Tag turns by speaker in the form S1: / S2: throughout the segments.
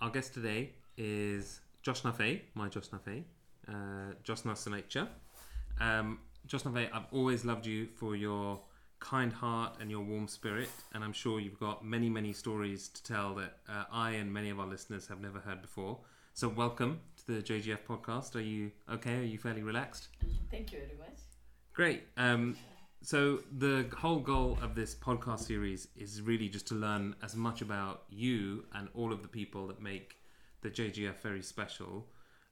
S1: our guest today is Joshna Fay, my Joshna Fay, uh, Joshna Sonecha. Um, Joshna Fay, I've always loved you for your kind heart and your warm spirit, and I'm sure you've got many, many stories to tell that uh, I and many of our listeners have never heard before. So, welcome to the JGF podcast. Are you okay? Are you fairly relaxed?
S2: Thank you very much.
S1: Great. Um, so the whole goal of this podcast series is really just to learn as much about you and all of the people that make the JGF very special.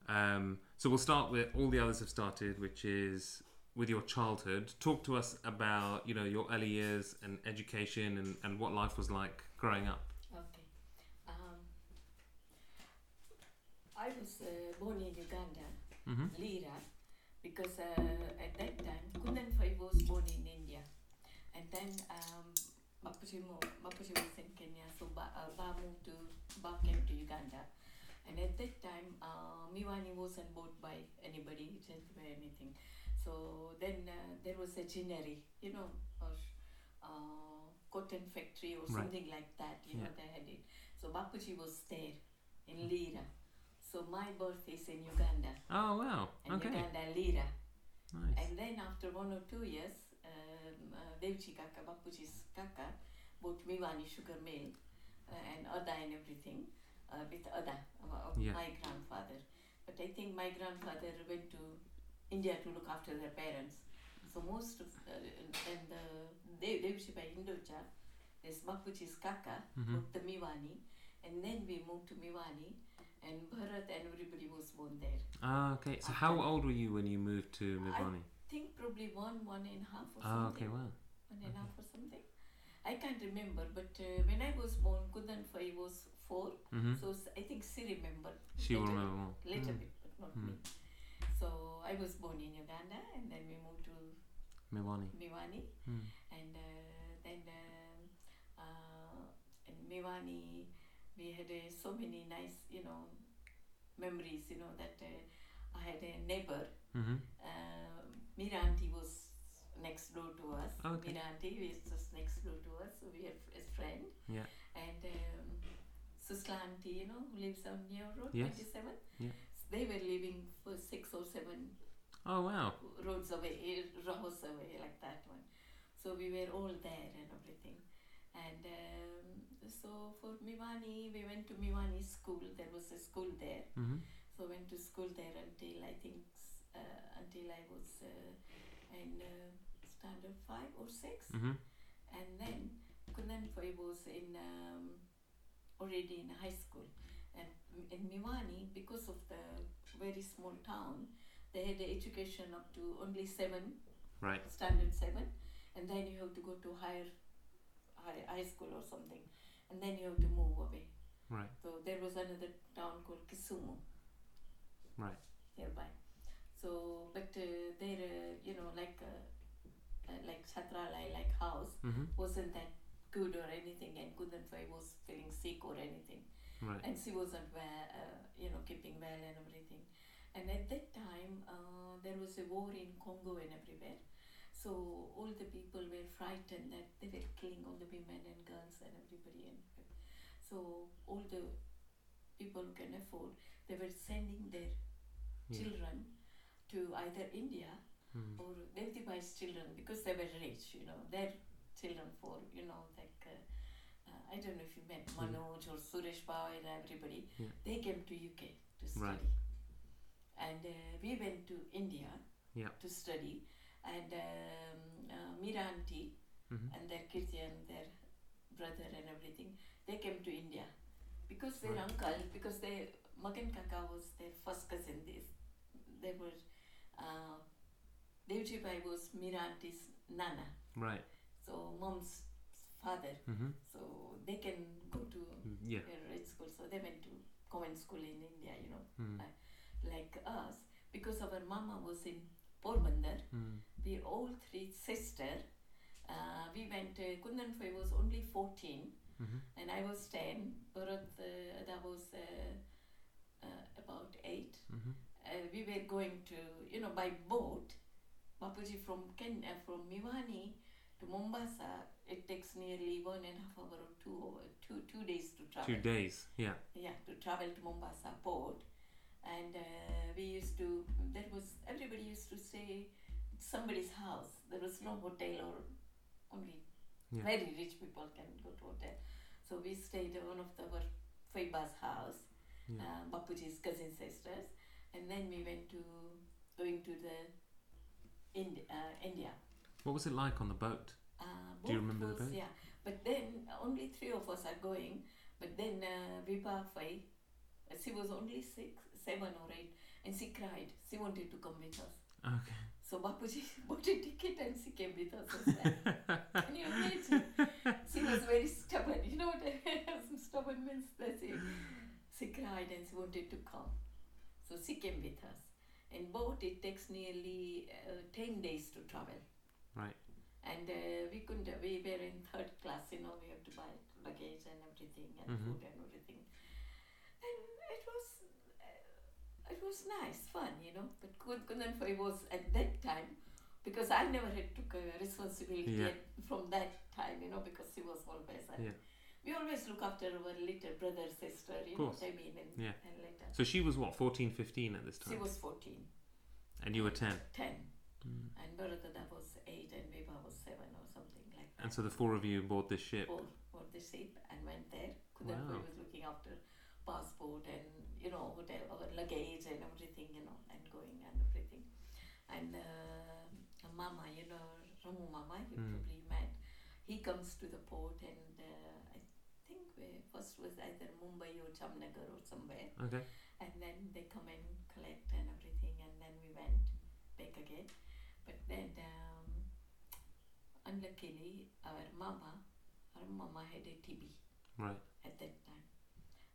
S1: Um, so we'll start where all the others have started, which is with your childhood. Talk to us about you know your early years and education and, and what life was like growing up.
S2: Okay. Um, I was uh, born in Uganda,
S1: Mm-hmm.
S2: Lira, because uh, at that time Kundan Fai was born in India, and then um, Mapuche mo- Mapuche was in Kenya, so Ba, uh, ba moved to Ba came to Uganda, and at that time uh, Miwani wasn't bought by anybody, it didn't buy anything. So then uh, there was a ginnery, you know, or uh, cotton factory or
S1: Right.
S2: something like that, you know,
S1: Yeah.
S2: they had it. So Bapuji was there in Lira. So my birth is in Uganda,
S1: Oh wow!
S2: in
S1: Okay,
S2: Uganda, Lira.
S1: nice.
S2: And then after one or two years, um, uh, Devji Kaka, Bapuji's Kaka, bought Miwani sugar mill uh, and Ada and everything uh, with Ada, uh,
S1: Yeah.
S2: my grandfather. But I think my grandfather went to India to look after their parents. So most of uh, and the Dev, Devji by Indocha, this Bapuji's Kaka,
S1: Mhm.
S2: bought the Miwani, and then we moved to Miwani, and Bharat and everybody was born there.
S1: Ah, okay. So how old were you when you moved to
S2: I-
S1: Mivani?
S2: think probably one, one and a half or
S1: Ah,
S2: something.
S1: okay. Wow.
S2: One and a half or something. I can't remember, but uh, when I was born, Kudan Fai was 4
S1: hmm
S2: so s- I think she remembered.
S1: She will
S2: later,
S1: remember more.
S2: Later
S1: Mm.
S2: bit, but not
S1: Mm.
S2: me. So I was born in Uganda and then we moved to
S1: Mivani.
S2: Miwani
S1: Mm.
S2: and uh, then um uh, in Miwani we had uh, so many nice, you know, memories, you know, that uh, I had a neighbor
S1: hmm
S2: uh, Mira auntie was next door to us.
S1: Okay.
S2: Mira auntie was just next door to us, so we had a friend.
S1: Yeah.
S2: And um, Susla auntie, you know, who lives on New Road
S1: Yes.
S2: 27.
S1: Yeah.
S2: So they were living for six or seven
S1: Oh wow.
S2: roads away, eh, rows away, like that one. So we were all there and everything. And um, so for Miwani, we went to Miwani school. There was a school there.
S1: hmm
S2: So I went to school there until I think s- uh, until I was uh, in uh, standard five or 6
S1: hmm
S2: and then Kundan Foy was in um, already in high school, and m- in Miwani because of the very small town, they had the education up to only seven
S1: Right.
S2: standard seven, and then you have to go to higher high, high school or something, and then you have to move away.
S1: Right.
S2: So there was another town called Kisumu.
S1: Right.
S2: Nearby. So, but uh, there, uh, you know, like uh, uh, like Chatralai, like house,
S1: hmm
S2: wasn't that good or anything, and Kundanfai was feeling sick or anything,
S1: Right.
S2: and she wasn't well, uh, you know, keeping well and everything. And at that time, uh, there was a war in Congo and everywhere. So all the people were frightened that they were killing all the women and girls and everybody. And so all the people who can afford, they were sending their
S1: Yeah.
S2: children to either India
S1: Mm.
S2: or Devdibai's children because they were rich, you know, their children for, you know, like, uh, uh, I don't know if you met Manoj or Suresh Bhai and everybody,
S1: Hmm. Yeah.
S2: they came to UK to study.
S1: Right.
S2: And uh, we went to India
S1: Yeah.
S2: to study and um, uh, Mira auntie
S1: Mhm.
S2: and their kids and their brother and everything, they came to India because their
S1: Right.
S2: uncle, because their Magan Kaka was their first cousin. They, they were, uh, Devji Bhai was Mira auntie's nana,
S1: Mm-hmm. Right.
S2: so mom's father.
S1: hmm
S2: So they can go to
S1: Yeah.
S2: a rich school. So they went to convent school in India, you know,
S1: Mm.
S2: like us, because our mama was in Porbandar
S1: Mm.
S2: we all three sister. Uh, we went. Uh, Kundan Foy was only fourteen,
S1: Mhm.
S2: and I was ten. Bharat uh, that was uh, uh, about eight.
S1: Mhm.
S2: Uh, we were going to you know by boat, Bapuji from Ken uh, from Miwani to Mombasa, it takes nearly one and a half hour or two hour, two two days to travel.
S1: Two days. Yeah.
S2: yeah, to travel to Mombasa port. And uh, we used to, there was, everybody used to stay at somebody's house. There was no hotel or only
S1: Yeah.
S2: very rich people can go to hotel. So we stayed at one of the, our Faiba's house,
S1: Yeah.
S2: uh, Bapuji's cousin sisters. And then we went to, going to the Ind- uh, India.
S1: What was it like on the boat?
S2: Uh,
S1: Do you
S2: boat
S1: remember the
S2: was-
S1: boat?
S2: Yeah, but then only three of us are going. But then uh, Vibha Fai, uh, she was only six, seven or eight, and she cried. She wanted to come with us.
S1: Okay.
S2: So Bapuji bought a ticket and she came with us as well. Can you imagine? She was very stubborn. You know what stubborn means? That she, she cried and she wanted to come. So she came with us. And boat, it takes nearly uh, 10 days to travel
S1: right.
S2: and uh, we couldn't we were in third class you know we have to buy luggage and everything and
S1: Mhm.
S2: food and everything and it was uh, it was nice fun you know but Kun- Kundan Phai was at that time because I never had took a responsibility
S1: Yeah.
S2: at- from that time you know because she was always uh,
S1: Yeah.
S2: we always look after our little brother sister you know
S1: course.
S2: what I mean and,
S1: Yeah.
S2: and like that
S1: So she was what, 14, 15 at this
S2: she
S1: time?
S2: was 14
S1: and you were 10.
S2: 10
S1: Mm.
S2: and Bharatata was 8 and Vibha was 7 or something like that
S1: And so the four of you board this ship.
S2: for, for the ship and went there. Kudan
S1: Wow.
S2: was looking after passport and you know hotel our luggage and everything you know and going and everything. And uh, Mama, you know Ramu Mama, you
S1: Mm.
S2: probably met. He comes to the port and uh, I think we first was either Mumbai or Jamnagar or somewhere,
S1: Okay.
S2: and then they come and collect and everything, and then we went back again. But then, um, unluckily, our mama, our mama had a TB
S1: Right.
S2: at that time.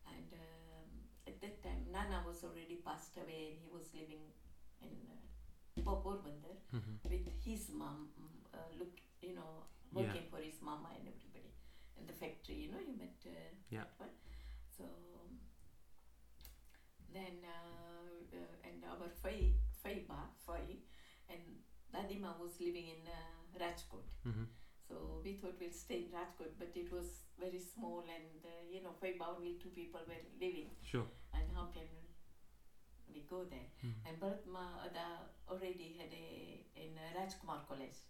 S2: And um, at that time, Nana was already passed away and he was living in uh, Porbandar
S1: hmm
S2: with his mom, mm, uh, look, you know,
S1: Yeah.
S2: working for his mama and everybody in the factory, you know, you met. Uh,
S1: Yeah.
S2: that one. So then, uh, uh, and our Fai, Faiba, Fai, and Dadima was living in uh, Rajkot.
S1: hmm
S2: So we thought we'll stay in Rajkot, but it was very small and, uh, you know, Faiba only two people were living,
S1: Sure.
S2: and how can we go there?
S1: Mm.
S2: And Bharatma Ada already had a in uh, Rajkumar College.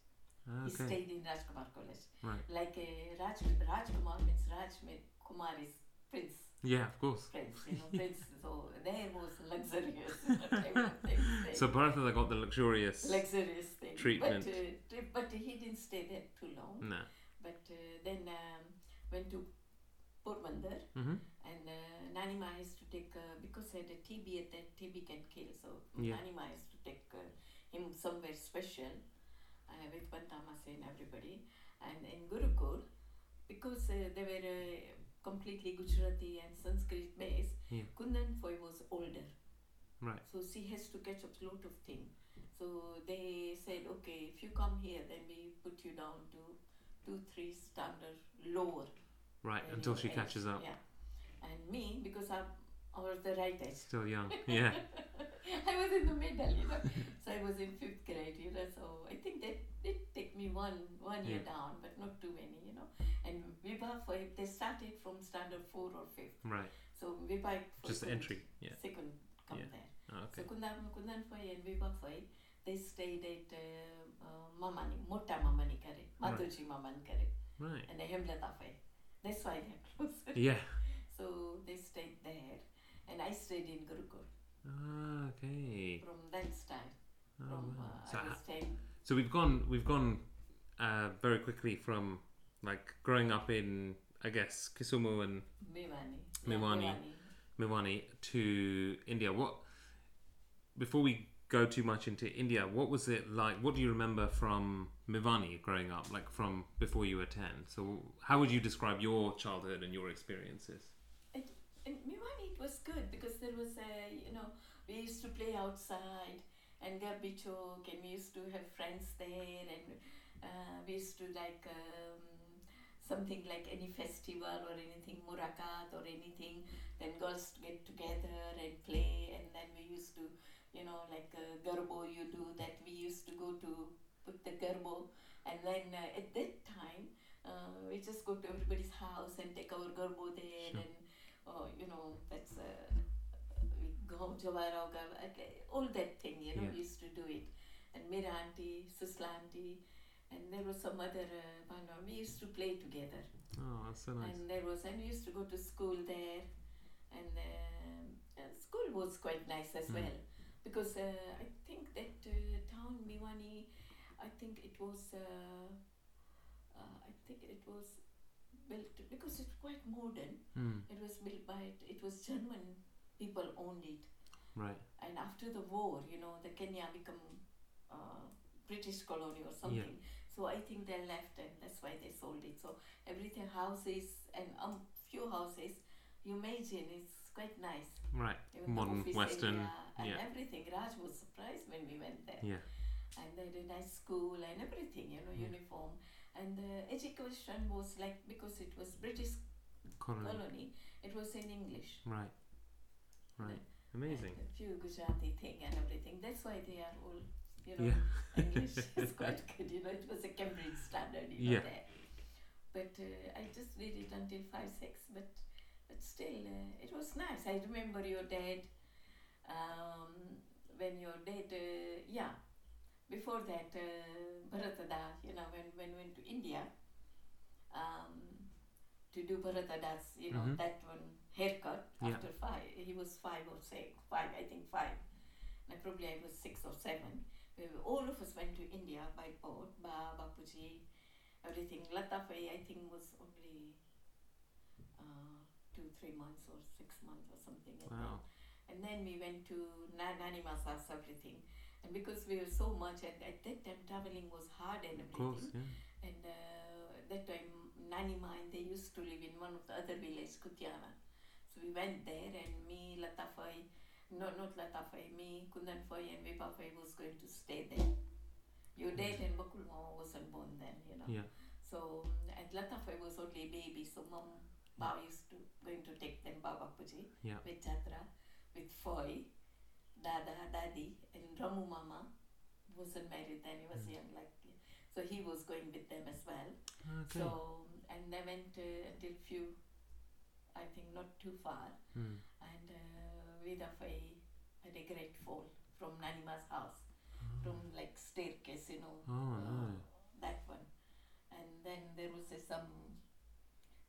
S2: He
S1: Okay.
S2: stayed in Rajkumar College.
S1: Right.
S2: Like a Raj, Rajkumar means Raj, mean- Kumar is prince,
S1: Yeah, of course.
S2: prince, you know, prince. So there was luxurious, whatever things,
S1: So Bharatha got the luxurious.
S2: luxurious thing.
S1: treatment. Hmm.
S2: But, uh, tri- but he didn't stay there too long.
S1: no.
S2: But uh, then um, went to Porbandar
S1: hmm
S2: and uh, Nanima has to take uh, because I had a TB at that TB can kill so
S1: Yeah.
S2: Nanima has to take uh, him somewhere special uh, with Pantamasa and everybody and in Gurukul because uh, they were uh, completely Gujarati and Sanskrit based
S1: Yeah.
S2: Kundan Foy was older
S1: Right.
S2: so she has to catch up lot of things so they said okay if you come here then we put you down to two three standard lower
S1: Right.
S2: and
S1: Until
S2: you
S1: she
S2: age.
S1: catches up.
S2: Yeah. And me, because I'm I was the right age.
S1: Still young. Yeah.
S2: I was in the middle, you know. so I was in fifth grade, you know. So I think that did take me one one year
S1: Yeah.
S2: down, but not too many, you know. And Vibha for they started from standard four or fifth.
S1: Right.
S2: So Vibha for
S1: Just the
S2: couldn't-
S1: entry. Yeah.
S2: She couldn't come
S1: Yeah.
S2: there.
S1: Oh,
S2: So
S1: okay.
S2: Kundan Kundan Phai and Vibha Phai, they stayed at uh, uh, Mamani, Mota Mamani Kare,
S1: Right.
S2: Madhuji Mamani Kare,
S1: Right.
S2: and Hemlata Phai. That's why they're close.
S1: Yeah.
S2: So they stayed there, and I stayed in Gurukul
S1: Ah, Okay.
S2: from that time.
S1: Oh,
S2: From
S1: wow.
S2: uh,
S1: So
S2: I
S1: ho-
S2: was staying.
S1: So we've gone we've gone uh, very quickly from like growing up in I guess Kisumu and
S2: Mimani.
S1: Mewani. Miwani to India. What before we go too much into India, what was it like? What do you remember from Miwani growing up, like from before you were ten? So how would you describe your childhood and your experiences?
S2: In Mimani, it was good because there was a you know we used to play outside and garbi chowk and we used to have friends there and uh, we used to like um, something like any festival or anything murakat or anything then girls get together and play and then we used to you know like uh, garbo you do that we used to go to put the garbo And then uh, at that time, uh, we just go to everybody's house and take our garbo there,
S1: Sure.
S2: and oh, you know, that's uh, we go jawara garbo, okay, all that thing. You know,
S1: Yeah.
S2: we used to do it. And Mira auntie, Susla auntie, and there was some other uh, Bhanwan. We used to play together.
S1: Oh, that's so nice.
S2: And there was, and we used to go to school there, and um, uh, school was quite nice as
S1: Mm.
S2: well, because uh, I think that uh, town Miwani, I think it was, uh, uh, I think it was built because it's quite modern.
S1: Mm,
S2: It was built by it was German people owned it,
S1: right.
S2: and after the war, you know, the Kenya become uh, British colony or something. So I think they left, and that's why they sold it. So everything houses and um few houses, you imagine it's quite nice.
S1: Right.
S2: Even the
S1: Modern
S2: office
S1: Western,
S2: area and
S1: yeah.
S2: everything. Raj was surprised when we went there,
S1: Yeah.
S2: and they had a nice school and everything, you know,
S1: Yeah.
S2: uniform. And the education was like because it was British
S1: Colony.
S2: colony, it was in English.
S1: Right. Right. Amazing.
S2: And a few Gujarati thing and everything. That's why they are all, you know,
S1: Yeah.
S2: English is quite good. You know, it was a Cambridge standard, you know,
S1: Yeah.
S2: there. But uh, I just read it until five, six. But but still, uh, it was nice. I remember your dad. Um, when your dad, uh, yeah, before that, uh, Bharatada, you know, when when went to India. Um, to do Bharatada's, you know,
S1: Mhm.
S2: that one haircut
S1: Yeah.
S2: after five. He was five or six, five, I think five. And probably I was six or seven. We were, all of us went to India by boat, Ba, Bapuji, everything. Latafai, I think, was only uh, two, three months or six months or something. like that.
S1: Wow.
S2: And then we went to Na- Nani Masa's, everything. And because we were so much, and at that time traveling was hard and everything.
S1: Of course. Yeah.
S2: And uh, that time, Nani mine, they used to live in one of the other village, Kutiana. So we went there, and me, Latafai, no, not Latafai, me, Kundanfai, and Vipafai was going to stay there. Your dad and Bakul Mama wasn't born then, you know.
S1: Yeah.
S2: So, and Latafai was only a baby, so mom, Bao used to going to take them, Baba Puji,
S1: Yeah.
S2: with Chatra, with Foy, Dada, Dadi, and Ramu Mama wasn't married then, he was
S1: Mm.
S2: young, like, so he was going with them as well.
S1: Okay.
S2: So, and they went uh, until few, I think not too far,
S1: mm.
S2: and uh, Vidafai had a great fall from Nanima's house, from like staircase, you know,
S1: Oh no.
S2: uh, that one. And then there was uh, some,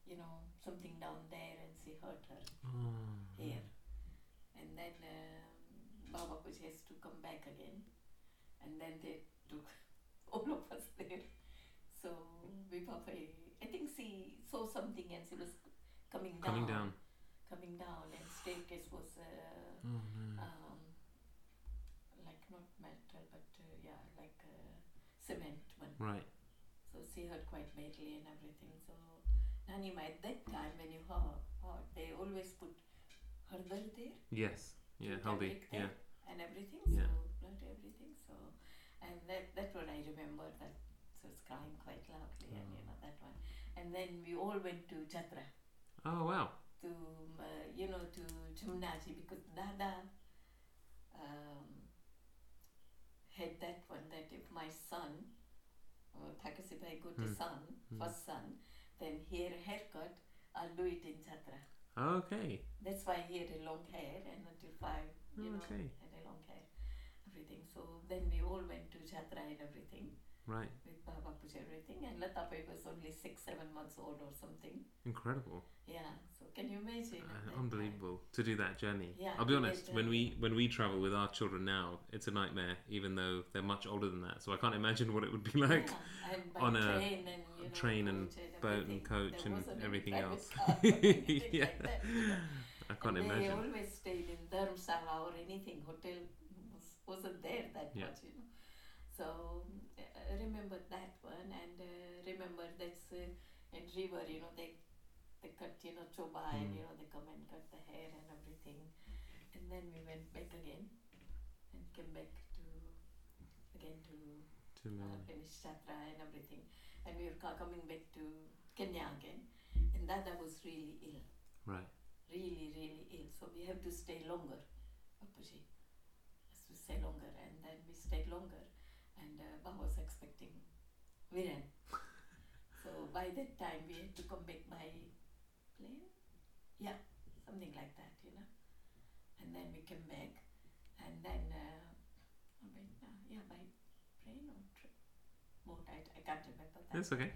S2: you know, something down there, and she hurt her
S1: Oh.
S2: here. And then um, Baba Kuch has to come back again. And then they took all of us there. So Vipapa, I think she saw something and she was coming down.
S1: Coming down.
S2: Coming down and staircase was uh,
S1: Oh no.
S2: um, like not metal but uh, yeah, like uh, cement one.
S1: Right.
S2: So she hurt quite badly and everything. So Nanima at that time when you hurt, hurt they always put herbal there.
S1: Yes. Yeah.
S2: Can
S1: Healthy.
S2: take that
S1: Yeah.
S2: and everything.
S1: Yeah.
S2: So blood everything. So and that that what I remember that so it's crying quite loudly and
S1: Mm.
S2: you know that one. And then we all went to Chatra
S1: Oh wow.
S2: to um, uh, you know to Jamnaji because Dada um, had that one that if my son or Takasibhai got a
S1: Hmm.
S2: son,
S1: Hmm.
S2: first son, then here haircut, I'll do it in Chatra.
S1: Okay.
S2: That's why he had a long hair and until five, you know,
S1: Oh, Okay.
S2: had a long hair, everything. So then we all went to Jatra and everything
S1: Right.
S2: with Baba Puja, everything. And Latapai was only six, seven months old or something.
S1: Incredible.
S2: Yeah. So can you imagine? at
S1: Uh,
S2: that time?
S1: unbelievable to do that journey.
S2: Yeah,
S1: I'll be
S2: to do
S1: honest.
S2: that
S1: When we
S2: journey.
S1: when we travel with our children now, it's a nightmare. Even though they're much older than that, so I can't imagine what it would be like.
S2: yeah. and by
S1: on a
S2: train and, you know,
S1: train and
S2: coach and
S1: boat and
S2: everything.
S1: coach
S2: There
S1: and
S2: wasn't any
S1: everything
S2: private
S1: else.
S2: car or anything
S1: Yeah.
S2: like that, you know.
S1: I can't
S2: and They
S1: imagine.
S2: always stayed in Dharamsala or anything. Hotel was, wasn't there that
S1: Yeah.
S2: much, you know. So uh, remember that one, and uh, remember that's uh, in river. You know they they cut you know choba and
S1: Mm.
S2: you know they come and cut the hair and everything, and then we went back again, and came back to again to
S1: To,
S2: uh,
S1: uh,
S2: finish chatra and everything, and we were co- coming back to Kenya again, and Dada was really ill
S1: right.
S2: really, really ill. So we have to stay longer. Papaji has to stay longer, and then we stayed longer. And uh, Baba was expecting Viren. so by that time we had to come back by plane. Yeah, something like that, you know. And then we came back, and then uh, or by, uh, yeah, by plane or trip. Boat, I, I can't remember that.
S1: That's okay.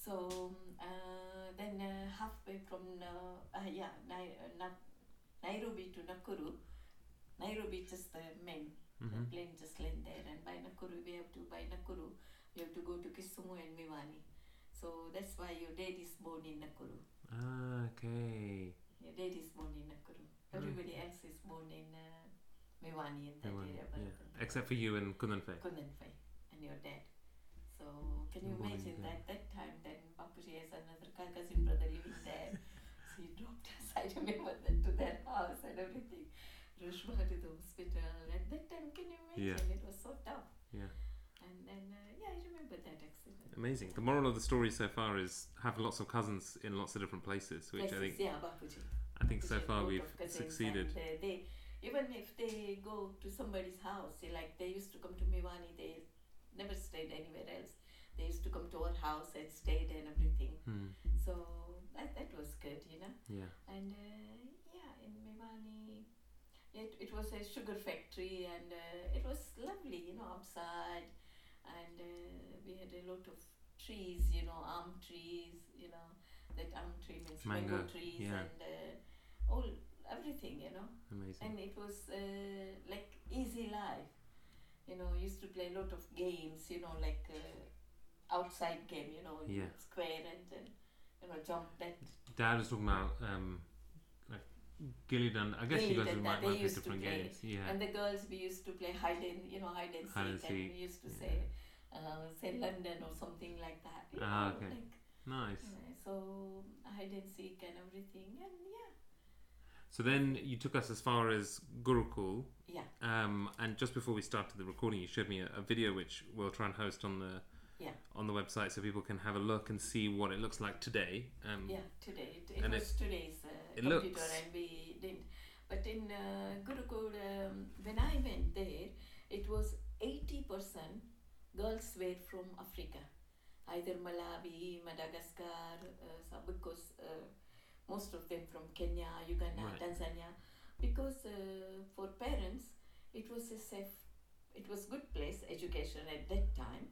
S2: So um, uh, then uh, halfway from uh, uh, yeah Nai- uh, Na- Nairobi to Nakuru, Nairobi just the main
S1: hmm
S2: the plane just land there, and by Nakuru we have to by Nakuru we have to go to Kisumu and Miwani. So that's why your dad is born in Nakuru.
S1: Okay.
S2: Your dad is born in Nakuru.
S1: Right.
S2: Everybody else is born in uh, Miwani in that
S1: Everyone-
S2: area.
S1: yeah.
S2: but-
S1: Except for you and Kunanfe.
S2: Kunanfai and your dad. So can you
S1: Oh,
S2: imagine
S1: yeah.
S2: that that time then Bapuji has another ca- cousin brother living there. so he dropped us, I remember that to their house and everything. Rushma to the hospital. At that time can you
S1: Yeah.
S2: imagine it was so tough.
S1: Yeah.
S2: And then uh, yeah, I remember that accident.
S1: Amazing. The moral of the story so far is have lots of cousins in lots of different places, which I
S2: Places,
S1: think
S2: yeah, Bapuji.
S1: I think so
S2: Christian
S1: far
S2: group
S1: we've
S2: of cousins
S1: succeeded.
S2: and, uh, they, even if they go to somebody's house, they, like they used to come to Miwani, they never stayed anywhere else. They used to come to our house and stayed and everything.
S1: Hmm.
S2: So that, that was good, you know.
S1: Yeah.
S2: And uh, yeah, in Miwani, it, it was a sugar factory and uh, it was lovely, you know, outside. And uh, we had a lot of trees, you know, elm trees, you know, that elm tree means mango,
S1: Mango,
S2: trees
S1: yeah.
S2: and uh, all, everything, you know.
S1: Amazing.
S2: And it was uh, like easy life. You know, used to play a lot of games, you know, like uh, outside game, you know,
S1: Yeah.
S2: square and then, you know, jump that
S1: Dad was talking about um, like Gilly Dun. I guess you
S2: Gilly
S1: guys
S2: Dun
S1: might
S2: that they
S1: might play
S2: used to
S1: different
S2: play.
S1: games. Yeah.
S2: And the girls, we used to play hide and you know hide and seek,
S1: Hide and
S2: and
S1: seek,
S2: we used to
S1: yeah.
S2: say, uh, say London or something like that. You
S1: Ah,
S2: know,
S1: okay.
S2: like,
S1: Nice.
S2: uh, so hide and seek and everything, and yeah,
S1: So then you took us as far as Gurukul.
S2: Yeah.
S1: Um, and just before we started the recording, you showed me a, a video which we'll try and host on the
S2: Yeah.
S1: on the website so people can have a look and see what it looks like today. Um,
S2: yeah. Today, it, it
S1: and
S2: was today's uh,
S1: it
S2: computer,
S1: looks-
S2: and we didn't. But in uh, Gurukul, um, when I went there, it was eighty percent girls were from Africa, either Malawi, Madagascar, uh, so- because uh, most of them from Kenya, Uganda,
S1: Right.
S2: Tanzania, because uh, for parents it was a safe, it was good place education at that time,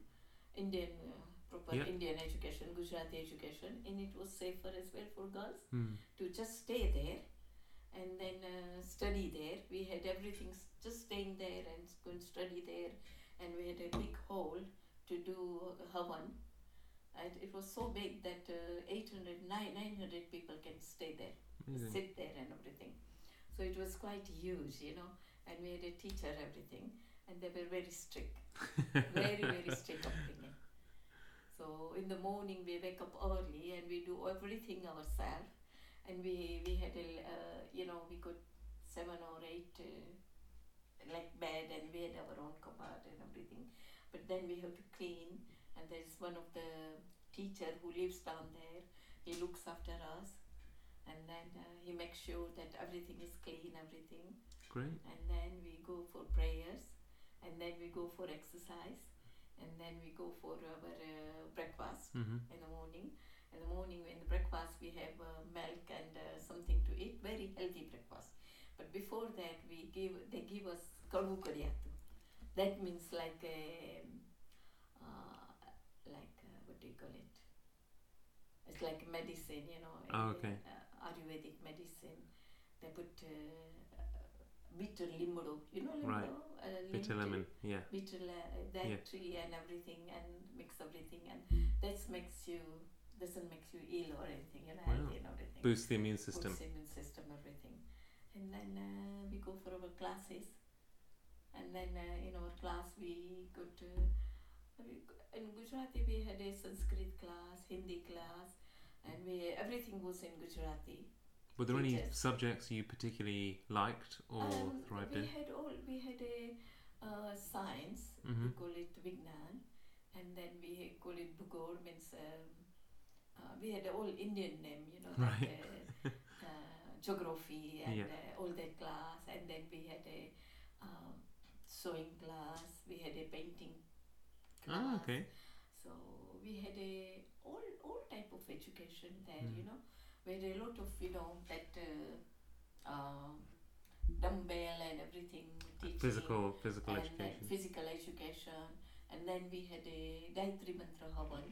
S2: Indian uh, proper
S1: Yeah.
S2: Indian education, Gujarati education, and it was safer as well for girls
S1: Hmm.
S2: to just stay there and then uh, study there. We had everything s- just staying there and s- going to study there, and we had a big hall to do uh, Havan. And it was so big that uh, 800, 9 900 people can stay there,
S1: Amazing.
S2: sit there, and everything. So it was quite huge, you know. And we had a teacher, everything, and they were very strict very very strict upbringing. So in the morning we wake up early and we do everything ourselves, and we we had a l- uh, you know we got seven or eight uh, like bed and we had our own cupboard and everything, but then we have to clean and there's one of the teacher who lives down there. He looks after us, and then uh, he makes sure that everything is clean, everything
S1: Great.
S2: and then we go for prayers, and then we go for exercise, and then we go for our uh, breakfast
S1: hmm
S2: in the morning. In the morning, in the breakfast, we have uh, milk and uh, something to eat. Very healthy breakfast. But before that, we give they give us kalbu kariyattu. That means like a uh, like uh, what do you call it? It's like medicine, you know.
S1: Oh,
S2: and,
S1: okay.
S2: Uh, Ayurvedic medicine. They put uh, uh, bitter limodo. You know limodo.
S1: Right.
S2: Uh,
S1: Bitter
S2: lim tea?
S1: lemon. Yeah.
S2: bitter le- that
S1: Yeah.
S2: uh, tree and everything and mix everything and that makes you doesn't make you ill or anything you know
S1: Wow.
S2: healthy and everything
S1: Boost the immune
S2: Boosts
S1: system.
S2: immune system everything and then uh, we go for our classes and then uh, in our class we go to we go- in Gujarati we had a Sanskrit class Hindi class and we everything was in Gujarati
S1: Were there any
S2: Teachers.
S1: subjects you particularly liked or
S2: Um,
S1: thrived
S2: we
S1: in?
S2: had all we had a uh, science we
S1: Mhm.
S2: call it vignan and then we call it bhugol means um, uh, we had all indian name you know
S1: Right.
S2: that, uh, uh, geography and
S1: Yeah.
S2: uh, all that class and then we had a um, sewing class we had a painting class
S1: Ah, okay.
S2: so So we had a all all type of education there,
S1: Mm.
S2: you know. We had a lot of you know that uh, um dumbbell and everything teaching
S1: Physical, physical
S2: and
S1: education.
S2: Then um, physical education, and then we had a Gayatri Mantra Havan,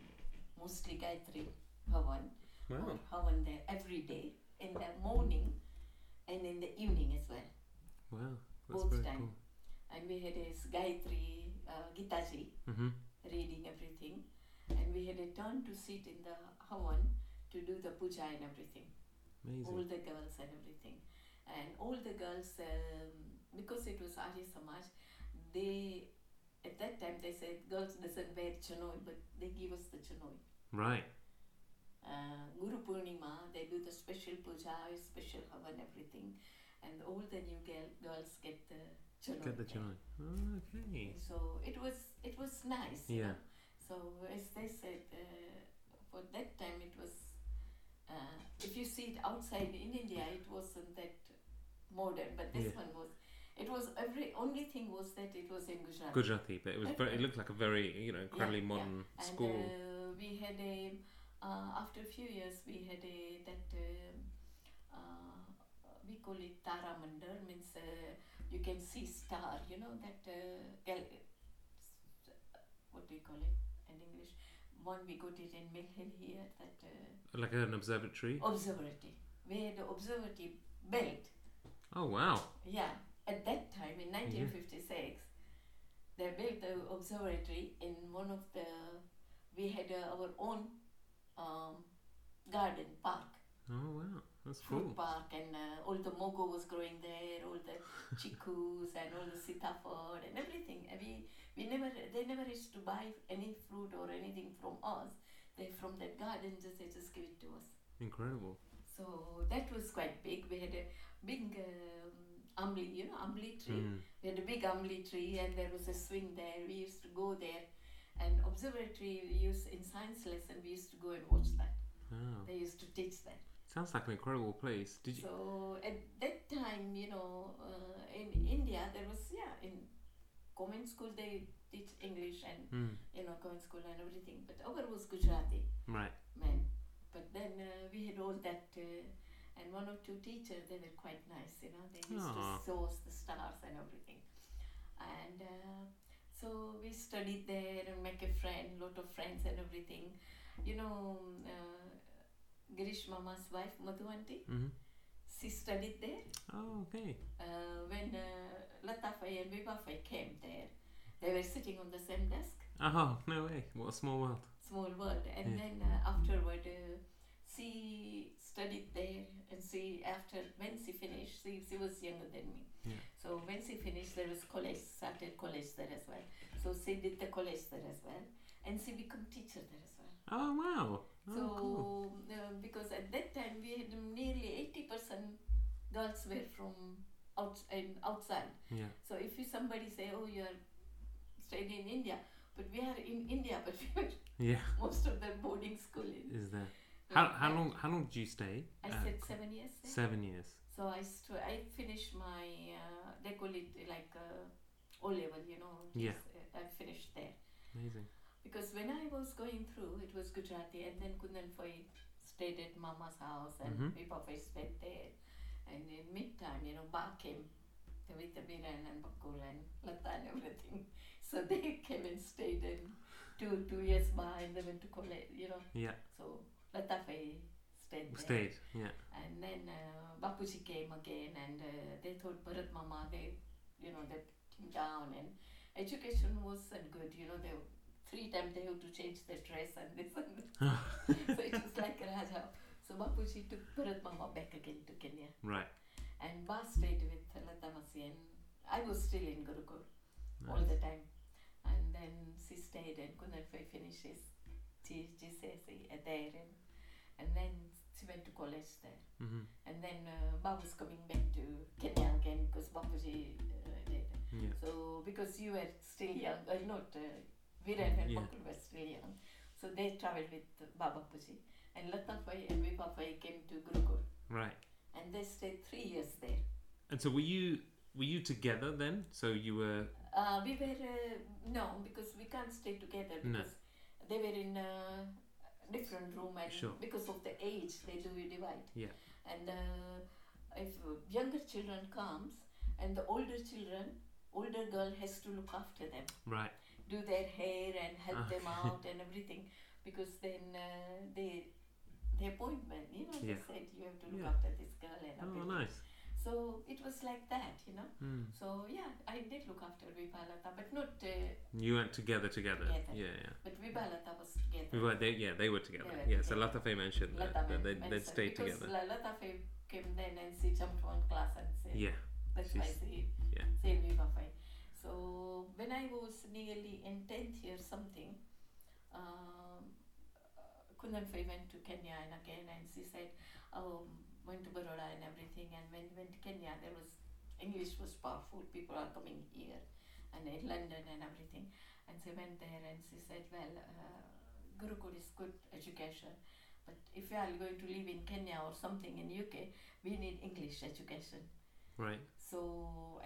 S2: mostly Gayatri Havan, or
S1: Wow.
S2: Havan there every day in the morning and in the evening as well.
S1: Wow. That's
S2: Both
S1: very
S2: time. And we had a s- Gayatri uh, Gitaji
S1: cool. hmm
S2: reading everything, and we had a turn to sit in the Havan to do the puja and everything.
S1: Amazing.
S2: all the girls and everything and all the girls um, because it was Arya Samaj they at that time they said girls doesn't wear chanoi but they give us the chanoi
S1: Right.
S2: uh, Guru Purnima they do the special puja special havan everything and all the new girl, girls get the chanoi
S1: Get the
S2: there.
S1: joint. Oh, okay.
S2: so it was it was nice you
S1: Yeah.
S2: know. so as they said uh, for that time it was uh, if you see it outside in india it wasn't that modern but this
S1: Yeah.
S2: one was it was every only thing was that it was in gujarat
S1: Gujarati, but it was very, it looked like a very you know incredibly
S2: yeah.
S1: modern
S2: and
S1: school.
S2: Uh, we had a uh, after a few years we had a that um uh, we call it Tara Mandar means uh, you can see star you know that uh, gal- what do you call it in English one we got it in Milhill here that uh,
S1: like an observatory.
S2: observatory we had the observatory built
S1: Oh wow.
S2: yeah at that time in 1956 they built the observatory in one of the we had uh, our own um, garden park
S1: Oh wow. That's
S2: fruit
S1: cool.
S2: park and uh, all the mogo was growing there all the chikus and all the sitaford and everything and we, we never they never used to buy any fruit or anything from us they from that garden just they just give it to us
S1: Incredible.
S2: so that was quite big we had a big um, amli you know amli tree
S1: Mm.
S2: we had a big amli tree and there was a swing there. We used to go there and observatory we used in science lesson we used to go and watch that.
S1: Hmm. Wow.
S2: They used to teach that.
S1: Sounds like an incredible place. Did you?
S2: So at that time, you know, uh, in India there was yeah, in common school they teach English and
S1: Mm.
S2: you know, common school and everything. But our was Gujarati
S1: Right.
S2: man. But then uh, we had all that uh, and one or two teachers they were quite nice you know they used
S1: Aw.
S2: to show us the stars and everything and uh, so we studied there and make a friend lot of friends and everything you know uh, girish mama's wife madhu aunty
S1: hmm
S2: she studied there
S1: Oh okay.
S2: uh, when uh, latafai and vivafai came there they were sitting on the same desk
S1: Oh no way. What a small world.
S2: small world and
S1: Yeah.
S2: then uh, afterward uh, she studied there and she after when she finished she, she was younger than me
S1: Yeah.
S2: so when she finished there was college started college there as well so she did the college there as well and she became teacher there as well
S1: Oh wow. Oh
S2: so
S1: cool.
S2: uh, because at that time we had nearly 80% girls were from out, and outside
S1: Yeah.
S2: so if you somebody say oh you are staying in india but we are in india but we were
S1: Yeah.
S2: most of them boarding school in.
S1: Is there? How how long how long did you stay?
S2: I
S1: Uh,
S2: said seven years. eh?
S1: Seven years.
S2: So I stu- I finished my uh, they call it like uh, O level, you know.
S1: Yeah.
S2: yes, uh, I finished there
S1: Amazing.
S2: because when I was going through, it was Gujarati, and then Kundan Foy stayed at Mama's house, and
S1: Mhm.
S2: we Papa stayed there, and in midtime, you know, Ba came with Biran and Bakul and Lata and everything. So they came and stayed and two two years Ba, and they went to college, you know.
S1: Yeah.
S2: So Latafe stayed there.
S1: Stayed. Yeah.
S2: And then uh, Bapuji came again, and uh, they thought Bharat Mama, they, you know, they put him down. And education wasn't good, you know, they three times they had to change their dress and this and that. so it was like Raja. So Bapuji took Bharat Mama back again to Kenya.
S1: Right.
S2: And Ba stayed with Lata Masi, and I was still in Gurukul all
S1: Nice.
S2: the time. And then she stayed and couldn't fi- finish his G- GCSE at there. And, and then she went to college there.
S1: Mhm.
S2: And then uh, Bob was coming back to Kenya again because Bapuji uh, did.
S1: Yeah.
S2: So, because you were still young, uh, not uh, Viren and
S1: Yeah.
S2: Bakul were still young. So, they traveled with uh, Baba Puji. And Latafai and Vipafai came to Gurukul.
S1: Right.
S2: And they stayed three years there.
S1: And so were you were you together then? So you were
S2: Uh, we were uh, no because we can't stay together
S1: No.
S2: because they were in a different room and
S1: Sure.
S2: because of the age they do divide
S1: Yeah.
S2: and uh, if younger children comes and the older children older girl has to look after them
S1: Right.
S2: do their hair and help
S1: Ah.
S2: them out and everything because then uh, they the appointment you know they
S1: Yeah.
S2: said you have to look
S1: Yeah.
S2: after this girl and
S1: Oh,
S2: everything.
S1: nice.
S2: so it was like that you know
S1: Mm.
S2: so yeah i did look after vipalata but not uh,
S1: You went together, together.
S2: Together.
S1: Yeah, yeah.
S2: but vipalata was together
S1: We were, they, yeah, they were together.
S2: They were
S1: yeah, so
S2: together.
S1: Latafe mentioned that,
S2: Lata
S1: that
S2: men-
S1: they'd, they'd
S2: mentioned,
S1: stay
S2: because
S1: together.
S2: La- Lata Faye came then and she jumped one class and said,
S1: yeah,
S2: that's why
S1: she's-
S2: she
S1: yeah.
S2: said we were fine. So when I was nearly in 10th year something, um, Kundan Faye went to Kenya and again and she said, um, went to Baroda and everything and when went to Kenya there was, English was powerful, people are coming here and in London and everything. And she went there and she said, well, uh, Gurukul is good education. But if we are going to live in Kenya or something in UK, we need English education.
S1: right.
S2: So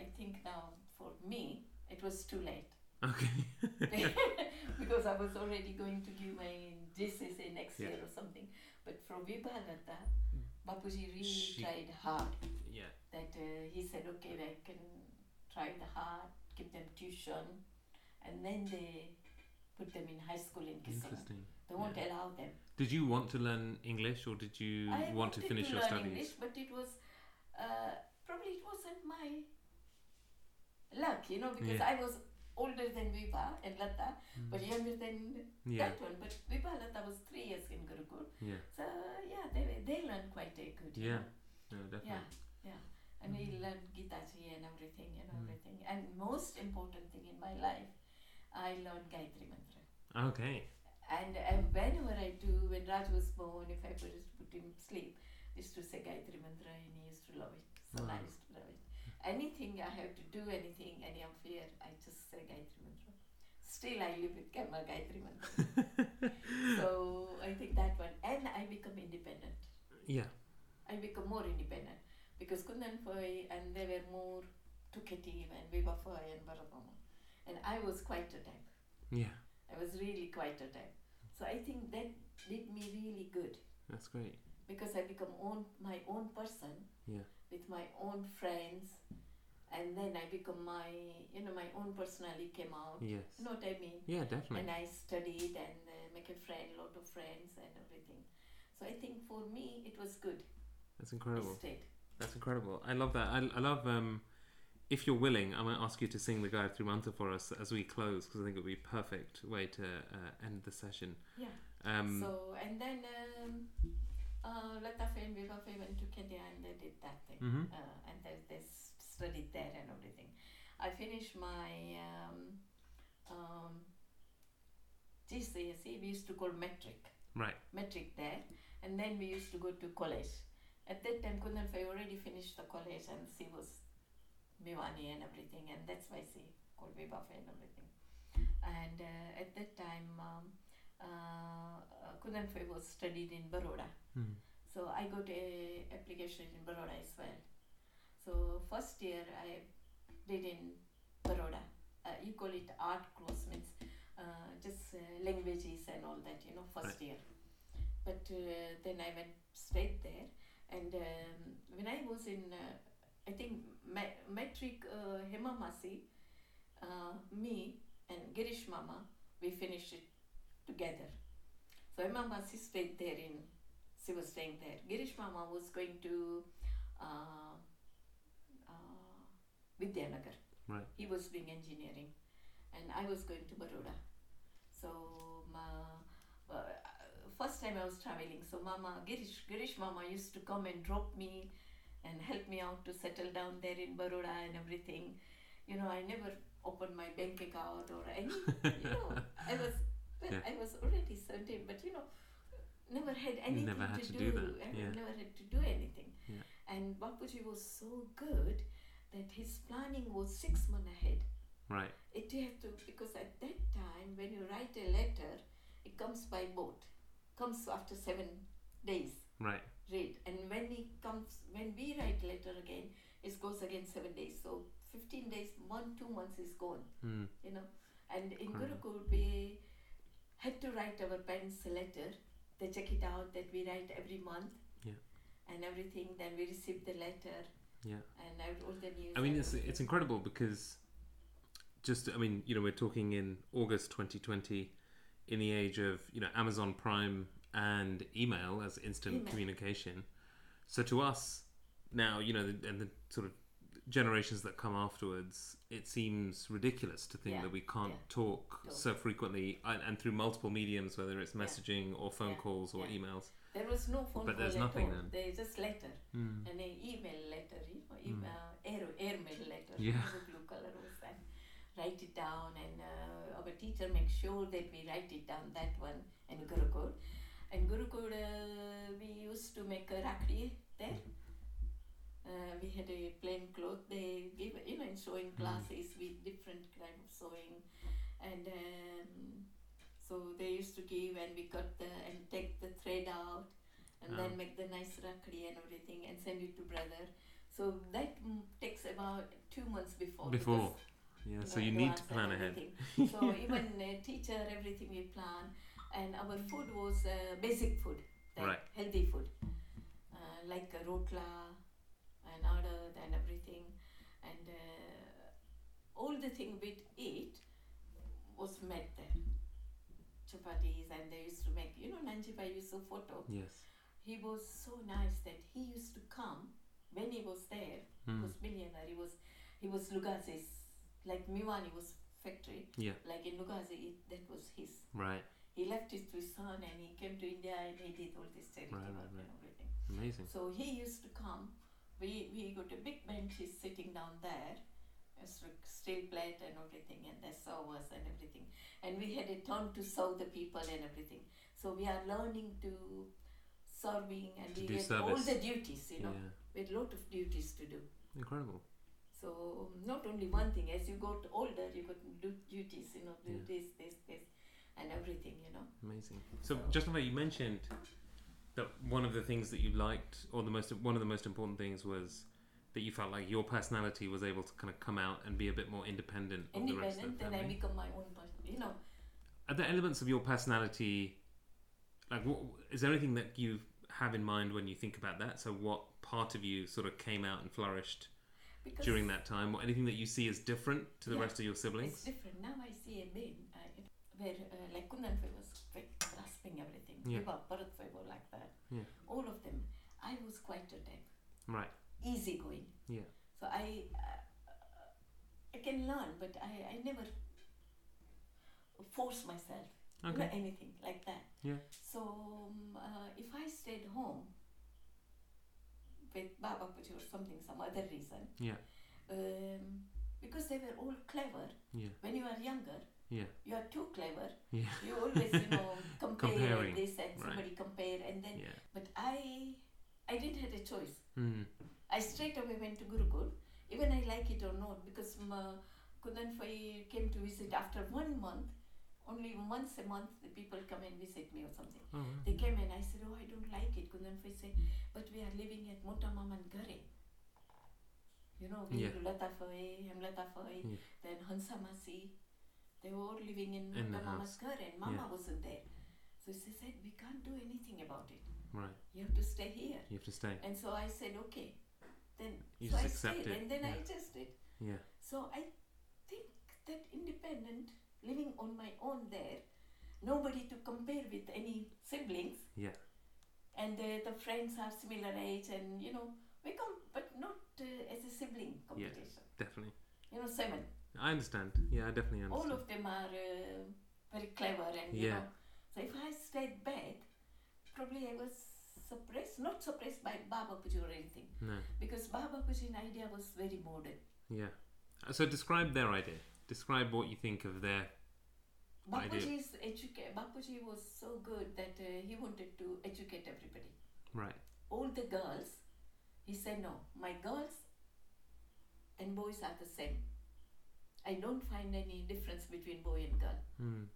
S2: I think now for me it was too late
S1: Okay.
S2: because I was already going to give my GCSE next
S1: Yeah.
S2: year or something. But for Vibhanata,
S1: Mm.
S2: Bapuji really
S1: She-
S2: tried hard.
S1: yeah,
S2: That uh, he said, okay, I can try the hard, give them tuition, and then they put them in high school in Kisumu.
S1: interesting.
S2: They won't
S1: yeah.
S2: allow them.
S1: Did you want to learn English or did you
S2: I
S1: want to
S2: wanted
S1: finish your
S2: learn
S1: studies?
S2: English, but it was uh, probably it wasn't my luck, you know, because
S1: Yeah. Mm.
S2: I was older than Vipa and Lata, but younger than
S1: Yeah,
S2: that one. But Vipa and Lata was three years in Gurukul,
S1: yeah,
S2: so yeah, they were- they learned quite a good. you
S1: yeah.
S2: know.
S1: No, definitely. Mm-hmm.
S2: yeah, yeah. And we learned Gitaji and everything and
S1: Mm.
S2: everything. And most important thing in my life, I learned Gayatri Mantra.
S1: Okay.
S2: And uh, whenever I do, when Raj was born, if I put, put him sleep, I used to say Gayatri Mantra and he used to love it. So I
S1: Wow.
S2: used to love it. Anything I have to do, anything, any affair, I just say Gayatri Mantra. Still, I live with Karma Gayatri Mantra. so I think that one. And I become independent.
S1: Yeah,
S2: I become more independent because Kundan Phai and they were more talkative and Viva Phai and Bharatama. And I was quite a type.
S1: yeah.
S2: I was really quite a type. So I think that did me really good
S1: That's great.
S2: because I become own my own person
S1: Yeah.
S2: with my own friends, and then I become my you know my own personality came out.
S1: Yes.
S2: You know what I mean?
S1: Yeah, definitely.
S2: And I studied and uh, make a friend, lot of friends and everything. So I think for me it was good.
S1: That's
S2: I
S1: incredible.
S2: stayed.
S1: That's incredible. I love that. I, I love. Um, if you're willing, I might ask you to sing the Gayatri Mantra for us as we close, because I think it would be a perfect way to uh, end the session.
S2: Yeah.
S1: Um,
S2: so and then um, uh, Lata Fay and Viva Fay went to Kenya and they did that thing.
S1: mhm.
S2: uh, and they, they s- studied there and everything. I finished my um, um, GCSE, E, we used to call metric,
S1: Right.
S2: metric there, and then we used to go to college. At that time, Kundan Fai already finished the college and she was Bhiwani and everything, and that's why she called me Buffet and everything. And uh, at that time, um, uh, Kundan Fai was studied in Baroda.
S1: Mm.
S2: So I got a application in Baroda as well. So first year I did in Baroda. Uh, you call it art course means uh, just uh, languages and all that, you know, first year. But uh, then I went straight there, and um, when I was in, uh, I think ma- metric uh, Hema Masi, uh, me and Girish Mama, we finished it together. So Hema Masi stayed there in she was staying there. Girish Mama was going to uh, uh, Vidyanagar.
S1: Right.
S2: He was doing engineering, and I was going to Baroda. So ma, uh, first time I was traveling, so Mama Girish Girish Mama used to come and drop me, and help me out to settle down there in Baroda and everything. You know, I never opened my bank account or any. You know, I was well,
S1: Yeah.
S2: I was already certain, but you know, never had anything
S1: never had to do that,
S2: and
S1: yeah.
S2: never had to do anything.
S1: Yeah.
S2: And Bapuji was so good that his planning was six months ahead.
S1: Right.
S2: It had to because at that time when you write a letter, it comes by boat, comes after seven days
S1: Right.
S2: read, and when it comes when we write letter again, it goes again seven days. So fifteen days, one two months is gone
S1: Mm.
S2: you know. And in
S1: Correct.
S2: Gurukul, we had to write our parents a letter. They check it out that we write every month.
S1: Yeah.
S2: And everything. Then we receive the letter.
S1: Yeah.
S2: And I- all the news.
S1: I mean,
S2: and
S1: it's
S2: everything.
S1: it's incredible because just I mean, you know, we're talking in August 2020, in the age of you know Amazon Prime and email as instant
S2: Email.
S1: communication. So to us now, you know, the, and the sort of generations that come afterwards, it seems ridiculous to think
S2: Yeah,
S1: that we can't
S2: yeah.
S1: talk,
S2: Talk.
S1: so frequently and, and through multiple mediums, whether it's messaging or phone
S2: yeah,
S1: calls or
S2: yeah.
S1: emails.
S2: There was no phone
S1: But
S2: call
S1: there's
S2: at
S1: nothing
S2: all.
S1: then.
S2: There is just letter
S1: Mm.
S2: and an email letter, you know,
S1: Mm.
S2: email, air, airmail letter.
S1: Yeah.
S2: The blue color was and write it down, and uh, our teacher makes sure that we write it down. That one and Gurukul, and Gurukul uh, we used to make a rakhi there. Uh, we had a plain cloth. They give you know in sewing
S1: Mm.
S2: classes with different kind of sewing, and. Um, so they used to give, and we cut the and take the thread out, and
S1: Ah.
S2: then make the nice rakhi and everything, and send it to brother. So that mm, takes about two months before. because,
S1: Before, yeah. So you need to plan
S2: advance and
S1: ahead.
S2: everything. so even uh, teacher, everything we plan, and our food was uh, basic food, that
S1: Right.
S2: healthy food, uh, like a rotla, and other and everything, and uh, all the thing we eat was made there. Chapatis, and they used to make. You know, Nanjibai used to photo.
S1: Yes.
S2: He was so nice that he used to come when he was there. He
S1: Mm.
S2: was millionaire. He was he was Lugazi's like Miwani was factory.
S1: Yeah.
S2: Like in Lugazi, it, that was his.
S1: Right.
S2: He left it to his son, and he came to India, and he did all this charity
S1: Right,
S2: work
S1: right, right.
S2: and everything.
S1: Amazing.
S2: So he used to come. We we got a big bench. He's sitting down there, a st- steel plate and everything, and they serve us and everything. And we had a turn to serve the people and everything. So we are learning to serving, and
S1: To
S2: we
S1: do
S2: get all
S1: service.
S2: the duties. You know,
S1: Yeah.
S2: we had a lot of duties to do.
S1: Incredible.
S2: So not only one thing. As you got older, you got du- duties. You know, do
S1: Yeah.
S2: this, this, this, and everything. You know.
S1: Amazing. So,
S2: So-
S1: Justin, you mentioned that one of the things that you liked, or the most one of the most important things, was that you felt like your personality was able to kind of come out and be a bit more independent of the rest of
S2: Independent,
S1: the
S2: then I
S1: family.
S2: become my own person. You know,
S1: Are there elements of your personality, like what is there anything that you have in mind when you think about that? So, what part of you sort of came out and flourished
S2: because
S1: during that time, or anything that you see as different to the
S2: Yeah.
S1: rest of your
S2: It's
S1: siblings?
S2: different. Now I see a bin I, where uh, like Kundanfai was quick, grasping everything.
S1: Yeah.
S2: Viva Bharatfai were like that.
S1: Yeah.
S2: All of them. I was quite a type.
S1: Right.
S2: Easy going.
S1: Yeah.
S2: So I uh, I can learn, but I, I never force myself. you know,
S1: Okay.
S2: anything like that.
S1: Yeah.
S2: So um, uh, if I stayed home with Baba Puji or something, some other reason.
S1: Yeah.
S2: Um, because they were all clever.
S1: Yeah.
S2: When you are younger,
S1: Yeah.
S2: you are too clever.
S1: Yeah.
S2: You always, you know, compare
S1: Comparing,
S2: this and
S1: right.
S2: somebody compare and then.
S1: Yeah.
S2: But I, I didn't have a choice.
S1: Mm.
S2: I straight away went to Gurukul, even I like it or not, because Ma Kundanfai came to visit after one month. Only once a month the people come and visit me or something.
S1: Oh, wow.
S2: They came and I said, Oh, I don't like it. Kundanfai said, But we are living at Motamaman Gare. You know, we
S1: Yeah.
S2: Latafai, Hemlatafai,
S1: Yeah.
S2: then Hansamasi. They were all living in
S1: In the
S2: Motamama's
S1: house.
S2: Gare and Mama wasn't there. So she said, We can't do anything about it.
S1: Right.
S2: You have to stay here.
S1: You have to stay.
S2: And so I said, okay. Then
S1: You
S2: so
S1: just
S2: I
S1: accept
S2: stayed,
S1: it,
S2: and then I
S1: yeah.
S2: just did.
S1: Yeah.
S2: So I think that independent living on my own there, nobody to compare with any siblings.
S1: Yeah.
S2: And uh, the friends are similar age, and you know we come, but not uh, as a sibling competition.
S1: Definitely.
S2: You know, seven.
S1: I understand. Yeah, I definitely understand.
S2: All of them are uh, very clever, and you
S1: Yeah.
S2: know. So if I stayed back, probably I was suppressed, not suppressed by Baba Puja or anything.
S1: No.
S2: because Baba Puji's idea was very modern.
S1: Yeah. Uh, So describe their idea. Describe what you think of their. Idea.
S2: Bapuji's educa- Bapuji was so good that uh, he wanted to educate everybody.
S1: Right.
S2: All the girls, he said, no, my girls and boys are the same. I don't find any difference between boy and girl.
S1: Mm.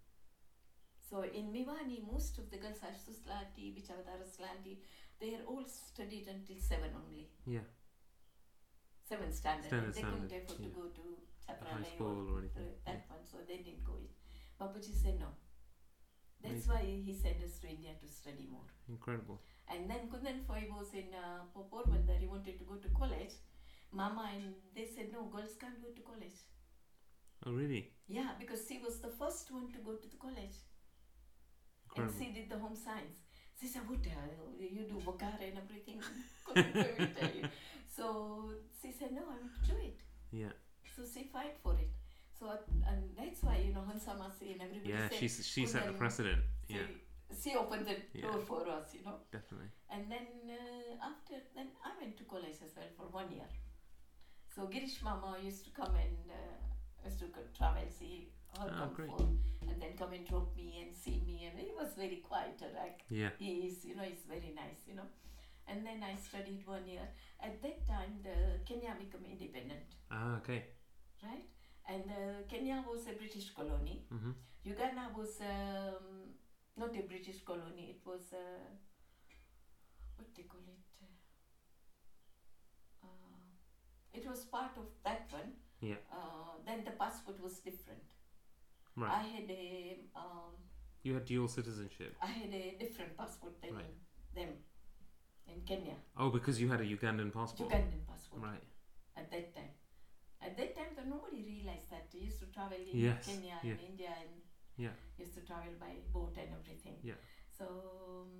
S2: So in Miwani, most of the girls are Suslanti, Vichavadara Slanti. They are all studied until seven only,
S1: Yeah.
S2: seven standard.
S1: Standard,
S2: they
S1: standard,
S2: couldn't afford to
S1: yeah.
S2: go to
S1: High
S2: Chatralaya or
S1: school or anything.
S2: that one, so they didn't go in. Bapuji said no. That's why he sent us to India to study more.
S1: Incredible.
S2: And then Kundan Foy was in uh, Porbandar, he wanted to go to college. Mama and they said, no, girls can't go to college.
S1: Oh, really?
S2: Yeah, because she was the first one to go to the college.
S1: Incredible.
S2: And she did the home science. She said, what the hell, you do Vakara and everything. Kundan Foy will tell you. So she said, no, I want to do it.
S1: yeah.
S2: So she fight for it. So uh, and that's why, you know, Hansa Masi and everybody
S1: Yeah,
S2: said,
S1: she s- she set the
S2: Kundan-
S1: precedent. Yeah,
S2: she, she opened the
S1: Yeah.
S2: door for us, you know.
S1: definitely.
S2: And then uh, after, then I went to college as well for one year. So Girish Mama used to come and uh, used to co- travel, see her
S1: Ah,
S2: come
S1: great.
S2: forth, and then come and drop me and see me. And he was very quiet, uh, like
S1: Yeah.
S2: he is, you know, he's very nice, you know. And then I studied one year. At that time, the Kenya became independent,
S1: Ah, okay.
S2: right? And uh, Kenya was a British colony.
S1: hmm
S2: Uganda was um, not a British colony. It was uh, what they call it. Uh, it was part of that one.
S1: Yeah.
S2: Uh, then the passport was different.
S1: Right.
S2: I had a um,
S1: you had dual citizenship.
S2: I had a different passport than
S1: Right.
S2: them in Kenya,
S1: Oh, because you had a Ugandan passport.
S2: Ugandan passport
S1: Right.
S2: at that time. At that time, though, nobody realized that. They used to travel in
S1: Yes,
S2: Kenya and India and
S1: Yeah.
S2: used to travel by boat and everything.
S1: Yeah.
S2: So um,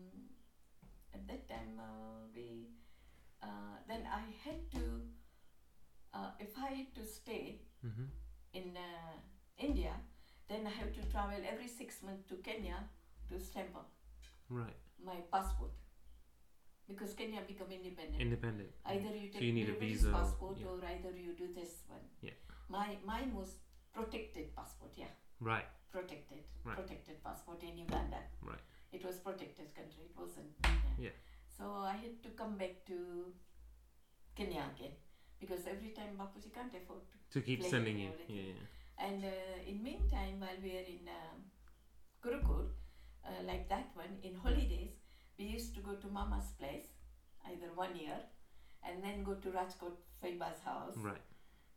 S2: at that time, uh, we uh, then I had to uh, if I had to stay
S1: hmm
S2: in uh, India, then I have to travel every six months to Kenya to stamp up
S1: Right.
S2: my passport because Kenya become independent.
S1: Independent.
S2: either you
S1: Mm. So
S2: take
S1: you need a
S2: everybody's
S1: visa or-
S2: passport
S1: yeah.
S2: or either you do this one.
S1: Yeah.
S2: My mine was protected passport. Yeah
S1: Right.
S2: protected
S1: Right.
S2: protected passport in Uganda.
S1: Right.
S2: It was protected country. It wasn't.
S1: Yeah.
S2: So I had to come back to Kenya again because every time Bapuji can't afford. To.
S1: To keep
S2: Like
S1: sending you.
S2: everything.
S1: Yeah,
S2: And uh, in meantime, while we are in um, Gurukul, uh, like that one in holidays, we used to go to Mama's place, either one year, and then go to Rajkot Faiba's house.
S1: yeah. Right.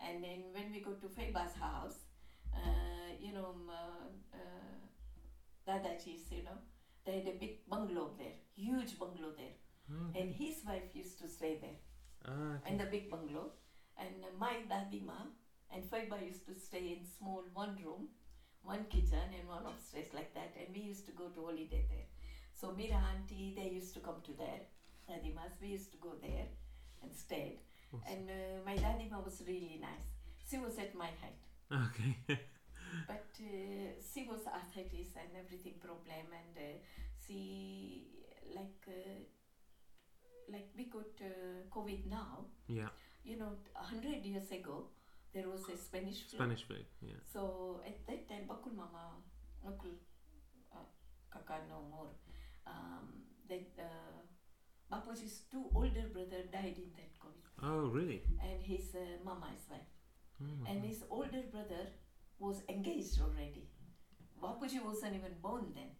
S2: And then when we go to Faiba's house, uh, you know, um, uh, uh, Dadaji's, you know, they had a big bungalow there, huge bungalow there.
S1: Okay.
S2: And his wife used to stay there
S1: Ah, okay.
S2: in the big bungalow. And my dadima and Faiba used to stay in small one room, one kitchen and one upstairs like that. And we used to go to holiday there. So Mira auntie, they used to come to there. Dadimas, we used to go there and stayed.
S1: Awesome.
S2: And uh, my dadima was really nice. She was at my height,
S1: okay.
S2: but uh, she was arthritis and everything problem, and uh, she like uh, like we got uh, COVID now.
S1: yeah.
S2: You know, hundred years ago, there was a Spanish flu.
S1: Spanish food. Yeah.
S2: So at that time, Bakul Mama, Bakul uh, Kaka no more. Um, that uh, Bapuji's two older brother died in that COVID,
S1: Oh, really?
S2: and his uh, mama as well.
S1: Oh, my
S2: and
S1: God.
S2: his older brother was engaged already. Bapuji wasn't even born then.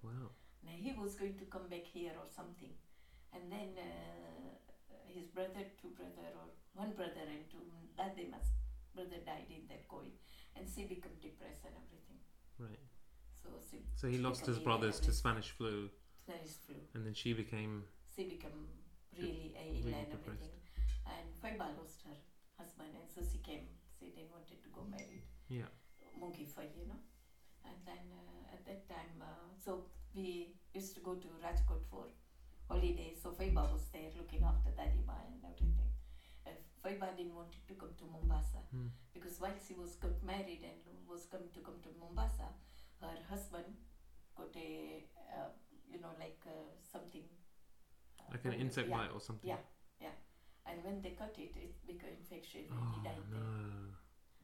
S1: wow.
S2: Now he was going to come back here or something, and then uh, his brother, two brother or one brother and two dadimas, brother died in that COVID, and she became depressed and everything.
S1: Right.
S2: So she
S1: So he lost his
S2: became
S1: brothers to
S2: ill.
S1: Spanish flu,
S2: there is flu.
S1: and then she became
S2: She became really ill
S1: really
S2: and
S1: depressed.
S2: everything, and Faiba lost her husband, and so she came. She didn't wanted to go married.
S1: Yeah.
S2: monkey for you know. And then uh, at that time, uh, so we used to go to Rajkot for holidays. So Faiba was there looking after Dadima and everything. Uh, Faiba didn't want to come to Mombasa
S1: Hmm.
S2: because while she was got married and was come to come to Mombasa, her husband got a uh, you know like uh, something uh,
S1: like an
S2: fungus,
S1: insect
S2: yeah.
S1: bite or something.
S2: Yeah. And when they cut it, it became infection and
S1: Oh
S2: he died
S1: no.
S2: there.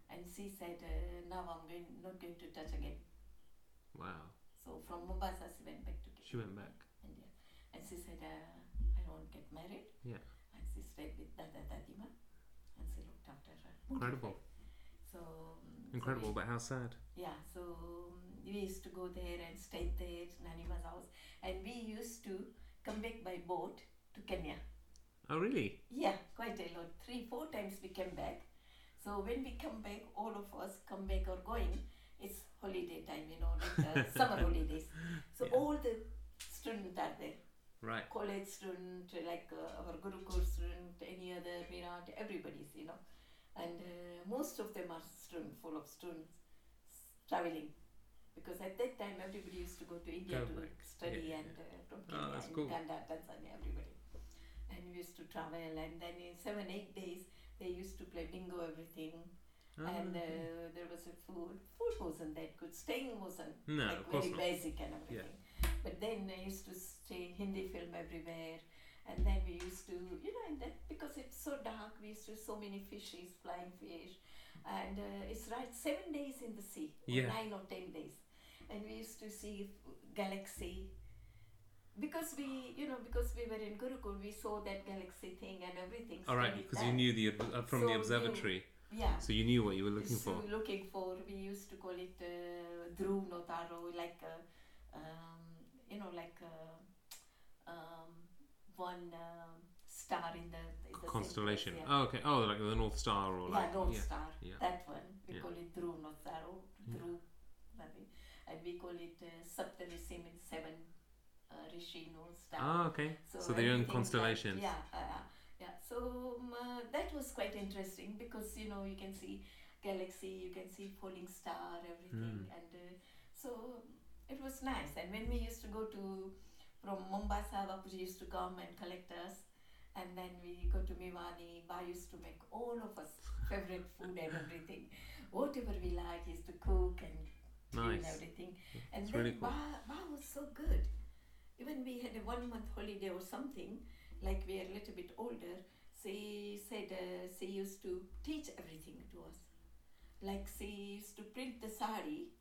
S2: And she said, uh, now I'm going not going to touch again.
S1: Wow.
S2: So from Mombasa, she went back to Kenya.
S1: She went back.
S2: India. And she said, uh, I don't get married.
S1: Yeah.
S2: And she stayed with Dada Dadima and she looked after her.
S1: Incredible.
S2: So. um, so
S1: Incredible,
S2: we-
S1: but how sad.
S2: yeah, so um, we used to go there and stay there, Nanima's house. And we used to come back by boat to Kenya.
S1: Oh really?
S2: Yeah, quite a lot. Three, four times we came back. So when we come back, all of us come back or going, It's holiday time, you know, like, uh, summer holidays. So
S1: Yeah.
S2: all the students are there.
S1: Right.
S2: College student, like uh, our Gurukul student, any other Mirat, everybody's, you know. And uh, most of them are student, full of students traveling. Because at that time, everybody used to go to India
S1: Go
S2: to
S1: back.
S2: study
S1: Yeah,
S2: and uh, from
S1: Oh,
S2: Kenya
S1: that's
S2: and
S1: cool.
S2: Uganda, Tanzania, everybody. And we used to travel, and then in seven, eight days, they used to play bingo, everything.
S1: Ah,
S2: And uh, there was a food. Food wasn't that good. Staying wasn't
S1: no,
S2: like
S1: of course
S2: very
S1: not.
S2: basic and everything. But then I used to stay Hindi film everywhere, and then we used to, you know, and that because it's so dark, we used to so many fishes, flying fish, and uh, it's right seven days in the sea, or
S1: Yeah.
S2: nine or ten days, and we used to see galaxy. Because we, you know, because we were in Gurukul, we saw that galaxy thing and everything.
S1: All right,
S2: so we-
S1: because you
S2: that-
S1: knew the ob- uh, from
S2: So
S1: the
S2: you-
S1: observatory,
S2: Yeah.
S1: so you knew what you were looking
S2: So
S1: for.
S2: looking for, we used to call it uh, Dhruv Notaro, like uh, um, you know, like uh, um, one um, star in the, in the
S1: C-
S2: same
S1: Constellation.
S2: place,
S1: Oh, okay. Oh, like the North Star or
S2: yeah,
S1: like
S2: North
S1: yeah.
S2: Star.
S1: yeah.
S2: That one we
S1: Yeah.
S2: call it Dhruv Notaro,
S1: Yeah.
S2: Dhruv, maybe, and we call it uh, Saptarishi means seven uh, rishi knows star.
S1: Ah, okay. So their own
S2: everything that-
S1: constellations.
S2: Yeah, uh, yeah. So um, uh, that was quite interesting because you know you can see galaxy, you can see falling star,
S1: Hmm.
S2: everything, and uh, so it was nice. And when we used to go to from Mombasa, Bapuji used to come and collect us. And then we go to Miwani. Ba used to make all of us favorite food and everything. Whatever we like, he used to cook and clean
S1: Nice.
S2: everything. And
S1: It's
S2: then
S1: really cool.
S2: Ba, Ba was so good. Even we had a one month holiday or something, like we are a little bit older. She said uh, she used to teach everything to us. Like she used to print the sari.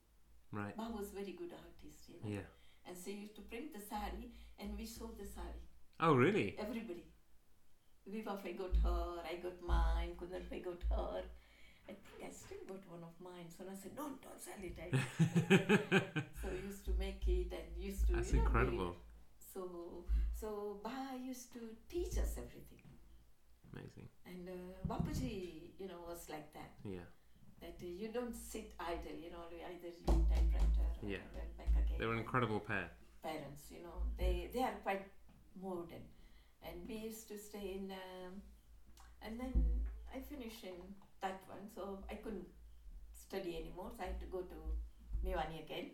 S1: Right.
S2: Ba was very good artist, you know.
S1: Yeah.
S2: And she used to print the sari, and we sold the sari.
S1: Oh, really?
S2: Everybody. Viva I got her, I got mine, Kundan I got her. I think I still got one of mine. So I said, no, don't sell it. I so we used to make it and used to.
S1: That's
S2: you know, we-
S1: incredible.
S2: So so Ba used to teach us everything,
S1: Amazing.
S2: and uh, Bapaji, you know, was like that.
S1: Yeah.
S2: That uh, you don't sit idle, you know, you either you typewriter or
S1: Yeah.
S2: went back again.
S1: They're an incredible pair.
S2: parents, you know, they they are quite modern, and we used to stay in, um, and then I finished in that one, so I couldn't study anymore. So I had to go to Miwani again.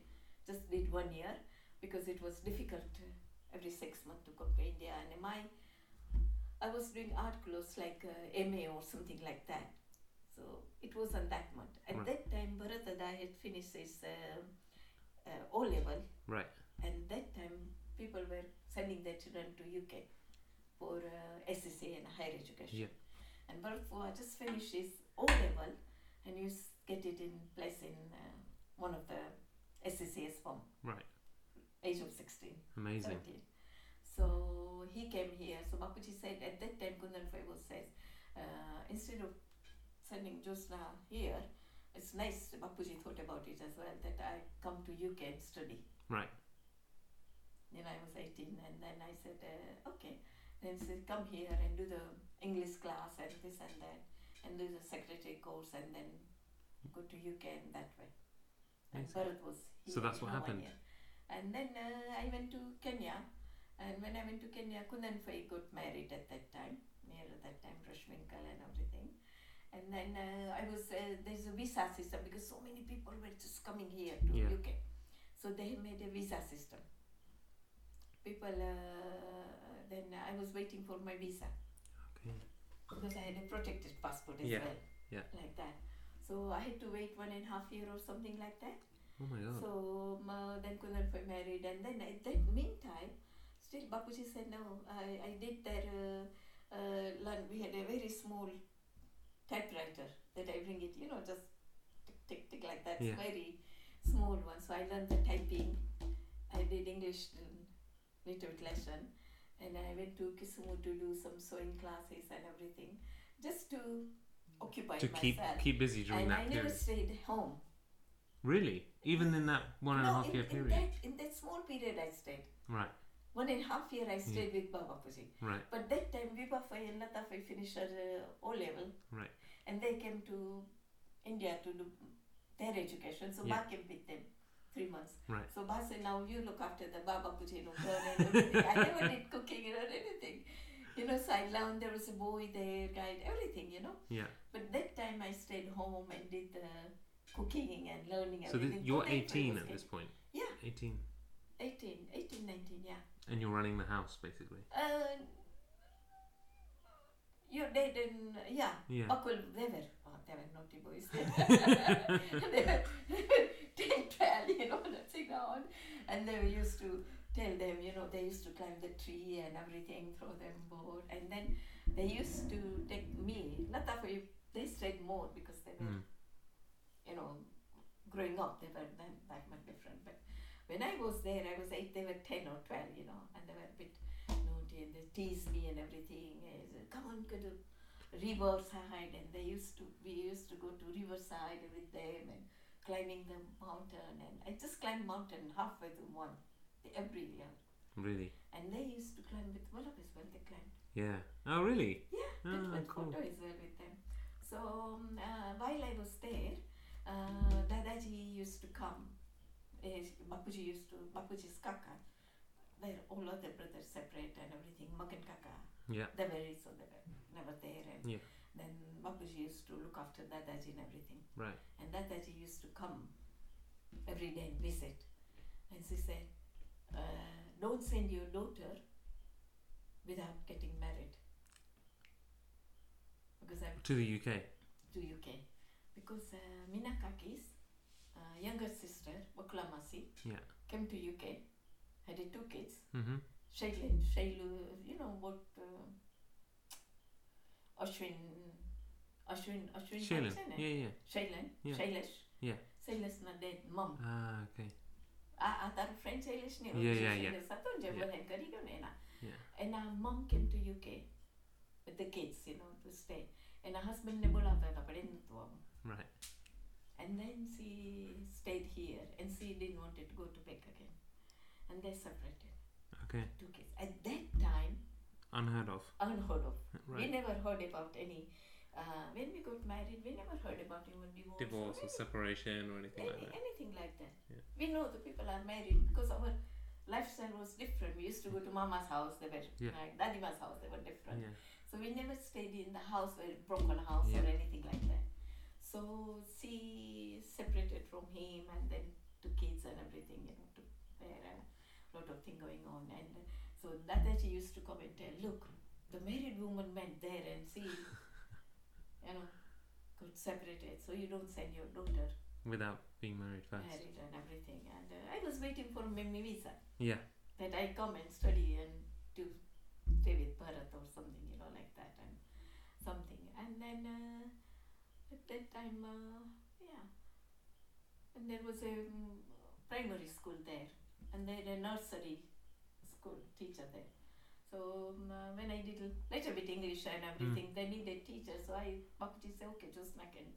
S2: Just did one year because it was difficult uh, every six months to come to India, and my I was doing art clothes like uh, MA or something like that. So it wasn't that much. At
S1: Right.
S2: that time, Bharatada had finished his um uh, O level,
S1: Right.
S2: and that time people were sending their children to UK for uh, SSA and higher education.
S1: Yeah.
S2: And Bharatpua just finished his O level and you s- get it in place in uh, one of the SSA's form,
S1: Right.
S2: age of 16,
S1: Amazing.
S2: 17. So he came here. So Bapuji said at that time Kundan Faibo says, uh, instead of sending Josna here, it's nice Bapuji thought about it as well that I come to UK and study.
S1: Right.
S2: Then I was 18, and then I said, uh, okay. Then she said, come here and do the English class and this and that, and do the secretary course, and then go to UK and that way. And
S1: Amazing.
S2: Bharat was here.
S1: So that's
S2: for
S1: what
S2: one
S1: happened.
S2: year. And then uh, I went to Kenya, and when I went to Kenya, Kundan Fai got married at that time, near that time, Rashminkal and everything. And then uh, I was, uh, there's a visa system because so many people were just coming here to
S1: Yeah.
S2: UK. So they made a visa system. People, uh, then I was waiting for my visa
S1: Okay.
S2: because I had a protected passport as
S1: Yeah,
S2: well.
S1: yeah.
S2: Like that. So I had to wait one and a half year or something like that.
S1: Oh my God.
S2: So ma, then Kundan got married, and then at that meantime, still Bapuji said, No, I, I did their uh, uh, learn. We had a very small typewriter that I bring it, you know, just tick, tick, tick like that. It's
S1: Yeah.
S2: very small one. So I learned the typing. I did English um, little bit lesson, and I went to Kisumu to do some sewing classes and everything, just to occupy
S1: to
S2: myself.
S1: keep keep busy during
S2: and
S1: that
S2: I never
S1: period.
S2: stayed home.
S1: Really? Even in that one and a
S2: No,
S1: half
S2: in,
S1: year
S2: in
S1: period.
S2: That, in that small period, I stayed.
S1: Right.
S2: One and a half year, I stayed with Baba Puji.
S1: Right.
S2: But that time, Viva Fai and Lata Fai finished her uh, O level.
S1: Right.
S2: And they came to India to do their education. So
S1: Yeah.
S2: Ba came with them three months.
S1: Right.
S2: So Ba said, now you look after the Baba Pujino girl and everything. I never did cooking or anything. You know, so I learned there was a boy there, guide, everything, you know.
S1: Yeah.
S2: But that time I stayed home and did the cooking and learning
S1: So th-
S2: everything.
S1: you're
S2: But that
S1: 18
S2: time was
S1: at this point.
S2: Yeah.
S1: 18.
S2: 18, 18, 19, yeah.
S1: And you're running the house basically.
S2: Uh, you did in, yeah.
S1: Yeah.
S2: Bakul, they were, oh, they were naughty boys. they were 10, 12, you know, nothing on. And they were used to tell them, you know, they used to climb the tree and everything, throw them board. And then they used to take me, not that way, they stayed more because they were,
S1: Mm.
S2: you know, growing up, they were not that much different. But when I was there, I was 8, they were 10 or 12, you know, and they were a bit naughty and they teased me and everything. And they said, Come on, go to Riverside. And they used to, we used to go to Riverside with them and climbing the mountain. And I just climbed mountain halfway to one every year.
S1: Really?
S2: And they used to climb with Wallop as well, they climbed.
S1: Yeah. Oh, really?
S2: Yeah, that
S1: Ah,
S2: went
S1: cool.
S2: photo as well with them. So um, uh, while I was there, uh, Dadaji used to come. Eh, Bapuji used to, Bapuji's kaka. They're all of their brothers separate and everything. Makan kaka,
S1: Yeah.
S2: they were so they were never there. And
S1: Yeah.
S2: then Bapuji used to look after Dadaji and everything.
S1: Right.
S2: And Dadaji used to come every day and visit. And she said, uh, don't send your daughter without getting married. Because I'm
S1: To the UK.
S2: to UK. Because uh, Mina Kaki's uh, younger sister, Waklamasi,
S1: Yeah.
S2: came to UK, had uh, two kids,
S1: Mm-hmm.
S2: Shailen, Shailu, you know what, uh, Ashwin, Ashwin, Ashwin
S1: Shailen.
S2: Jackson, eh?
S1: Yeah, yeah.
S2: Shailen,
S1: Yeah.
S2: Shailesh.
S1: Yeah.
S2: Shailesh na dead mum.
S1: Ah, okay.
S2: Ah, ah, that French Shailesh ni.
S1: Yeah, yeah, yeah.
S2: Shailesh ato je yeah. kari ko na.
S1: Yeah.
S2: And our mom came to UK with the kids, you know, to stay. And her husband ne bola tha ka pare to
S1: Right.
S2: And then she stayed here and she didn't want to go to back again. And they separated,
S1: Okay.
S2: two kids. At that time,
S1: Unheard of.
S2: unheard of. We
S1: Right.
S2: never heard about any, uh, when we got married, we never heard about even divorce. or
S1: Divorce or separation or anything
S2: Any,
S1: like that.
S2: anything like that.
S1: Yeah.
S2: We know the people are married because our lifestyle was different. We used to go to mama's house, they were
S1: Yeah.
S2: like daddy's house, they were different.
S1: Yeah.
S2: So we never stayed in the house where broken house or anything like that. So she separated from him and then two kids and everything, you know, to there and a lot of thing going on. And so that that she used to come and tell, look, the married woman went there and she, you know, got separated. So you don't send your daughter
S1: Without being married first.
S2: married and everything. And uh, I was waiting for my my visa
S1: Yeah.
S2: that I come and study and do stay with Bharat or something, you know, like that and something. And then uh, at that time, uh, yeah, and there was a um, primary school there, and they had a nursery school teacher there. So um, uh, when I did a little bit English and
S1: Hmm.
S2: everything, they needed teacher, so I Bhakti said, okay, just I can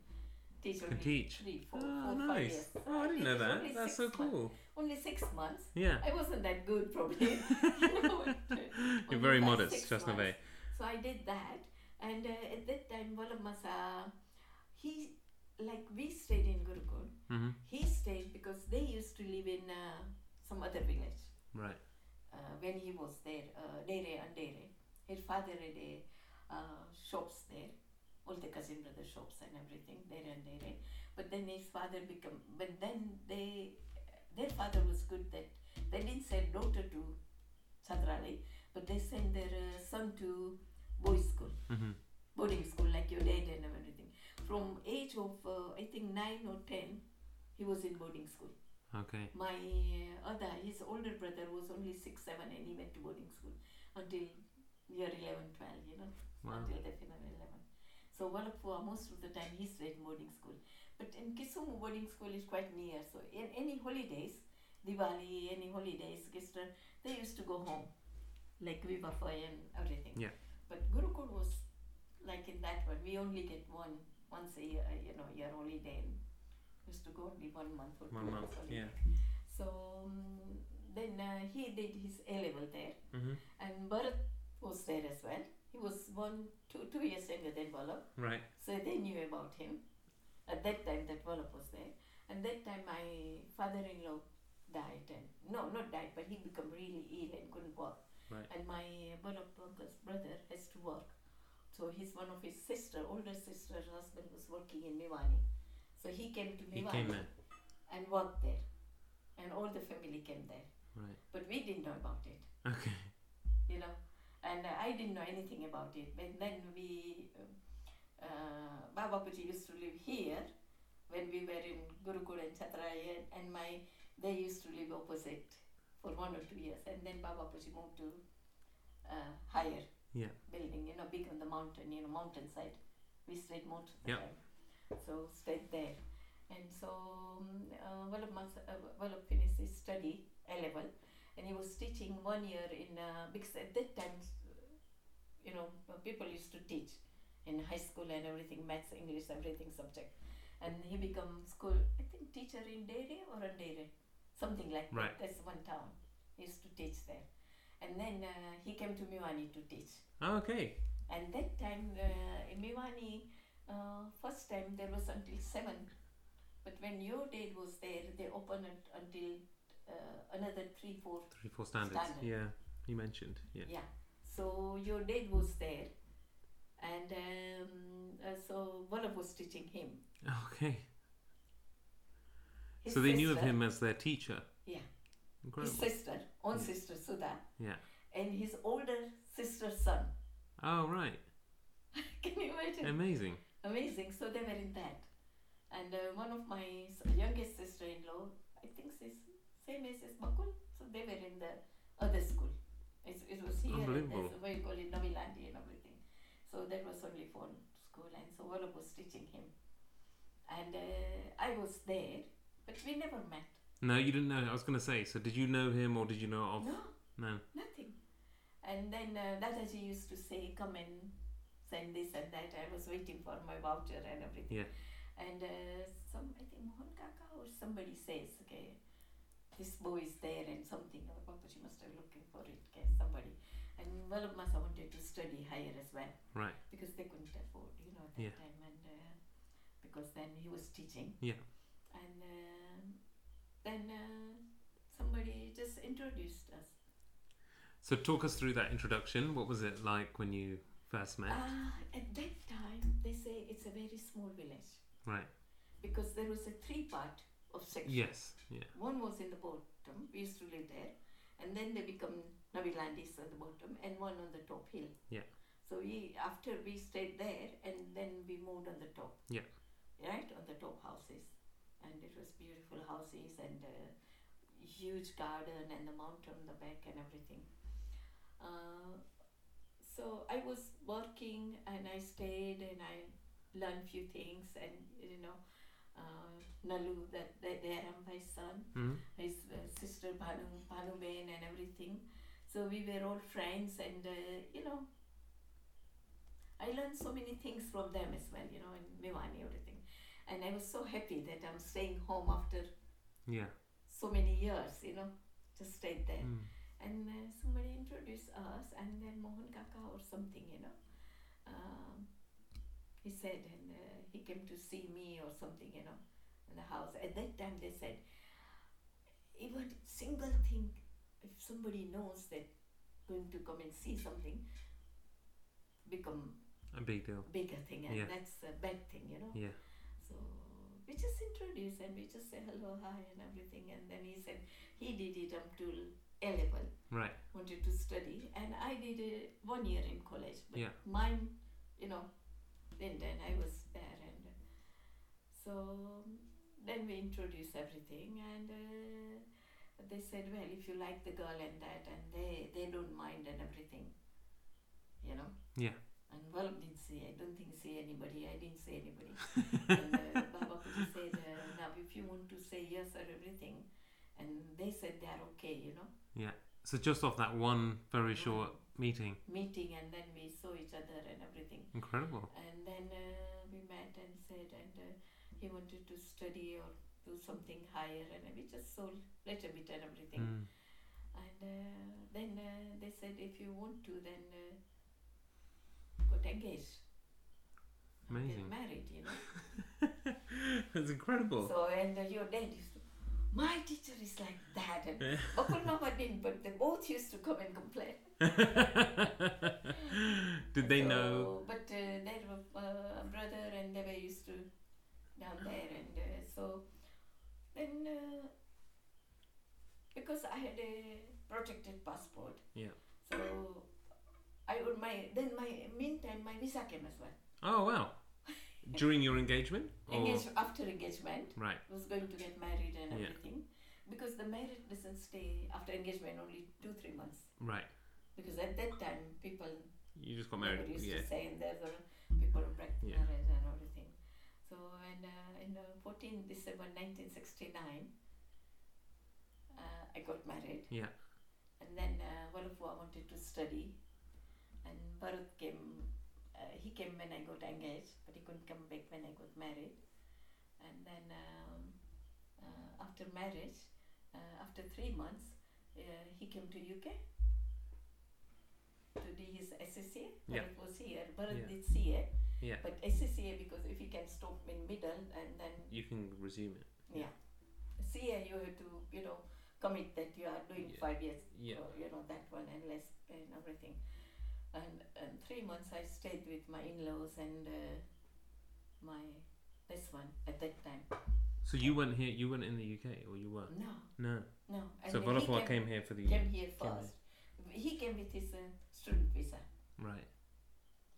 S2: teach
S1: Can
S2: only
S1: teach.
S2: three, four,
S1: Oh,
S2: four, five
S1: nice.
S2: years.
S1: Oh, I didn't know
S2: It's only
S1: that. That's so
S2: six months.
S1: cool.
S2: Only six months.
S1: Yeah.
S2: I wasn't that good, probably. You know, but, uh,
S1: You're
S2: only
S1: very
S2: five,
S1: modest,
S2: six
S1: Shasna Bey.
S2: months. So I did that, and uh, at that time, Valamasa, he like we stayed in Gurukul.
S1: Mm-hmm.
S2: He stayed because they used to live in uh, some other village
S1: Right.
S2: uh, when he was there, uh, Dere and Dere. His father had a uh, shops there, all the cousin brother shops and everything, Dere and Dere. But then his father become, but then they, their father was good that they didn't send daughter to Chatrali, but they sent their uh, son to boys' school
S1: Mm-hmm.
S2: boarding school like your dad and everything. From age of uh, I think nine or ten, he was in boarding school.
S1: Okay.
S2: My other, his older brother was only six, seven, and he went to boarding school until year 11, 12, you know,
S1: Wow.
S2: until the final 11. So Wallapua, most of the time he stayed in boarding school. But in Kisumu, boarding school is quite near. So in any holidays, Diwali, any holidays, Kistan, they used to go home, like Vivafai and everything.
S1: Yeah.
S2: But Gurukul was like in that one, we only get one once a year, you know, year holiday. And used to go only one month or
S1: One
S2: two
S1: month.
S2: months holiday.
S1: Yeah.
S2: So um, then uh, he did his A level there,
S1: Mm-hmm.
S2: and Bharat was there as well. He was one, two, two years younger than Vallabh,
S1: Right.
S2: so they knew about him. At that time, that Vallabh was there. And that time my father-in-law died and no, not died, but he became really ill and couldn't work.
S1: Right.
S2: And my uh, one of uncle's brother has to work, so he's one of his sister, older sister, husband was working in Miwani, so he came to
S1: He
S2: Miwani
S1: came there.
S2: and worked there, and all the family came there,
S1: Right.
S2: but we didn't know about it
S1: Okay.
S2: you know and uh, i didn't know anything about it and then we uh, uh, babapuji used to live here when we were in gurukul and chatraya and, and my they used to live opposite for one or two years and then babapuji moved to uh, higher
S1: Yeah.
S2: building you know big on the mountain you know mountainside we stayed most of the
S1: Yeah.
S2: time so stayed there and so um, uh, one of my s- uh, one of finished his study a level and he was teaching one year in uh, because at that time you know uh, people used to teach in high school and everything maths english everything subject and he become school i think teacher in dere or andere something like
S1: Right.
S2: that that's one town he used to teach there and then uh, he came to miwani to teach
S1: Oh, okay.
S2: and that time uh, in miwani uh, first time there was until 7 but when your date was there they opened it until uh, another 3 4
S1: Three, four standards.
S2: Standard.
S1: Yeah. You mentioned. Yeah.
S2: yeah. So your dad was there, and um, uh, so Vallabh was teaching him.
S1: Okay.
S2: His
S1: so they knew of
S2: sister-
S1: him as their teacher.
S2: Yeah. His
S1: Incredible.
S2: sister, own
S1: Yeah.
S2: sister Sudha,
S1: Yeah.
S2: and his older sister's son.
S1: Oh right.
S2: Can you imagine?
S1: Amazing.
S2: Amazing. So they were in that, and uh, one of my s- youngest sister-in-law, I think she's same as as Bakul, so they were in the other school. It, it was here, and
S1: Unbelievable.
S2: there's what you call it, Navilandi and everything. So that was only for school, and so Vallabh was teaching him, and uh, I was there, but we never met.
S1: No, you didn't know. I was going to say. So did you know him or did you know of?
S2: No,
S1: No.
S2: nothing. And then uh, Dadaji used to say, come and send this and that. I was waiting for my voucher and everything.
S1: Yeah.
S2: And uh, some, I think Mohan Kaka or somebody says, okay, this boy is there and something. Or Papaji must have looking for it, okay, somebody. And Vallabh Masa wanted to study higher as well
S1: Right.
S2: because they couldn't afford, you know, at that
S1: Yeah.
S2: time, and uh, because then he was teaching.
S1: Yeah.
S2: And uh, then uh, somebody just introduced us.
S1: So talk us through that introduction. What was it like when you first met?
S2: Ah, at that time, they say it's a very small village
S1: right.
S2: because there was a three part of section.
S1: Yes. Yeah.
S2: One was in the bottom, we used to live there, and then they become Navilandis at the bottom, and one on the top hill.
S1: Yeah.
S2: So we after we stayed there, and then we moved on the top.
S1: Yeah.
S2: Right on the top houses, and it was beautiful houses and a huge garden and the mountain on the back and everything. Uh, so I was working and I stayed and I learned few things and you know, uh, Nalu that that they are my son
S1: Mm.
S2: his uh, sister Bhanu, Bhanu Bain and everything. So we were all friends and, uh, you know, I learned so many things from them as well, you know, in Miwani, everything. And I was so happy that I'm staying home after
S1: Yeah.
S2: so many years, you know, just stayed there.
S1: Mm.
S2: And uh, somebody introduced us and then Mohan Kaka or something, you know, um, he said, and uh, he came to see me or something, you know, in the house. At that time they said, even single thing if somebody knows that going to come and see something become
S1: A big deal.
S2: bigger thing and
S1: Yeah.
S2: that's a bad thing you know
S1: Yeah.
S2: so we just introduce and we just say hello hi and everything and then he said he did it up to a level
S1: Right.
S2: wanted to study and i did it one year in college but
S1: Yeah.
S2: mine you know then then i was there and uh, so then we introduced everything and uh, they said well if you like the girl and that and they they don't mind and everything you know
S1: Yeah.
S2: and well didn't say i don't think say anybody i didn't say anybody and uh, baba Kuji said uh, now if you want to say yes or everything and they said they are okay you know
S1: So just off that one very short
S2: Wow.
S1: meeting,
S2: meeting and then we saw each other and everything
S1: incredible.
S2: and then uh, we met and said and uh, he wanted to study or do something higher and we just saw little bit and everything
S1: Mm.
S2: and uh, then uh, they said if you want to then uh, got engaged and get
S1: Amazing.
S2: married you know
S1: It's incredible.
S2: So and uh, your dad used to, my teacher is like that. And Bakul Mama didn't, but they both used to come and complain.
S1: Did they know?
S2: So- But uh, they were uh, a brother and they were used to down there, and uh, so then uh, because I had a protected passport.
S1: Yeah.
S2: So I would my then my meantime my visa came as well.
S1: Oh wow! During your engagement? Or-
S2: Engage after engagement.
S1: Right.
S2: was going to get married and
S1: Yeah.
S2: everything because the marriage doesn't stay after engagement only two three months
S1: Right.
S2: because at that time people
S1: You just got married.
S2: nobody used
S1: Yeah.
S2: to say and there were people on break
S1: Yeah.
S2: marriage and everything so and uh, in uh, 14 december 1969 uh, i got married
S1: Yeah.
S2: and then uh, Walapua wanted to study and Bharat came uh, he came when I got engaged but he couldn't come back when I got married and then um, uh, after marriage uh, after three months uh, he came to UK to do his SSA
S1: Yeah.
S2: Bharat was here Bharat
S1: Yeah.
S2: did CA
S1: Yeah.
S2: but SSA because if you can stop in middle and then
S1: You can resume it.
S2: yeah CA you have to you know commit that you are doing
S1: Yeah.
S2: five years
S1: Yeah.
S2: or, you know that one and less and everything and, and three months i stayed with my in-laws and uh, my this one at that time
S1: So you weren't here. You weren't in the UK, or you were?
S2: no
S1: No.
S2: no and
S1: So
S2: he
S1: Volapua
S2: came,
S1: came here for the
S2: came here
S1: here.
S2: first he came with his uh, student visa
S1: right.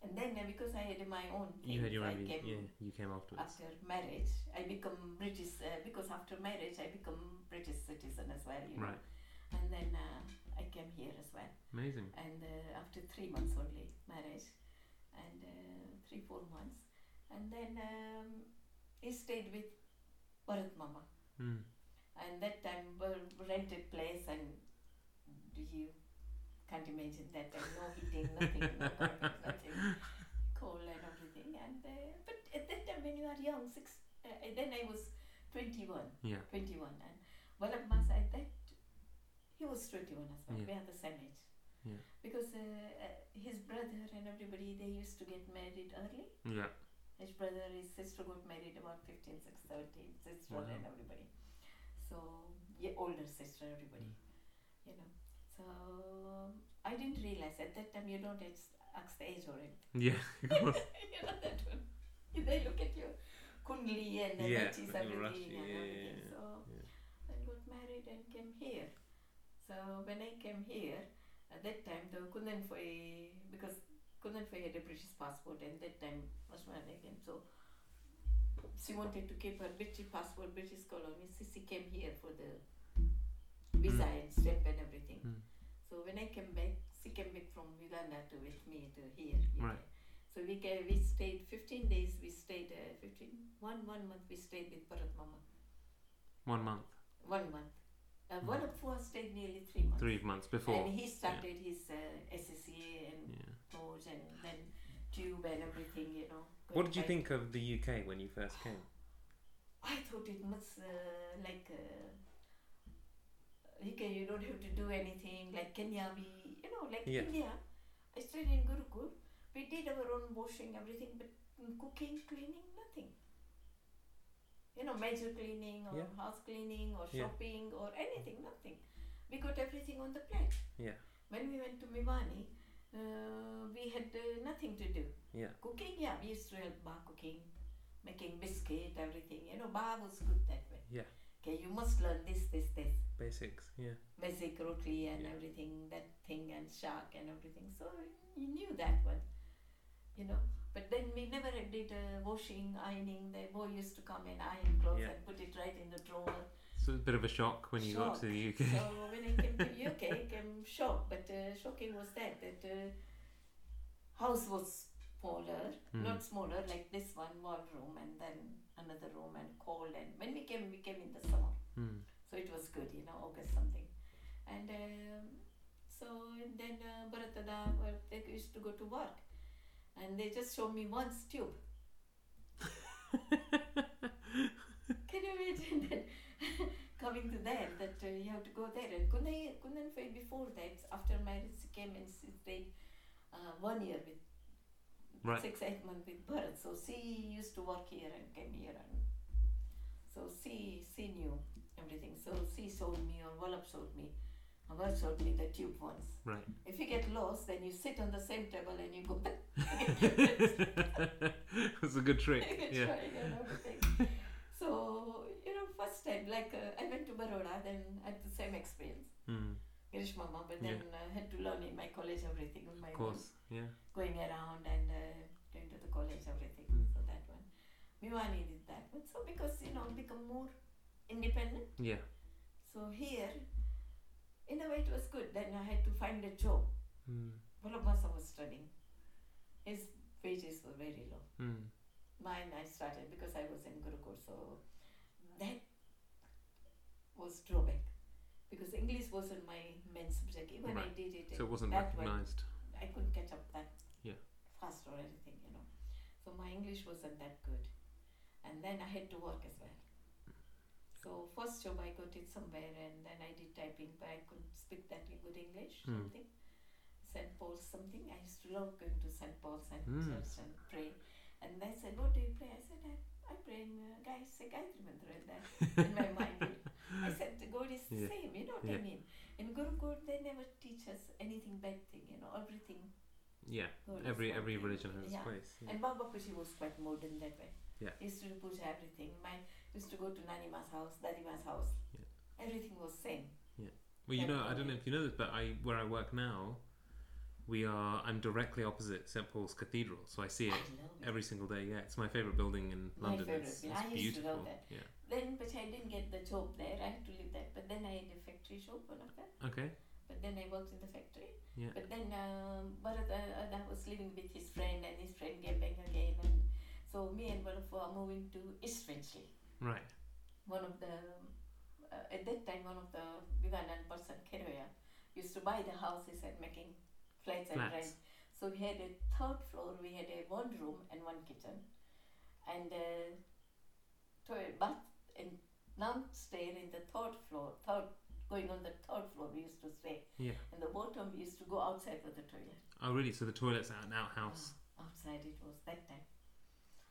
S2: and then uh, because i had my own
S1: You had
S2: things,
S1: your
S2: I
S1: own. visa.
S2: came
S1: Yeah. You came afterwards.
S2: after marriage i become british uh, because after marriage i become british citizen as well you know.
S1: Right.
S2: and then uh, i came here as well
S1: Amazing.
S2: and uh, after three months only marriage and uh, three four months and then um, he stayed with Bharat Mama
S1: Mm.
S2: and that time we rented place and you can't imagine that and no heating nothing no carpet, nothing cold and everything and uh, but at that time when you are young six uh, then I was 21
S1: Yeah.
S2: 21 and Vallabh Masa at that he was 21 as well
S1: Yeah.
S2: we are the same age
S1: Yeah.
S2: because uh, uh, his brother and everybody they used to get married early
S1: Yeah.
S2: his brother his sister got married about 15 6 17 sister
S1: Wow.
S2: and everybody so yeah older sister everybody you know so i didn't realize at that time you don't ex- ask the age or anything
S1: Yeah. Of course.
S2: you know that one. They look at your kundli and the
S1: Yeah,
S2: matches
S1: the
S2: everything
S1: Rashi,
S2: and
S1: yeah,
S2: everything.
S1: yeah,
S2: So
S1: yeah.
S2: I got married and came here. So when I came here, at that time the Kundan Foy because Kundan Foy had a British passport and that time Osmani came so she wanted to keep her British passport, British colony. So she came here for the visa and step and everything.
S1: Mm.
S2: So when I came back, she came back from Uganda to with me to here. UK.
S1: Right.
S2: So we ca- we stayed 15 days. We stayed uh, 15 one one month. We stayed with Bharat Mama.
S1: One month,
S2: One month. Uh,
S1: Mm.
S2: One of four stayed nearly three months.
S1: three months before.
S2: And he started his uh, SSCA and
S1: Yeah.
S2: tours and then tube and everything. You know.
S1: What did you
S2: Got
S1: think of the UK when you first came?
S2: I thought it was uh, like uh, you can you don't have to do anything like Kenya we you know like
S1: Yeah.
S2: India. I stayed in Gurukul. We did our own washing everything, but cooking, cleaning, nothing. You know, major cleaning or
S1: Yeah.
S2: house cleaning or
S1: Yeah.
S2: shopping or anything, nothing. We got everything on the plate.
S1: Yeah.
S2: When we went to Mivani, uh, we had uh, nothing to do.
S1: Yeah.
S2: Cooking, yeah, we used to help Ba cooking, making biscuit, everything. You know, Ba was good that way.
S1: Yeah.
S2: Okay, you must learn this, this, this,
S1: Basics. Yeah.
S2: basic roti and
S1: Yeah.
S2: everything, that thing and shark and everything. So you knew that one, you know. But then we never did uh, washing, ironing. The boy used to come and iron clothes
S1: Yeah.
S2: and put it right in the drawer.
S1: So it's a bit of a shock when you got to the UK.
S2: So when I came to UK, I came shocked. But uh, shocking was that that uh, house was smaller,
S1: Mm.
S2: not smaller like this one, one room and then another room and cold. And when we came, we came in the summer,
S1: Mm.
S2: so it was good, you know, August something. And um, so and then uh, Bharatada, well, they used to go to work, and they just showed me one tube. Can you imagine that? Coming to there, that uh, you have to go there. And Kundan, Kundan Fay before that, after marriage, she came and she stayed uh, one year with
S1: Right.
S2: six, eight months with Bharat. So she used to work here and came here and she knew everything. So she showed me, or Wallop showed me, or Wallop showed me the tube ones.
S1: Right.
S2: If you get lost, then you sit on the same table and you go back.
S1: That's a good trick.
S2: and
S1: Yeah.
S2: try and everything. so you know, first time, like uh, I went to Baroda, then I had the same experience.
S1: Mm,
S2: Girish Mama, but then I had to learn in my college everything on my
S1: of
S2: own.
S1: course. Yeah.
S2: going around and uh, going to the college, everything.
S1: Mm.
S2: So that one. Miwani did that one. So because, you know, become more independent.
S1: Yeah.
S2: So here, in a way, it was good. Then I had to find a job.
S1: Mm,
S2: Balabasa was studying. His wages were very low.
S1: mm,
S2: Mine, I started because I was in Gurukul. So that was drawback. Because English wasn't my main subject. Even I
S1: Right.
S2: did it.
S1: So it wasn't
S2: that one.
S1: recognized.
S2: I couldn't catch up that
S1: Yeah.
S2: fast or anything, you know. So my English wasn't that good. And then I had to work as well. So first job I got it somewhere and then I did typing but I couldn't speak that good English,
S1: Hmm.
S2: something. St. Paul's something. I used to love going to St. Paul's and
S1: Hmm.
S2: church and pray. And they said, What do you pray? I said, I, I pray in uh, Gai- say Gayatri Mantra and that in my mind. I said, the God is the
S1: Yeah.
S2: same, you know what I
S1: Yeah.
S2: mean? In Gurukul, they never teach us anything bad thing, you know, everything
S1: Yeah.
S2: God is
S1: Every
S2: one
S1: every
S2: thing.
S1: religion has its
S2: yeah.
S1: place. Yeah.
S2: And Baba Puji was quite modern that way.
S1: Yeah.
S2: He used to do puja everything. My used to go to Nanima's house, Dadima's house.
S1: Yeah.
S2: Everything was same.
S1: Well, you
S2: Yeah.
S1: know, I don't know if you know this, but I where I work now, we are I'm directly opposite St Paul's Cathedral, so I see it
S2: I love it.
S1: every single day. Yeah, it's my favorite building in
S2: My
S1: London.
S2: favourite
S1: it's,
S2: building.
S1: it's
S2: I used to
S1: beautiful.
S2: love that.
S1: Yeah.
S2: Then, but I didn't get the job there. I had to leave that. But then I had a factory job, one of them.
S1: Okay.
S2: But then I worked in the factory.
S1: Yeah.
S2: But then um, Bharat uh, uh, was living with his friend, and his friend came back again. And so me and Bharat were moving to East Finchley.
S1: Right.
S2: one of the uh, at that time one of the Ugandan person Keroya used to buy the houses and making flats and
S1: Flats.
S2: rent. So we had a third floor. We had a one room and one kitchen, and a toilet bath and downstairs in the third floor. Third going on the third floor we used to stay.
S1: Yeah.
S2: And the bottom we used to go outside for the toilet.
S1: Oh, really? So the toilet's out an outhouse.
S2: Oh. Outside it was that time.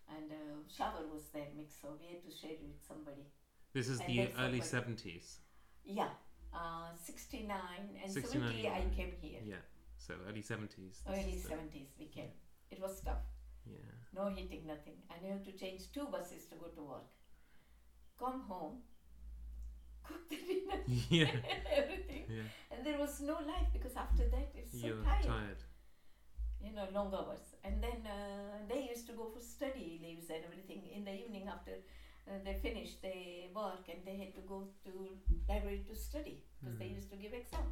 S2: And uh, shower was there mixed, so we had to share it with somebody.
S1: This is
S2: And
S1: the
S2: there's
S1: early
S2: somebody-
S1: seventies.
S2: Yeah, uh, 69 and
S1: 69,
S2: 70 I
S1: yeah.
S2: came here.
S1: Yeah. So early seventies.
S2: Early 70s we came. It was tough.
S1: Yeah.
S2: No heating, nothing. And you have to change two buses to go to work. Come home, cook the dinner,
S1: yeah.
S2: everything.
S1: Yeah.
S2: And there was no life because after that it's so
S1: You're
S2: tired.
S1: tired.
S2: You know, long hours. And then uh, they used to go for study leaves and everything. In the evening after uh, they finished their work and they had to go to library to study because they
S1: Mm.
S2: used to give exam.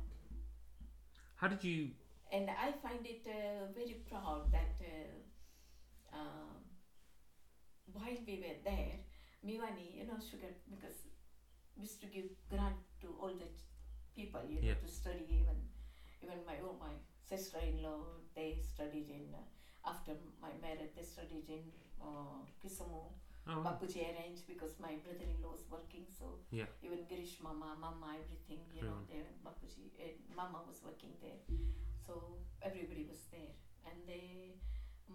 S1: How did you?
S2: and I find it uh, very proud that uh, um, while we were there, Miwani, you know, sugar because we used to give grant to all the people, you know,
S1: Yeah.
S2: to study. Even even my oh, my sister-in-law, they studied in uh, after my marriage, they studied in uh, Kisumu.
S1: Oh, wow.
S2: Bapuji arranged because my brother-in-law was working, so
S1: Yeah.
S2: even Girish Mama, Mama, everything, you know,
S1: Mm.
S2: there Bapuji, eh, Mama was working there, so everybody was there, and they,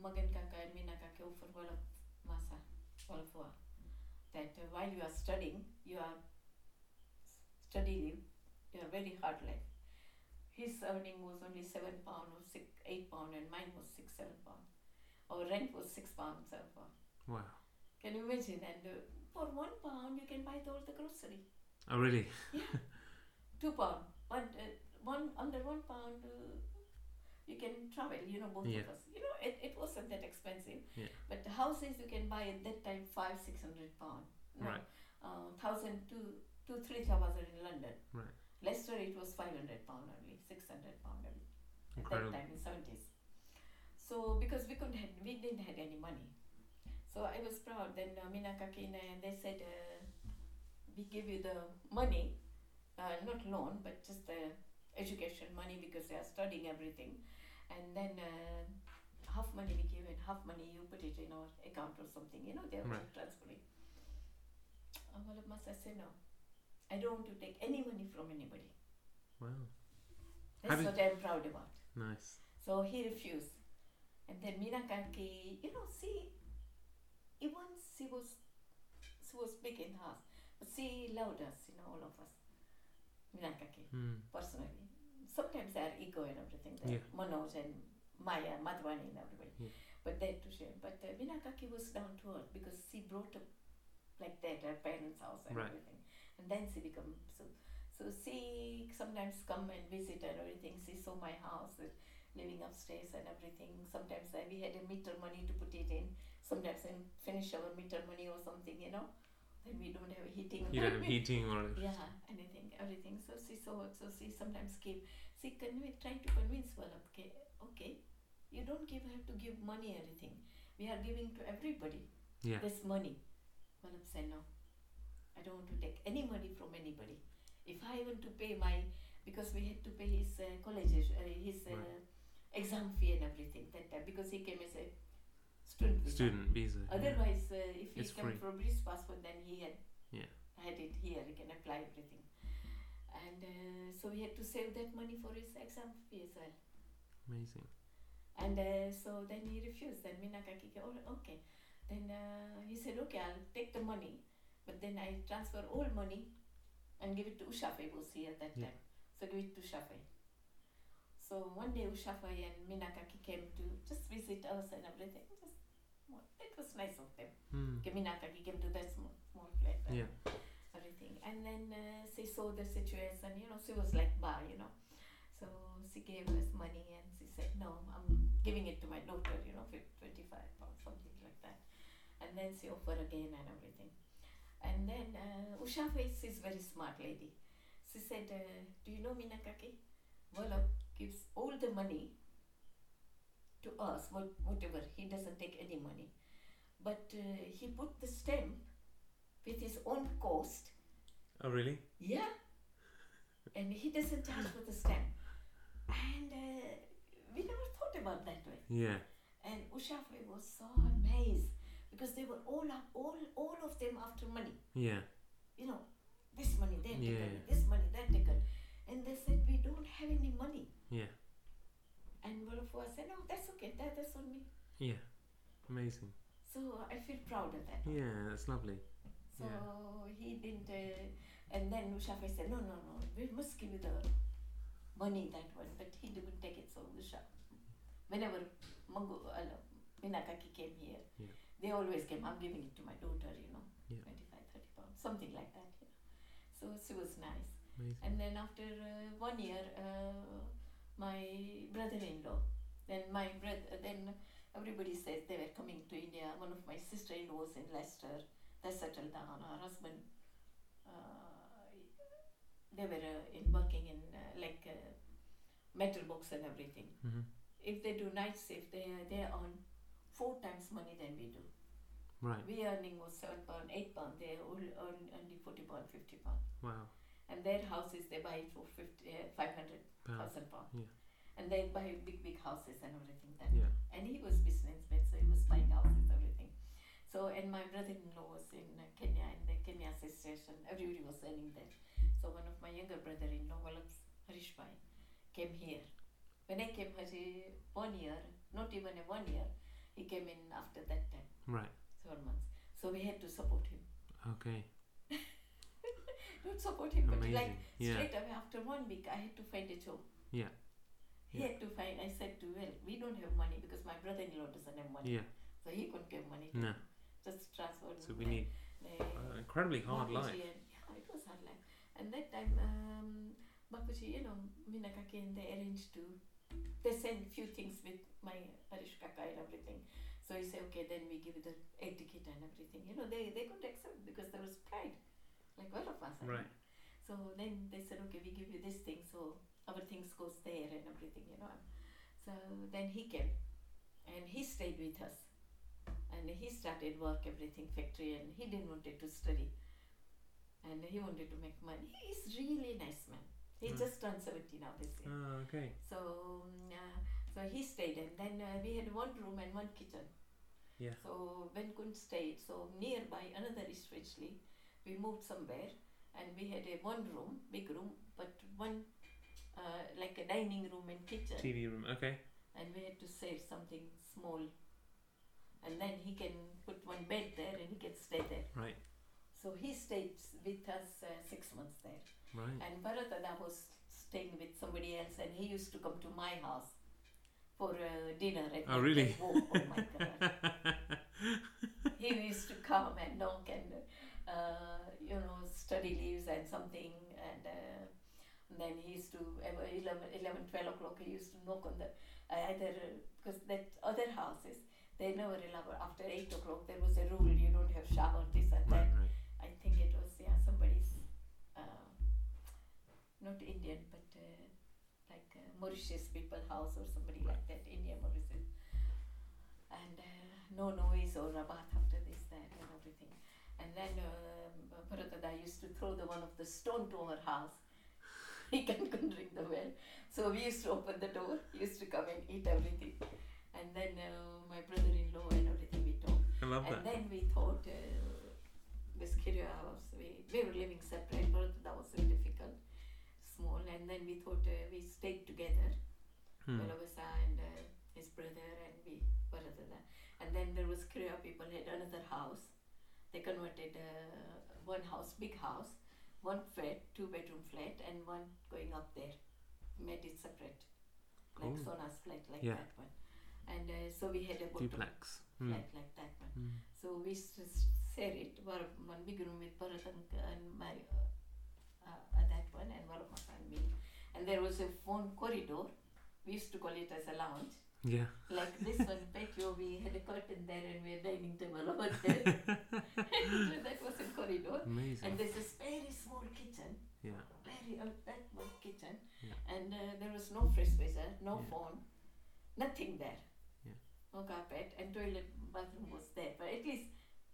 S2: Magan Kaka and Mina Kaka offered all of Masa, all of us, that uh, while you are studying, you are studying, you are very hard life. His earning was only seven pound or six, eight pound, and mine was six, seven pound. Our rent was six pound, seven pound.
S1: Wow.
S2: Can you imagine? And uh, for one pound, you can buy the, all the grocery.
S1: Oh, really?
S2: Two pound, one, uh, one under one pound, uh, you can travel. You know, both of
S1: Yeah.
S2: us. You know, it, it wasn't that expensive.
S1: Yeah.
S2: But the houses you can buy at that time five, six hundred pound. No,
S1: Right.
S2: Uh, thousand two, two, three thousand in London.
S1: Right.
S2: Leicester it was five hundred pound only, six hundred pound only. at
S1: Incredible.
S2: that time in seventies. So because we couldn't have, we didn't have any money, so I was proud. Then uh, Mina Kakina and they said, uh, we give you the money, uh, not loan but just the education money because they are studying everything, and then uh, half money we give and half money you put it in our account or something. You know they are
S1: Right.
S2: transferring. Uh, well, I said no. I don't want to take any money from anybody.
S1: Wow. How did-
S2: That's what I'm proud about.
S1: Nice.
S2: So he refused. And then Mina Kanki, you know, see, even she was, she was big in house. But she loved us, you know, all of us. Minakake,
S1: Mm.
S2: personally. Sometimes our ego and everything, the
S1: Yeah.
S2: Manoj and Maya, Madhwani and everybody.
S1: Yeah.
S2: But they to share. But uh, Minakaki was down to earth because she brought up like that, her parents' house and
S1: Right.
S2: everything. And then she become so. So she sometimes come and visit and everything. She saw my house, uh, living upstairs and everything. Sometimes I, we had a meter money to put it in. Sometimes I finish our meter money or something, you know. Then we don't have heating.
S1: You don't have heating or
S2: Yeah, anything, everything. So she saw, so she sometimes gave. She convince, trying to convince Varap, okay, okay, you don't give have to give money anything. We are giving to everybody
S1: Yeah.
S2: this money. Varap said, no, I don't want to take any money from anybody. If I want to pay my, because we had to pay his uh, college, uh, his uh,
S1: Right.
S2: exam fee and everything that time because he came as a student. with us.
S1: student visa. yeah.
S2: Otherwise, uh, if he
S1: It's
S2: come
S1: free.
S2: from British passport, then he had
S1: Yeah.
S2: had it here. He can apply everything, and uh, so he had to save that money for his exam fee as well.
S1: Amazing.
S2: And uh, so then he refused. Then Minakaki, oh, okay. Then uh, he said, okay, I'll take the money, but then I transfer all money and give it to Ushafai was here at that
S1: Yeah.
S2: time. So give it to Ushafai. So one day Ushafai and Minakaki came to just visit us and everything. Just, well, that was nice of them.
S1: Mm.
S2: Kaminakaki came to that small, small flat. and
S1: Yeah.
S2: Everything. And then uh, she saw the situation, you know, she was like, bah, you know. So she gave us money and she said, no, I'm giving it to my daughter, you know, fif- 25 pounds, something like that. And then she offered again and everything. And then uh, Usha Face is very smart lady. She said, uh, do you know Minakaki? Volok gives all the money to us, what, whatever. He doesn't take any money. But uh, he put the stamp with his own cost.
S1: Oh really?
S2: Yeah. And he doesn't charge for the stamp. And uh, we never thought about that way.
S1: Yeah.
S2: And Ushafi was so amazed because they were all up, all, all of them after money.
S1: Yeah.
S2: You know, this money, that
S1: Yeah.
S2: taken, this money, that taken. And they said, we don't have any money.
S1: Yeah.
S2: And one of us said, no, that's okay, that, that's on me.
S1: Yeah. Amazing.
S2: So uh, I feel proud of that.
S1: Yeah, that's lovely.
S2: So
S1: Yeah.
S2: he didn't, uh, and then Ushafi said, no, no, no, we must give you the money, that one. But he didn't take it, so Usha, whenever Mangu, uh, Minakaki came here,
S1: Yeah.
S2: they always came, I'm giving it to my daughter, you know,
S1: Yeah.
S2: twenty-five, thirty 25, 30 pounds, something like that. You know. So she was nice.
S1: Amazing.
S2: And then after uh, one year, uh, my brother-in-law, then my brother, then everybody says they were coming to India. One of my sister-in-laws in Leicester, they settled down. Her husband, uh, they were uh, in working in uh, like uh, metal box and everything.
S1: Mm-hmm.
S2: If they do night shift, they uh, they earn four times money than we do.
S1: Right.
S2: We earning was seven pound, eight pound. They all earn only forty pound, fifty pound
S1: Wow.
S2: and their houses they buy it for 50, uh, 500,000
S1: Wow.
S2: pounds.
S1: Yeah.
S2: And they buy big, big houses and everything. That.
S1: Yeah.
S2: And he was businessman, so he was buying houses, everything. So, and my brother-in-law was in uh, Kenya, in the Kenya Association. Everybody was earning there. So one of my younger brother-in-law, Walab Harish Bhai, came here. When I came here, one year, not even a one year, he came in after that time,
S1: Right.
S2: seven months. So we had to support him.
S1: Okay.
S2: Not support him, but
S1: Amazing.
S2: like
S1: yeah.
S2: Straight away after one week, I had to find a job.
S1: Yeah.
S2: He
S1: Yeah.
S2: had to find. I said to well, we don't have money because my brother-in-law doesn't have money,
S1: Yeah.
S2: so he couldn't give money. To
S1: No.
S2: me. Just transfer.
S1: So we need uh, incredibly hard life.
S2: yeah, it was hard life. And that time, um, Bakuchi, you know, Minakaki and they arranged to. They sent few things with my Harish Kaka and everything. So he said, okay, then we give you the air ticket and everything. You know, they they couldn't accept because there was pride, like all of us. I
S1: Right.
S2: so then they said, okay, we give you this thing, so our things goes there and everything, you know. So then he came, and he stayed with us, and he started work, everything, factory, and he didn't wanted to study, and he wanted to make money. He is really nice man. He
S1: Mm.
S2: just turned seventy now this year.
S1: Oh, okay.
S2: So um, uh, so he stayed, and then uh, we had one room and one kitchen.
S1: Yeah.
S2: So when couldn't stay, so nearby another is Ridgely, we moved somewhere, and we had a one room, big room, but one uh, like a dining room and kitchen,
S1: TV room. Okay.
S2: and we had to save something small, and then he can put one bed there and he can stay there.
S1: Right.
S2: So So he stayed with us uh, six months there.
S1: Right.
S2: And Bharatana was staying with somebody else, and he used to come to my house for uh, dinner. And
S1: Oh, really?
S2: Oh, oh my God. he used to come and knock and, uh, you know, study leaves and something. And uh, then he used to, at 11, 11, 12 o'clock, he used to knock on the, uh, either, because that other houses, they never allow, after 8 o'clock, there was a rule you don't have shower, this and that.
S1: right, right.
S2: I think it was yeah somebody's uh, not Indian but uh, like uh, Mauritius people house or somebody like that India Mauritius and uh, no noise or a bath after this that and everything and then uh, Bharatada used to throw the one of the stone to her house he can couldn't ring the bell so we used to open the door he used to come and eat everything and then uh, my brother-in-law and everything we talked
S1: I love that.
S2: and then we thought uh, this kid house, we, we were living separate, but that was so difficult, small. And then we thought uh, we stayed together,
S1: Hmm.
S2: Velavasa and uh, his brother and we, Varadada. And then there was Kriya people had another house. They converted uh, one house, big house, one flat, two bedroom flat, and one going up there. Made it separate,
S1: Cool.
S2: like Sona's flat, like
S1: Oh. Yeah.
S2: that one. And uh, so we had a bottom
S1: Duplex. Hmm.
S2: flat like that one.
S1: Hmm.
S2: So we s- s- share it. One of- one big room with Bharat uncle and my uh, uh, that one and one of my friend me. And there was a phone corridor. We used to call it as a lounge.
S1: Yeah.
S2: Like this one patio, we had a curtain there and we had dining table over there. that was a corridor. And
S1: Amazing.
S2: there's this very small kitchen,
S1: Yeah.
S2: very uh, that one kitchen,
S1: Yeah.
S2: and uh, there was no fresh freezer, no
S1: Yeah.
S2: phone, nothing there.
S1: Yeah.
S2: No carpet and toilet bathroom was there, but at least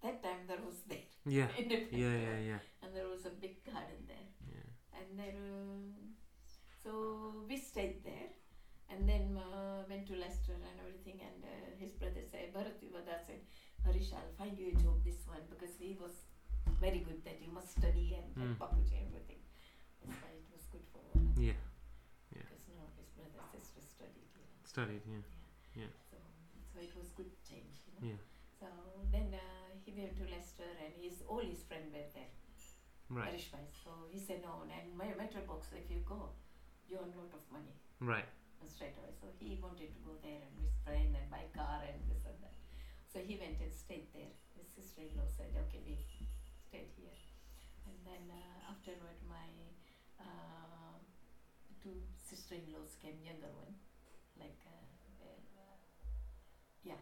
S2: that time there was there.
S1: Yeah.
S2: in different
S1: Yeah.
S2: color.
S1: Yeah. Yeah.
S2: And there was a big garden there.
S1: Yeah.
S2: And there, um, so we stayed there. And then uh, went to Leicester and everything. And uh, his brother said, Bharati Vada said, Harish, I'll find you a job this one because he was very good that you must study and
S1: Mm.
S2: mm. Papuji and everything. That's why it was good for one of
S1: Yeah.
S2: because none of his brother sister studied. You know.
S1: Studied. Yeah.
S2: so, so it was good change. You know.
S1: Yeah.
S2: So then uh, he went to Leicester and his, all his friends were there.
S1: Right.
S2: Irish guys. So he said no, and my metal box, if you go, you earn a lot of money
S1: Right.
S2: and straight away. So he wanted to go there and with friend and buy car and this and that. So he went and stayed there. His sister-in-law said, okay, we stayed here. And then uh, afterward, my uh, two sister-in-laws came, younger one, like, uh, uh, yeah.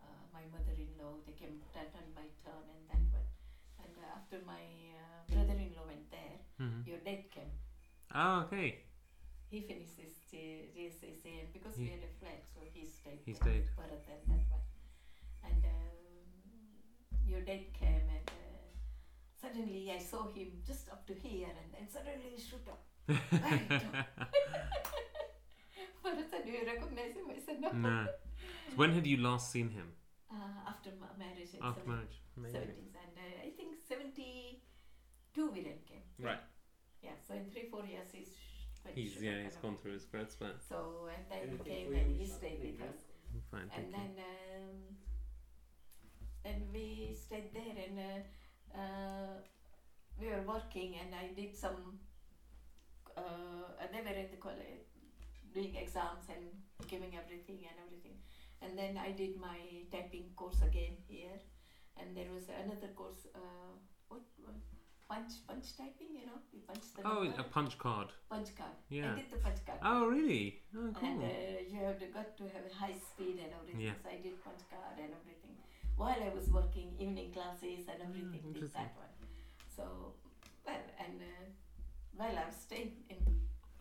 S2: Uh, my mother-in-law, they came turn, turn by turn and that one. And uh, after my uh, brother-in-law went there,
S1: hmm
S2: your dad came
S1: Oh, okay.
S2: he finished his GCC and because we
S1: He-
S2: had a flat, so he stayed.
S1: he
S2: there
S1: stayed.
S2: Further than that one. And um, your dad came and uh, suddenly I saw him just up to here and then suddenly he shoot up. Very tall. But I said, do you recognize him? I said, no.
S1: no. So when had you last seen him?
S2: Uh, after ma- marriage. at
S1: After
S2: seven-
S1: marriage. Amazing.
S2: 70s and uh, I think 72 we then came.
S1: Right.
S2: Yeah, so in three, four years he's quite
S1: He's
S2: shoot
S1: yeah.
S2: up
S1: He's
S2: and
S1: gone through his grad span.
S2: all. So, and then
S3: Anything
S2: he came
S3: for you,
S2: and he
S3: Lisa?
S2: stayed with us.
S1: Fine.
S2: and
S1: Thank you.
S2: then um, then we stayed there and uh, uh, we were working and I did some uh, uh, they were in the college doing exams and giving everything and everything and then I did my typing course again here and there was another course uh, what what- punch punch typing you know you punch the
S1: Oh,
S2: number,
S1: a punch card.
S2: punch card
S1: Yeah.
S2: I did the punch card
S1: Oh, really? Oh,
S2: and uh,
S1: cool.
S2: you have to, got to have high speed and everything.
S1: Yeah.
S2: So I did punch card and everything while I was working evening classes and everything. did
S1: Hmm, interesting.
S2: that one. So well, and uh, while I was staying in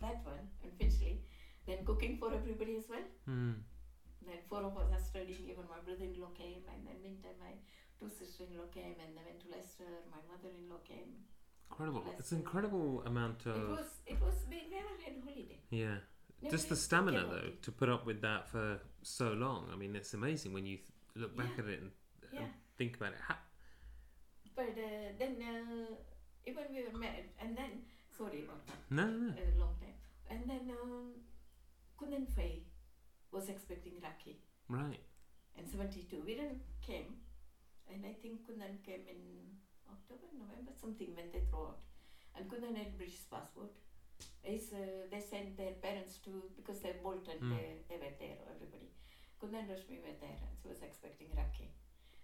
S2: that one in Finchley, then cooking for everybody as well.
S1: Hmm.
S2: Then four of us are studying. Even my brother-in-law came, and then meantime my two sister-in-law came, and they went to Leicester. My mother-in-law came.
S1: Incredible.
S2: Bless
S1: It's
S2: you.
S1: an incredible amount
S2: it
S1: of.
S2: was it was we never had holiday.
S1: Yeah.
S2: Never
S1: Uh. Just the
S2: had
S1: stamina,
S2: holiday.
S1: though, to put up with that for so long. I mean, it's amazing when you th- look back
S2: Yeah.
S1: at it and, and
S2: Yeah.
S1: think about it. Ha-
S2: But uh, then, uh, even we were married, and then, sorry about that,
S1: no, no, no.
S2: a long time. And then, um, Kundan Fai was expecting Rakhi
S1: Right.
S2: in 72. Viren came And I think Kundan came in October, November, something when they throw out. And Kundan had British passport. Is, uh, they sent their parents to, because they're Bolton,
S1: Hmm.
S2: they, they were there, everybody. Kundan and Rashmi were there, and she was expecting Rakhi.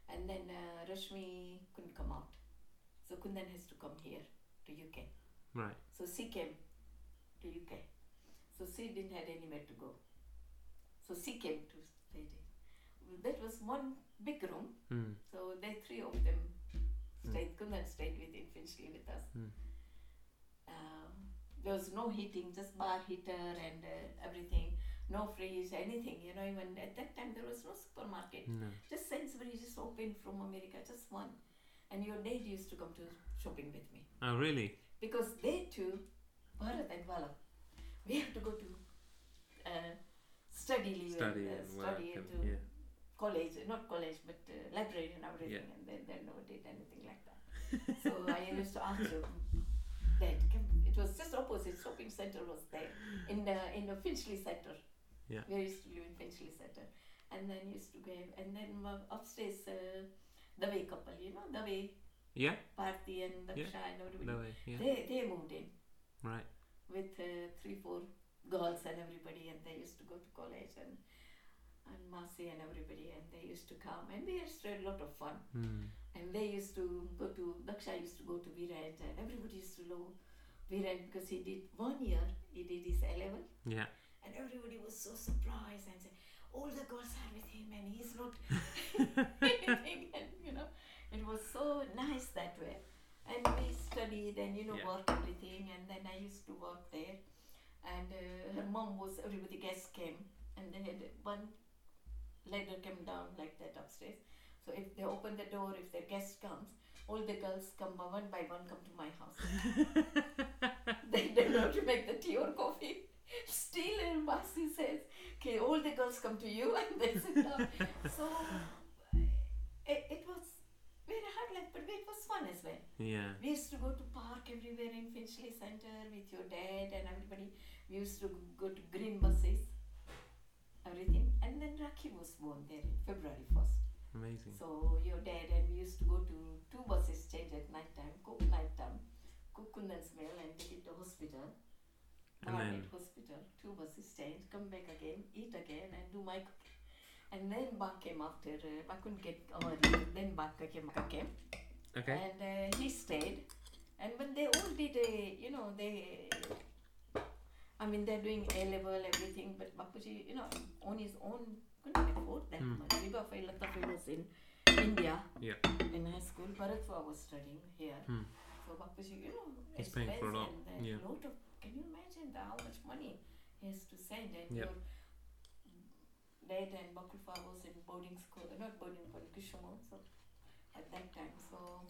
S2: And then uh, Rashmi couldn't come out. So Kundan has to come here to UK.
S1: Right.
S2: So she came to UK. So she didn't have anywhere to go. So she came to stay there. That was one big room.
S1: Mm.
S2: So they three of them stayed, Kundan stayed with Infinity with us.
S1: Mm.
S2: Um, there was no heating, just bar heater and uh, everything. No fridge, anything. You know, even at that time there was no supermarket
S1: No.
S2: just Sainsbury's just opened from America, just one. And your dad used to come to shopping with me
S1: Oh, really?
S2: because they too, Bharat and Vala, we have to go to uh, study leave
S1: Study
S2: and, uh,
S1: and work.
S2: study
S1: and-
S2: into college, not college but uh, library and everything, and they, they never did anything like that. so I used to ask him, Dad, come. it was just opposite shopping center was there in the in the Finchley Center.
S1: Yeah.
S2: We used to live in Finchley Center, and then used to go and then uh, upstairs uh, the way couple, you know, the way
S1: Yeah.
S2: Bharti and Daksha and
S1: Yeah.
S2: everybody.
S1: That way. Yeah.
S2: They they moved in
S1: Right.
S2: with uh, three, four girls and everybody, and they used to go to college and and Masi and everybody, and they used to come, and we used to have a lot of fun.
S1: Mm.
S2: And they used to go to Daksha used to go to Viraj, and everybody used to love Viraj because he did one year, he did his A level,
S1: Yeah.
S2: and everybody was so surprised and said, all the girls are with him, and he's not anything, and you know, it was so nice that way. And we studied and you know
S1: Yeah.
S2: worked everything, and then I used to work there, and uh, her mom was everybody guests came, and they had one ladder came down like that upstairs. So if they open the door, if their guest comes, all the girls come by- one by one come to my house. they don't know how to make the tea or coffee. Still, and Masi says, "Okay, all the girls come to you and they sit down." so it, it was very hard life, but it was fun as well.
S1: yeah.
S2: We used to go to park everywhere in Finchley Center with your dad and everybody. We used to go to green buses, everything. And then Rakhi was born there in February first.
S1: Amazing.
S2: So your dad and we used to go to two buses change at night time, cook night time, cook Kundan's meal and take it to hospital.
S1: And
S2: Barnet
S1: then-
S2: hospital, two buses change, come back again, eat again and do my cooking. And then Bak came after, uh, Bak couldn't get our then Bak came, Bak came
S1: Okay.
S2: and uh, he stayed. And when they all did, a, you know, they, I mean, they're doing A level, everything, but Bapuji, you know, on his own, couldn't afford that
S1: Hmm.
S2: much. Viva Fai Latafi was in India
S1: Yeah.
S2: in high school. Bharatwa was studying here.
S1: Hmm.
S2: So Bapuji, you know,
S1: He's paying for a lot,
S2: expense and
S1: yeah.
S2: lot of, can you imagine the, how much money he has to send? And
S1: Yeah.
S2: your dad and Bakulfa was in boarding school, not boarding, but Kishumo, so at that time. So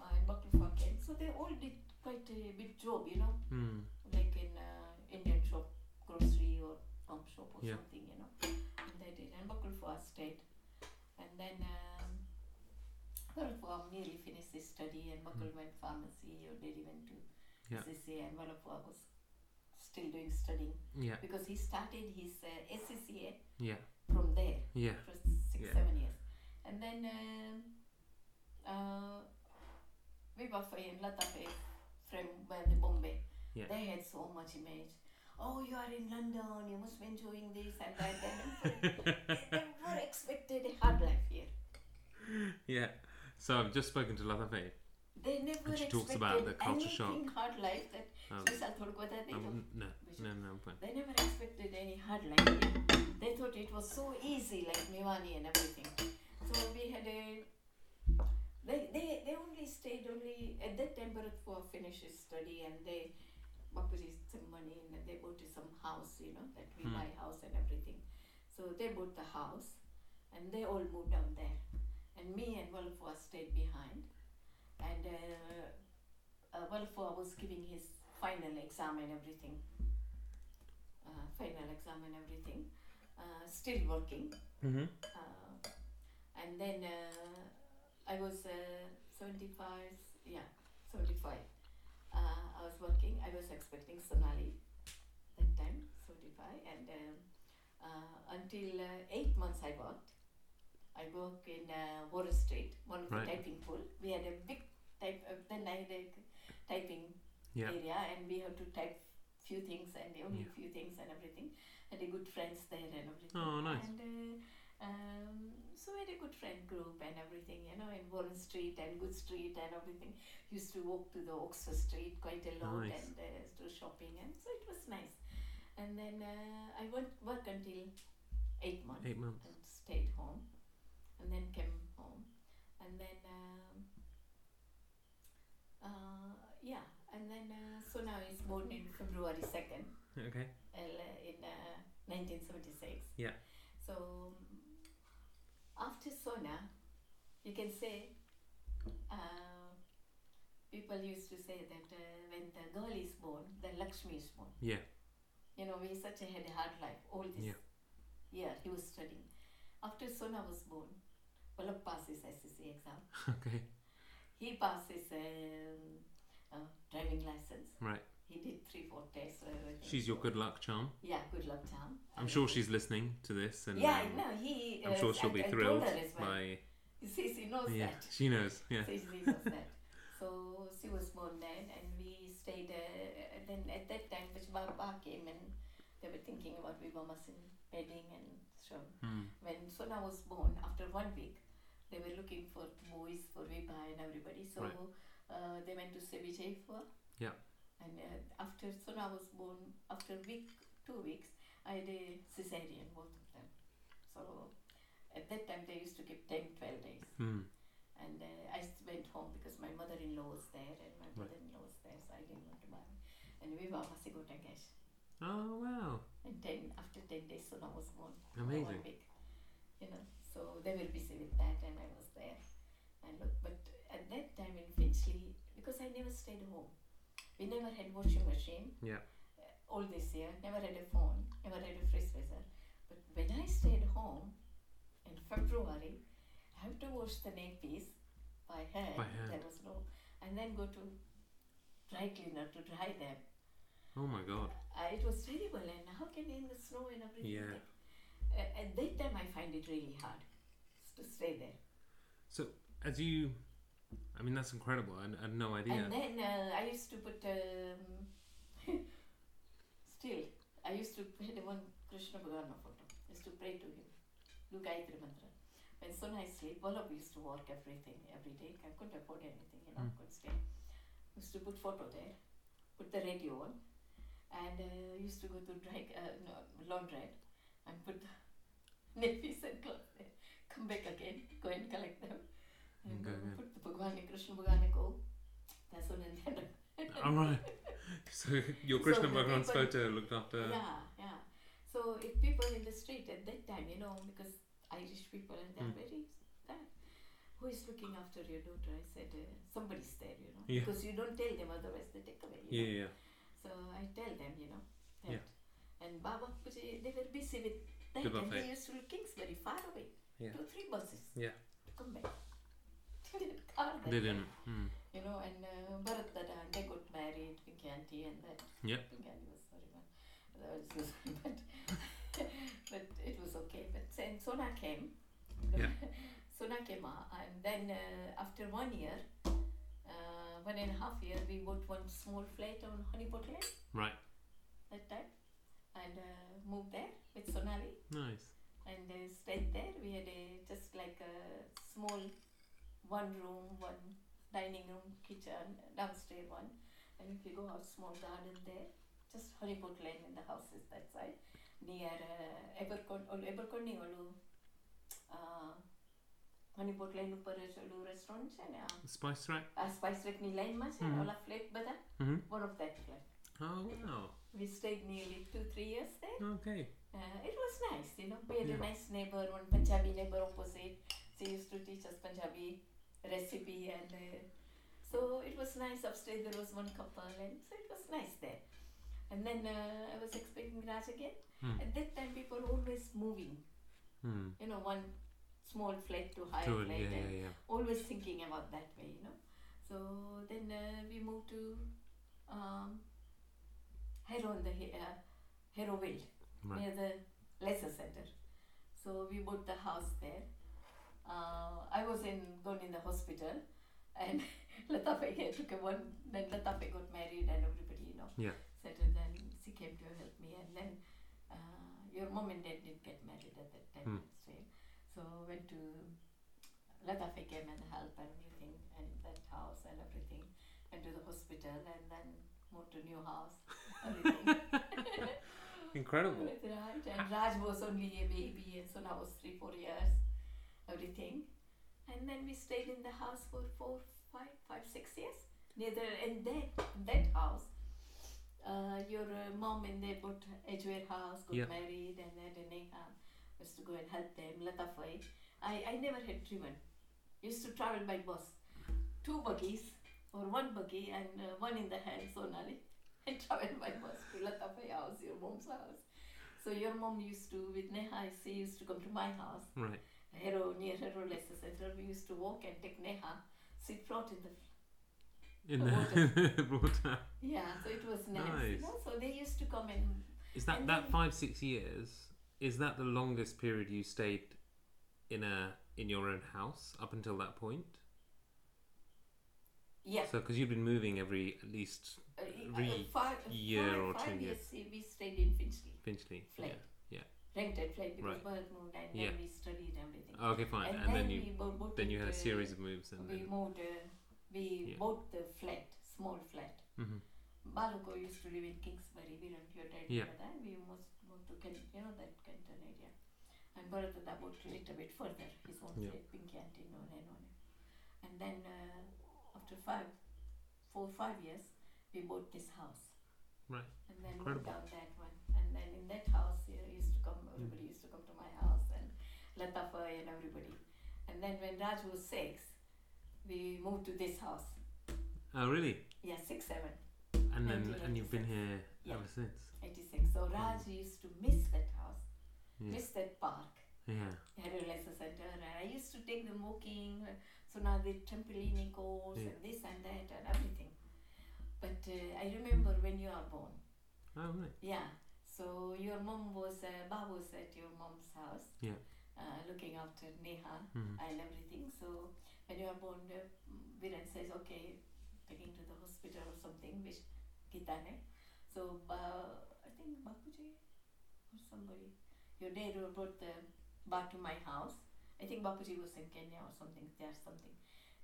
S2: uh, in Bakulfa came. So they all did quite a big job, you know,
S1: Mm.
S2: like in uh, Indian shop, grocery or pump shop or
S1: Yeah.
S2: something, you know. And they did. And Bakulfa stayed. And then um, Bakulfa nearly finished his study and Bakul went pharmacy or daddy went to
S1: Hmm. Yeah.
S2: CC and Bakulfa was still doing studying
S1: Yeah.
S2: because he started his uh, SCCA
S1: Yeah.
S2: from there
S1: Yeah.
S2: for six,
S1: Yeah.
S2: seven years. And then um uh, Vibafai and Latafai from well, the Bombay,
S1: Yeah.
S2: they had so much image. Oh, you are in London, you must be enjoying this and that. They never, they never expected a hard life here.
S1: Yeah. So I've just spoken to Latafe.
S2: They never
S1: And she
S2: expected
S1: talks about the culture
S2: anything
S1: shock.
S2: hard life that
S1: Um,
S2: Susa thought what I think of.
S1: um, no, no, no, but
S2: They never expected any hard life here. They thought it was so easy, like Miwani and everything. So we had a. They, they, they only stayed only at that time Bharatpur finished his study and they Bapuji some money and they bought some house, you know, that we
S1: Hmm.
S2: buy house and everything. So they bought the house and they all moved down there. And me and Walafua stayed behind. And uh, uh, Walafua was giving his final exam and everything. Uh, final exam and everything. Uh, still working.
S1: mm-hmm.
S2: Uh, and then uh, I was uh, 75, yeah, 75. Uh, I was working, I was expecting Sonali that time, uh, 75, and um, uh, until uh, eight months I worked. I work in uh, Water Street, one of
S1: Right.
S2: the typing pool. We had a big type. Uh, then I had a typing
S1: Yeah.
S2: area, and we have to type few things and only
S1: Yeah.
S2: few things and everything. Had a good friends there and everything.
S1: Oh, nice.
S2: And uh, um, so we had a good friend group and everything, you know, in Warren Street and Good Street and everything. Used to walk to the Oxford Street quite a lot
S1: Nice.
S2: and uh, do shopping, and so it was nice. And then uh, I went work until eight months
S1: Eight months.
S2: and stayed home, and then came home, and then um, uh, yeah, and then uh, so now he's born in February second
S1: Okay.
S2: in uh, 1976.
S1: Yeah.
S2: So um, after Sona, you can say uh, people used to say that uh, when the girl is born, the Lakshmi is born.
S1: Yeah.
S2: You know, we such a had a hard life all this
S1: Yeah.
S2: year. He was studying. After Sona was born, Vallabh passes SSC exam.
S1: Okay.
S2: He passes um, uh, driving license.
S1: Right.
S2: He did three, four tests. or everything.
S1: She's your good luck charm.
S2: Yeah, good luck, Tom.
S1: I'm sure she's listening to this, and
S2: yeah,
S1: um,
S2: no, he.
S1: I'm
S2: uh,
S1: sure she'll
S2: I-
S1: be
S2: I told
S1: thrilled
S2: her as well.
S1: by.
S2: He says he knows
S1: Yeah,
S2: that.
S1: she knows. Yeah.
S2: Says he knows that. So she was born then, and we stayed. Uh, and then at that time, which Baba came and they were thinking about Vibhamas in bedding and so. on.
S1: Hmm.
S2: When Sona was born, after one week, they were looking for boys for Vibha and everybody. So
S1: Right.
S2: uh, they went to Sevijay for.
S1: Yeah.
S2: And uh, after Sona was born, after week two weeks, I had a cesarean, both of them. So at that time, they used to give 10, 12 days.
S1: Hmm.
S2: And uh, I s- went home because my mother in law was there and my brother in law was there, so I didn't want to marry. And we were Masigota Gash.
S1: Oh wow!
S2: And then after 10 days, Sona was born. for one
S1: Amazing.
S2: week, you know, so they were busy with that, and I was there. And look, but at that time in Finchley, because I never stayed home, we never had washing machine.
S1: Yeah.
S2: uh, All this year, never had a phone, never had a fridge freezer. But when I stayed home in February, I have to wash the nappies by hand.
S1: By hand.
S2: There was no, and then go to dry cleaner to dry them.
S1: Oh my god!
S2: Uh, it was terrible, and how can in the snow and everything?
S1: Yeah.
S2: Uh, at that time, I find it really hard to stay there.
S1: So as you, I mean, that's incredible. I, I had no idea.
S2: And then uh, I used to put um, still. I used to pray the one Krishna Bhagavana photo. I used to pray to him, do Gayatri Mantra. When Sona is sleep, Vallabh used to work everything every day. I couldn't afford anything, you know,
S1: Mm.
S2: could stay. Used to put photo there, put the radio on, and uh, used to go to dry, uh, no, laundrette and put the nappies and clothes there. Come back again, go and collect them. And
S1: Okay,
S2: uh,
S1: yeah.
S2: put the Bhagwan, Krishna Bhagwan ko that's what I did.
S1: All right. So your Krishna
S2: the
S1: Bhagwan's
S2: people-
S1: photo looked after.
S2: yeah, yeah. So if people in the street at that time, you know, because Irish people and they're
S1: Mm.
S2: very that. Who is looking after your daughter? I said, uh, somebody's there, you know,
S1: Yeah.
S2: because you don't tell them otherwise they take away.
S1: Yeah,
S2: You know?
S1: yeah,
S2: So I tell them, you know, that.
S1: Yeah.
S2: And Baba, Puji, they were busy with that,
S1: Good
S2: and
S1: buffet.
S2: they used to Kingsbury far away,
S1: Yeah.
S2: two three buses
S1: Yeah.
S2: to come back. They didn't car
S1: yeah.
S2: that
S1: They
S2: time.
S1: didn't. Hmm.
S2: you know, and uh, Bharat Dada, and they got married, Pinky Auntie, and that.
S1: Yep.
S2: Pinky Auntie was sorry, but, that was so sorry, but, but it was okay. But then Sona came.
S1: Yeah.
S2: Sona came, uh, and then uh, after one year, uh, one and a half year, we bought one small flat on Honeypot Lane
S1: Right.
S2: that time, and uh, moved there with Sonali,
S1: Nice.
S2: and uh, stayed there. We had a just like a small one room, one dining room, kitchen, downstairs one. And if you go out, small garden there, just Hariput Lane in the houses that side, near uh, Abercon, or Abercon, or uh, Hariput Lane ઉપર ઓલું restaurant છે ને આ-
S1: Spice rack.
S2: આ Spice Rack ની line માં છે ને
S1: Mhm.
S2: ઓલા flat બધા
S1: Mhm.
S2: one of that flat.
S1: Oh wow.
S2: We stayed nearly two three years there.
S1: Okay.
S2: Uh, it was nice, you know. We had
S1: Yeah.
S2: a nice neighbor, one Punjabi neighbor opposite. She used to teach us Punjabi recipe, and uh, so it was nice. Upstairs there was one couple, and so it was nice there. And then uh, I was expecting Raj again.
S1: Hmm.
S2: At that time, people always moving.
S1: Hmm.
S2: You know, one small flat to higher
S1: Good.
S2: flat,
S1: Yeah,
S2: and
S1: yeah, yeah.
S2: always thinking about that way, you know. So then uh, we moved to um, Hero on the Hi- uh, Harrowville
S1: Right.
S2: near the lesser center. So we bought the house there, uh, I was in gone in the hospital, and Latafek took a one. Then Latafek got married, and everybody you know
S1: Yeah.
S2: settled. Then she came to help me, and then uh, your mom and dad didn't get married at that time.
S1: Hmm.
S2: So, so went to Latafek came and help and everything, and that house and everything, and to the hospital, and then moved to new house. Everything.
S1: Incredible.
S2: That's right. And Raj was only a baby, and Sona was three, four years, everything. And then we stayed in the house for four, five, five, six years. Near the, in that that house, uh, your uh, mom and they bought Edgeware house, got
S1: Yeah.
S2: married, and then Reneha used to go and help them. Latafai, I I never had driven. Used to travel by bus, two buggies or one buggy and uh, one in the hand, Sonali. I travel by bus to Latafai house, your mom's house. So your mom used to, with Neha, she used to come to my house.
S1: Right.
S2: Hero, near Hero Leisure Center, we used to walk and take Neha, sit float in the
S1: In
S2: Water.
S1: the water.
S2: yeah. So it was nice.
S1: Nice.
S2: You know? So they used to come and
S1: Is that
S2: And
S1: that
S2: then-
S1: five six years? Is that the longest period you stayed in a in your own house up until that point?
S2: yeah.
S1: So because you've been moving every at least
S2: uh, uh,
S1: every
S2: five,
S1: year
S2: five,
S1: or
S2: five
S1: two
S2: years. see, We stayed in Finchley,
S1: Finchley.
S2: Flat.
S1: Yeah.
S2: rented flat because
S1: Right.
S2: work moved and
S1: Yeah.
S2: then we studied everything.
S1: Oh, okay, fine. And, then you
S2: we bo- bought
S1: then you
S2: it,
S1: had a
S2: uh,
S1: series of moves and
S2: We
S1: then.
S2: moved. Uh, we
S1: Yeah.
S2: bought the flat, small flat.
S1: Mhm.
S2: Baluko used to live in Kingsbury, we don't hear that
S1: Yeah.
S2: that. We must move to Ken, you know that Kenton area. And Bharatata moved a little bit further, his own
S1: Yeah.
S2: yeah. Pinky and Tino and on. And then uh, after five, four five years, we bought this house.
S1: Right.
S2: And then
S1: Incredible. Mm.
S2: moved down that one. And then in that house, you know, used to come, everybody used to come to my house and Latafa and everybody. And then when Raj was six, we moved to this house.
S1: Oh really?
S2: Yeah, six, seven.
S1: And then
S2: Nineteen
S1: and you've been here
S2: Yeah.
S1: ever since.
S2: 86. So Raj used to miss that house,
S1: Yeah.
S2: miss that park.
S1: Yeah.
S2: Hairolysis center, and I used to take them walking. So now the trampolining course
S1: Yeah.
S2: and this and that and everything. But uh, I remember when you are born.
S1: Oh right.
S2: Yeah. So your mom was, uh, Ba was at your mom's house.
S1: Yeah.
S2: Uh, looking after Neha
S1: Mhm.
S2: and everything. So when you are born, uh, Viren says, okay, taking to the hospital or something, which Gita ne. So uh, I think Bapuji or somebody, your dad who brought the bar to my house. I think Bapuji was in Kenya or something, there something.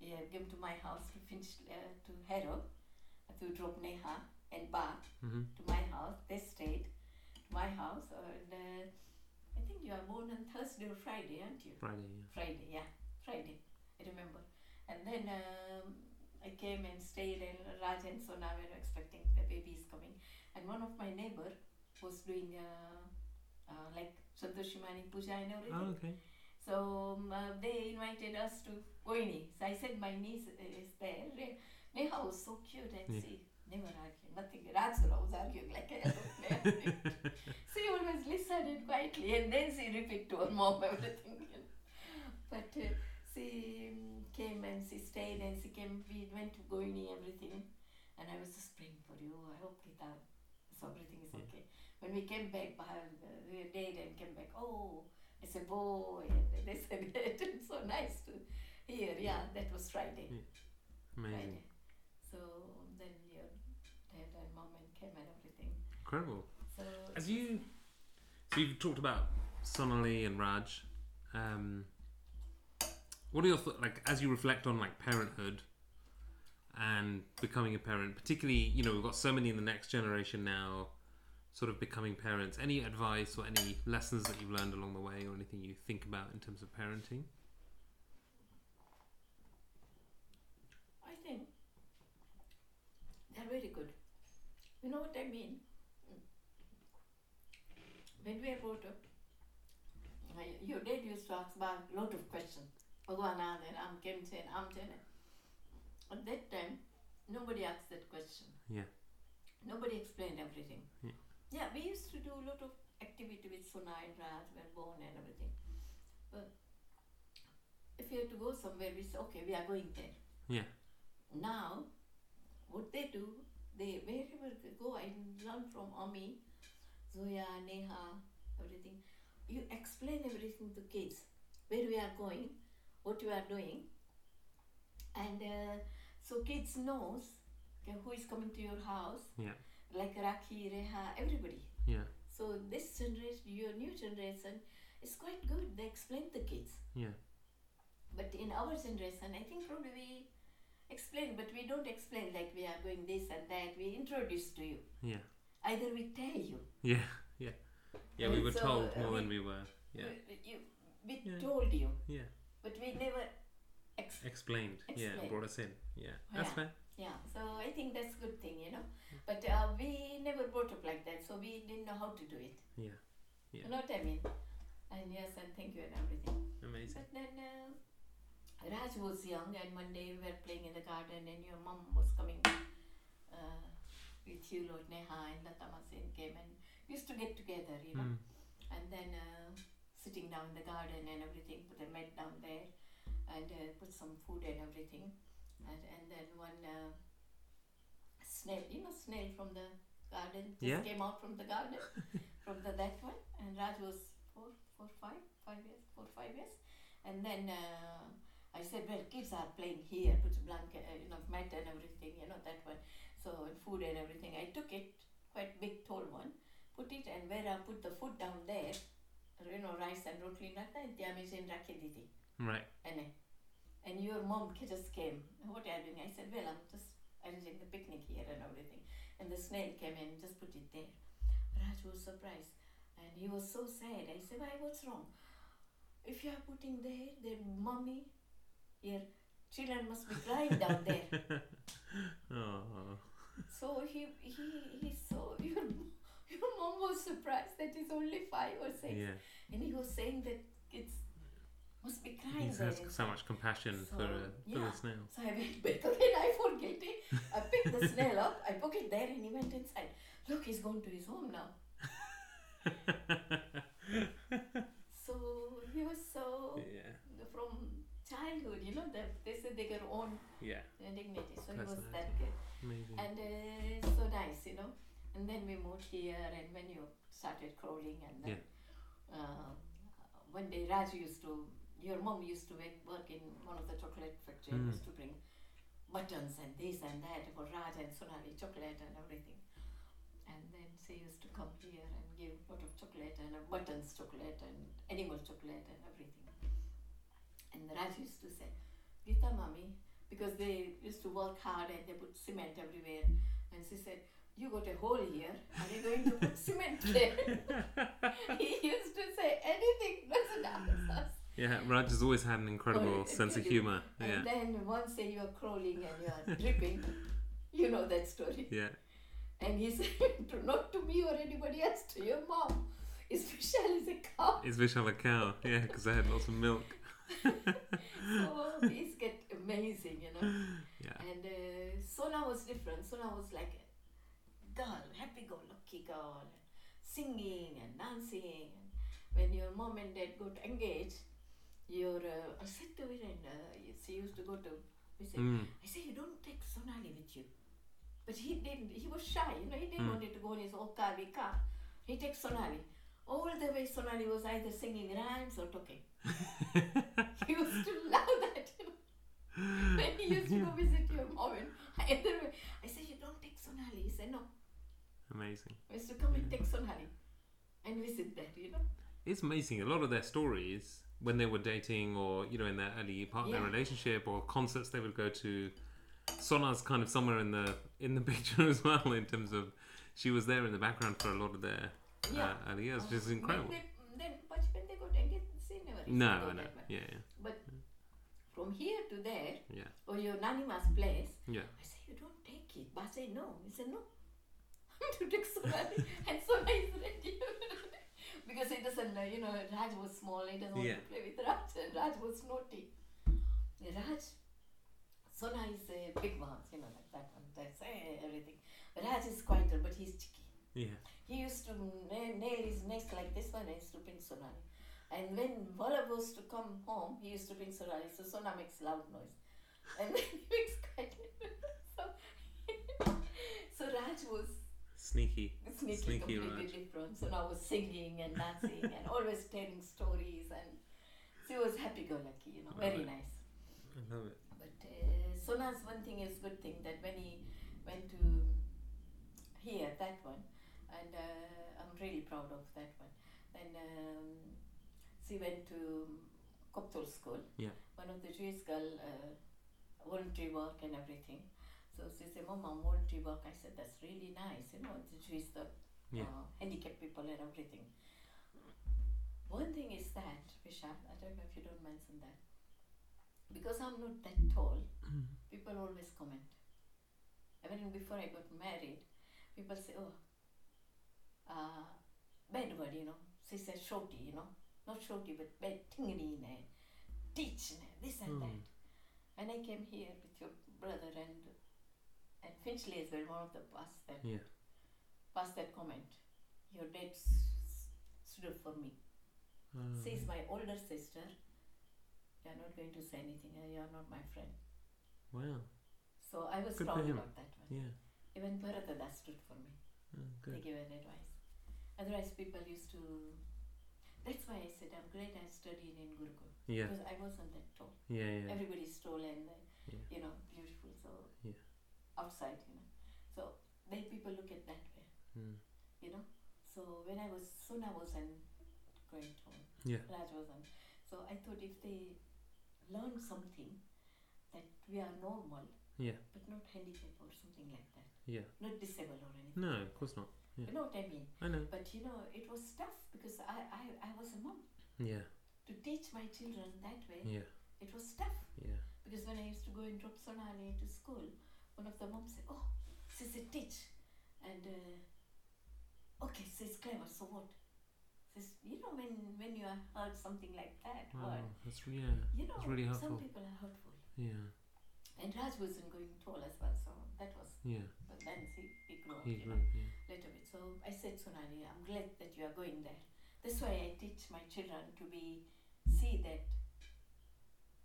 S2: Yeah, came to my house to finish uh, to Harrow uh, to drop Neha and Ba
S1: Mhm.
S2: to my house. They stayed to my house. And uh, I think you are born on Thursday or Friday, aren't you?
S1: Friday.
S2: Friday, yeah, Friday, I remember. And then um, I came and stayed, and Raj and Sona were expecting the baby is coming. And one of my neighbor was doing uh, uh, like Santoshimani Puja and
S1: Yeah.
S2: everything.
S1: Oh okay.
S2: So um, uh, they invited us to Goini. So I said, my niece is there. Re- Neha was so cute and
S1: Yeah.
S2: she never argued, nothing. Rajsura was arguing like hell. with Neha. she always listened and quietly and then she repeated to her mom everything. You know. But uh, she um, came and she stayed and she came, we went to Goini, everything. And I was just praying for you. I hope Gita, so everything is
S1: Yeah.
S2: okay. When we came back, Bahar, uh, we were dead and came back, oh, it's a boy and this and that and so nice to hear yeah that was friday
S1: Amazing.
S2: friday so then your dad and mom and came and everything
S1: Incredible.
S2: so
S1: As you, so you've talked about Sonali and Raj. Um, what are your thoughts, like as you reflect on like parenthood and becoming a parent, particularly you know we've got so many in the next generation now, sort of becoming parents. Any advice or any lessons that you've learned along the way, or anything you think about in terms of parenting?
S2: i think they're very good you know what i mean when we are brought up my- your dad used to ask about a lot of questions Bhagwan Anand, Am Kemchen, Am Chene. At that time, nobody asked that question.
S1: Yeah.
S2: Nobody explained everything.
S1: Yeah.
S2: Yeah, we used to do a lot of activity with Sona and Raj, we were born and everything. But if you had to go somewhere, we say, okay, we are going there.
S1: Yeah.
S2: Now, what they do, they wherever they go, I learn from Ami, Zoya, Neha, everything. You explain everything to kids, where we are going, what you are doing and uh, so kids knows okay, who is coming to your house
S1: Yeah.
S2: like Rakhi, Reha, everybody.
S1: Yeah.
S2: So this generation, your new generation, is quite good. They explain the kids.
S1: Yeah.
S2: But in our generation, I think probably we explain, but we don't explain like we are doing this and that. We introduce to you.
S1: Yeah.
S2: Either we tell you.
S1: Yeah. Yeah. Yeah. We were
S2: So,
S1: told
S2: uh,
S1: more
S2: we-
S1: than we were. Yeah.
S2: We, we- you, we
S1: Yeah.
S2: told you,
S1: Yeah.
S2: but we never. Ex-
S1: Explained. Yeah.
S2: Explained. Oh,
S1: Brought us in. Yeah. That's
S2: Yeah.
S1: fair.
S2: yeah. So I think that's good thing, you know. But uh, we never brought up like that, so we didn't know how to do it.
S1: Yeah. Yeah.
S2: You know what I mean? And yes, and thank you and everything.
S1: Amazing.
S2: But then uh, Raj was young, and one day we were playing in the garden, and your mom was coming uh, with you, Lord Neha, and Lata Masin came and we used to get together, you know.
S1: Mm.
S2: And then uh, sitting down in the garden and everything, put a mat down there and uh, put some food and everything. And, and then one uh, snail, you know, snail from the garden just
S1: Yeah.
S2: came out from the garden, from the that one. And Raj was four, four, five, five years, four, five years. And then uh, I said, well, kids are playing here, put a blanket, uh, you know, mat and everything, you know, that one. So, and food and everything. I took it, quite big, tall one, put it, and where I put the food down there, you know, rice and roti, nothing, damaging rakhi didi.
S1: Hmm. Right.
S2: And, I- and your mom ca- just came. What are you doing? I said, well, I'm just arranging the picnic here and everything. And the snail came and just put it there. Raj was surprised. And he was so sad. I said, why, what's wrong? If you are putting there, their mommy, your children must be crying down there.
S1: oh.
S2: So he he he saw your your mom was surprised that he's only five or six,
S1: Yeah.
S2: and he was saying that kids must be
S1: He
S2: crying. there
S1: has
S2: inside.
S1: so much compassion for
S2: So,
S1: uh, for
S2: yeah.
S1: the snail.
S2: So I went back again. I forget it. I picked the snail up. I put it there, and he went inside. Look, he's gone to his home now. So he was so
S1: yeah.
S2: from childhood, you know, that they said they got own
S1: Yeah.
S2: uh, dignity. So he was
S1: Personality.
S2: that good.
S1: Amazing.
S2: and uh, so nice, you know. And then we moved here, and when you started crawling, and then um, one day Raj used to, your mom used to make, work in one of the chocolate factory,
S1: Mm.
S2: used to bring buttons and this and that for Raj and Sonali chocolate and everything. And then she used to come here and give a lot of chocolate and uh, buttons chocolate and animal chocolate and everything. And Raj used to say, Gita mommy, because they used to work hard and they put cement everywhere. And she said, You got a hole here, are you going to put cement there? he used to say, Anything doesn't answer.
S1: yeah. Raj has always had an incredible
S2: Oh,
S1: sense of
S2: incredible.
S1: humor. Yeah.
S2: And then once you are crawling and you are dripping, you know that story.
S1: Yeah.
S2: And he said, to, Not to me or anybody else, to your mom, especially the cow.
S1: Is Vishal a cow? Yeah, because I had lots of milk.
S2: So these get amazing, you know.
S1: Yeah.
S2: And uh, Sona was different. Sona was like a girl, happy go lucky girl, singing and dancing. And when your mom and dad got engaged, your uh, I said to her, and uh, she used to go to. We said,
S1: Mm.
S2: I said, you don't take Sonali with you. But he didn't. He was shy. You know, he didn't
S1: Mm.
S2: want it to go in his Oka car. He takes Sonali. All the way, Sonali was either singing rhymes or talking. He used to love that. You know when he used to go visit your mom and either way, I said, You don't take Sonali. He said, No,
S1: Amazing.
S2: I used to come and take Sonali and visit there, you know.
S1: It's amazing. A lot of their stories when they were dating or, you know, in their early partner
S2: Yeah.
S1: relationship or concerts they would go to. Sona's kind of somewhere in the in the picture as well in terms of she was there in the background for a lot of their
S2: Yeah. Oh,
S1: uh, early years, which is incredible.
S2: Then, then, but when they got engaged, they never used to
S1: No, I
S2: go
S1: know.
S2: that much.
S1: Yeah,
S2: But from here to there,
S1: yeah,
S2: or your Nanima's place,
S1: yeah,
S2: I said, You don't take it. But I said, No. He said, No. I'm to take Sonali. and Sonali is ready. because he doesn't know, you know, Raj was small. He doesn't want
S1: Yeah.
S2: to play with Raj. And Raj was naughty. Raj, Sona is a big one, you know, like that one. That's eh, everything. Raj is quieter, but he's cheeky.
S1: yeah,
S2: He used to na- nail his neck like this one and used to bring Sonali. And when Vallabh was to come home, he used to bring Sonali. So Sona makes loud noise. And then he makes kind so, so Raj was
S1: sneaky.
S2: sneaky,
S1: Sneaky
S2: completely
S1: Raj.
S2: different. Sona was singing and dancing and always telling stories. And She was happy-go-lucky, you know, very
S1: Right.
S2: nice.
S1: I love it.
S2: But uh, Sona's one thing is good thing that when he went to here, that one, and uh, I'm really proud of that one. Then um, she went to Koptul school.
S1: Yeah.
S2: One of the Jewish girl uh, voluntary work and everything. So she said, "Mom, I'm voluntary work." I said, "That's really nice, you know, the Jewish the
S1: Yeah.
S2: uh, handicapped people and everything." One thing is that Vishal, I don't know if you don't mention that because I'm not that tall, people always comment. Even before I got married, people say, oh, uh, bad word, you know. She said shorty, you know. Not shorty, but bad tingly, ne, teach, ne, this and
S1: Mm.
S2: that. And I came here with your brother and and Finchley as well, one of the past that
S1: Yeah.
S2: past that comment. Your dad s- s- stood up for me.
S1: Oh,
S2: She is my older sister. You are not going to say anything. uh, You are not my friend.
S1: Uh, wow.
S2: So I was
S1: Good for
S2: proud
S1: him.
S2: about that one.
S1: Yeah.
S2: Even Bharata Das stood for me.
S1: Oh,
S2: They
S1: good.
S2: gave an advice. Otherwise, people used to. That's why I said I'm glad I studied in Gurukul
S1: Yeah.
S2: because I wasn't that tall.
S1: Yeah. Yeah.
S2: Everybody's tall and uh,
S1: Yeah.
S2: you know beautiful. So
S1: Yeah.
S2: outside, you know. So then people look at that way,
S1: Mm.
S2: you know. So when I was soon I was in grade one.
S1: Yeah.
S2: Raj was on. So I thought if they learn something that we are normal,
S1: Yeah.
S2: but not handicapped or something like that,
S1: Yeah.
S2: not disabled or anything.
S1: No, of course not. yeah.
S2: You know what I mean?
S1: I know.
S2: But you know, it was tough because I, I, I was a mom.
S1: Yeah.
S2: To teach my children that way,
S1: Yeah.
S2: it was tough.
S1: Yeah.
S2: Because when I used to go and drop Sonali to school, one of the moms said, Oh, she's a teach. And, uh, okay, she's clever, so what? She's, you know, when, when you are heard something like that,
S1: Wow.
S2: word,
S1: That's yeah.
S2: you know,
S1: Hmm. It's really helpful.
S2: some people are hurtful.
S1: Yeah.
S2: And Raj wasn't going tall as well, so that was.
S1: Yeah.
S2: But then see, he grew up
S1: He
S2: you
S1: grew.
S2: know,
S1: Yeah.
S2: little bit. So I said, Sonali, I'm glad that you are going there. That's why I teach my children to be see that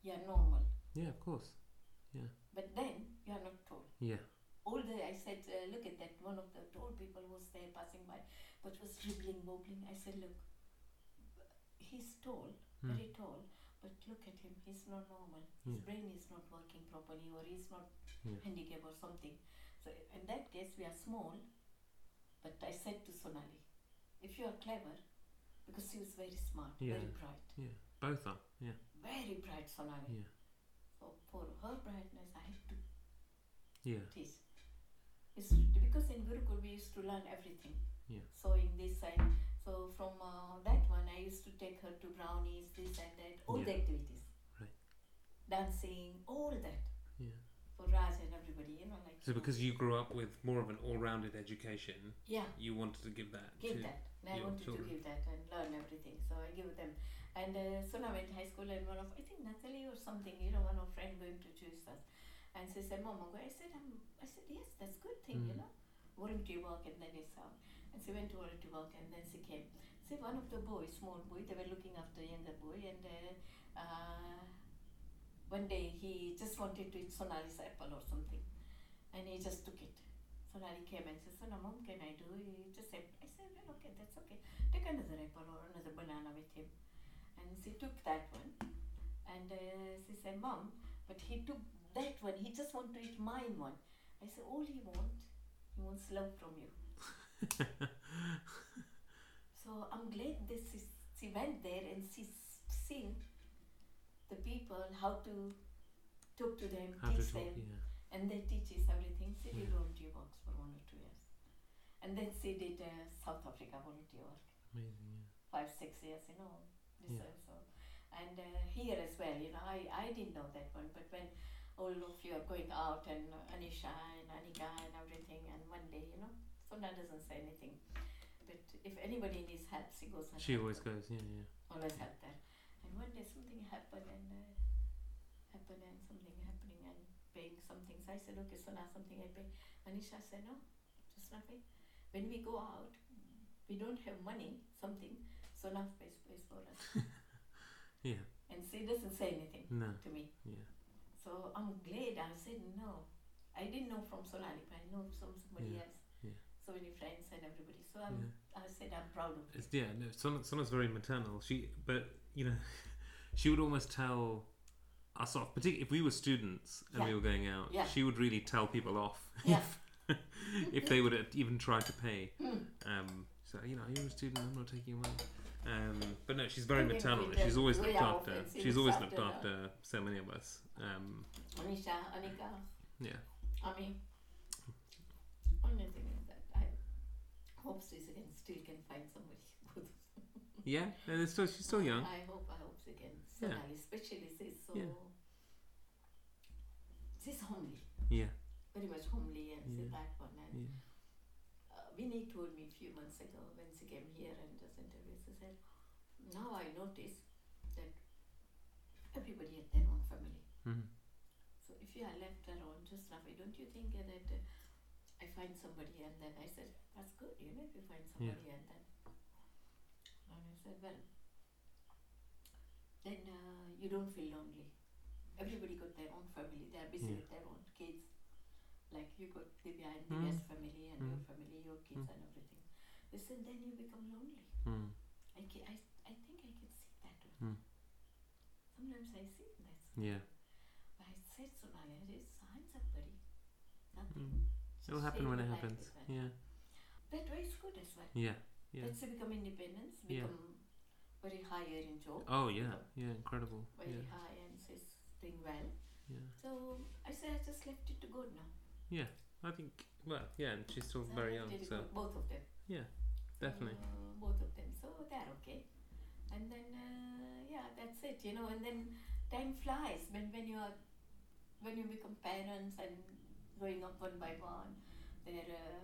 S2: you are normal,
S1: Yeah. Of course.
S2: but then you are not tall.
S1: Yeah.
S2: Although I said, uh, look at that. One of the tall people was there passing by, but was dribbling, wobbling. I said, look, he's tall,
S1: Mm.
S2: very tall, but look at him. He's not normal. His
S1: Yeah.
S2: brain is not working properly, or he's not
S1: Yeah.
S2: handicapped or something. So in that case, we are small. But I said to Sonali, if you are clever, because she was very smart, very
S1: Yeah.
S2: bright,
S1: Both are. Yeah.
S2: very bright Sonali.
S1: Yeah.
S2: So for her brightness, I had to
S1: Yeah.
S2: Please. It's because in Gurukul we used to learn everything.
S1: Yeah.
S2: So in this side, so from uh, that one I used to take her to brownies, this and that, all the
S1: Yeah.
S2: activities.
S1: Right.
S2: Dancing, all that
S1: Yeah.
S2: for Raj and everybody, you know, like.
S1: So because you grew up with more of an all-rounded education,
S2: Yeah,
S1: you wanted to give that.
S2: give
S1: to,
S2: that. And I
S1: your
S2: wanted
S1: children.
S2: to give that and learn everything, so I give them. And uh, so I went high school and one of I think Natalie or something, you know, one of friend going to choose us, and she said, "Mom, go." I said, "I'm." I said, "Yes, that's good thing, you
S1: Mm.
S2: know." volunteer work and then it's out. And she went to volunteer work and then she came. See, one of the boys, small boy, they were looking after younger boy and uh, uh, one day he just wanted to eat Sonali's apple or something and he just took it. Sonali came and said, Sona, mom, can I do it? Just said, I said, well, okay, that's okay. Take another apple or another banana with him. And she took that one and uh, she said, Mom, but he took that one. He just want to eat mine one. I said, all he want he wants love from you. so I'm glad this is, she went there and she's seen the people how to talk to them,
S1: How to
S2: teach
S1: talk.
S2: them,
S1: Yeah. Hmm.
S2: and they teaches everything. She did
S1: Yeah.
S2: volunteer works for one or two years, and then she did uh, South Africa volunteer work
S1: Amazing.
S2: five six years you know this
S1: Yeah.
S2: also and uh, here as well you know I, I didn't know that one but when all of you are going out and uh, Anisha and Anika and everything and one day you know Sona doesn't say anything but if anybody needs help she goes
S1: Yeah.
S2: and
S1: She
S2: help
S1: always
S2: them,
S1: goes. Yeah. Yeah.
S2: always help them and one day something happened and uh, happened and something happening and paying something so I said okay Sona something I pay Anisha said no just nothing when we go out we don't have money something Sona pays, pays for us
S1: Yeah.
S2: and she doesn't say anything
S1: No.
S2: to me.
S1: Yeah.
S2: So I'm glad I said no. I didn't know from Sonali, but I know from somebody
S1: Yeah,
S2: else.
S1: yeah.
S2: So many friends and everybody. So
S1: yeah.
S2: I'm, I said I'm proud of you.
S1: It's, yeah, no, Son, Sona's very maternal. She, but you know, she would almost tell us off. Particularly if we were students and we
S2: Yeah.
S1: were going out,
S2: Yeah.
S1: she would really tell people off
S2: Yeah.
S1: if, if they would even try to pay.
S2: Mm.
S1: Um, so you know, you're a student. I'm not taking your money. Um, but no, she's very
S2: I think we
S1: maternal.
S2: did-
S1: She's always
S2: we
S1: looked
S2: are
S1: after.
S2: offensive
S1: She's always
S2: after
S1: looked
S2: her.
S1: after so many of us. Um,
S2: Anisha, Anika.
S1: yeah.
S2: I mean, only thing is that I hope Susie can still can find somebody good.
S1: Yeah, and it's still, she's still young.
S2: I hope, I hope she can. So
S1: Yeah.
S2: nice, especially she's so.
S1: Yeah.
S2: She's homely,
S1: Yeah,
S2: very much homely, and she's
S1: Yeah.
S2: that one. And
S1: yeah.
S2: uh, Vinny told me a few months ago when she came here and was interviewed, she said, Now I notice that everybody had their own family.
S1: Mhm.
S2: So if you are left alone just now, don't you think that uh, I find somebody and then I said, That's good, you know, if you find somebody and then. And I said, Well, then uh, you don't feel lonely. Everybody got their own family, they are busy
S1: Yeah.
S2: with their own kids. Like you got Divya and
S1: Mm.
S2: Divya's family and your
S1: Mm.
S2: family, your kids
S1: Mm.
S2: and everything. They said, Then you become lonely.
S1: Mm.
S2: I, ca- I, I think I can see that
S1: Mm.
S2: one. Sometimes I see that.
S1: Yeah,
S2: But I said, Sonali, there is signs of worry. Nothing.
S1: Mm. it'll
S2: Just
S1: happen
S2: stay
S1: when
S2: in
S1: it
S2: the back
S1: happens.
S2: with that.
S1: Yeah,
S2: That way is good as well.
S1: yeah, yeah.
S2: That's to become independence,
S1: Yeah.
S2: become very higher in job,
S1: Oh yeah, yeah, incredible. Yeah,
S2: very high and says doing well.
S1: yeah.
S2: So I said, I just left it to God now.
S1: I think well, yeah, and she's still
S2: So I
S1: very
S2: left
S1: young,
S2: it to
S1: so
S2: God, both of them.
S1: definitely.
S2: Uh, both of them. So they're okay. And then, uh, yeah, that's it, you know. And then time flies when, when you are, when you become parents and growing up one by one, their uh,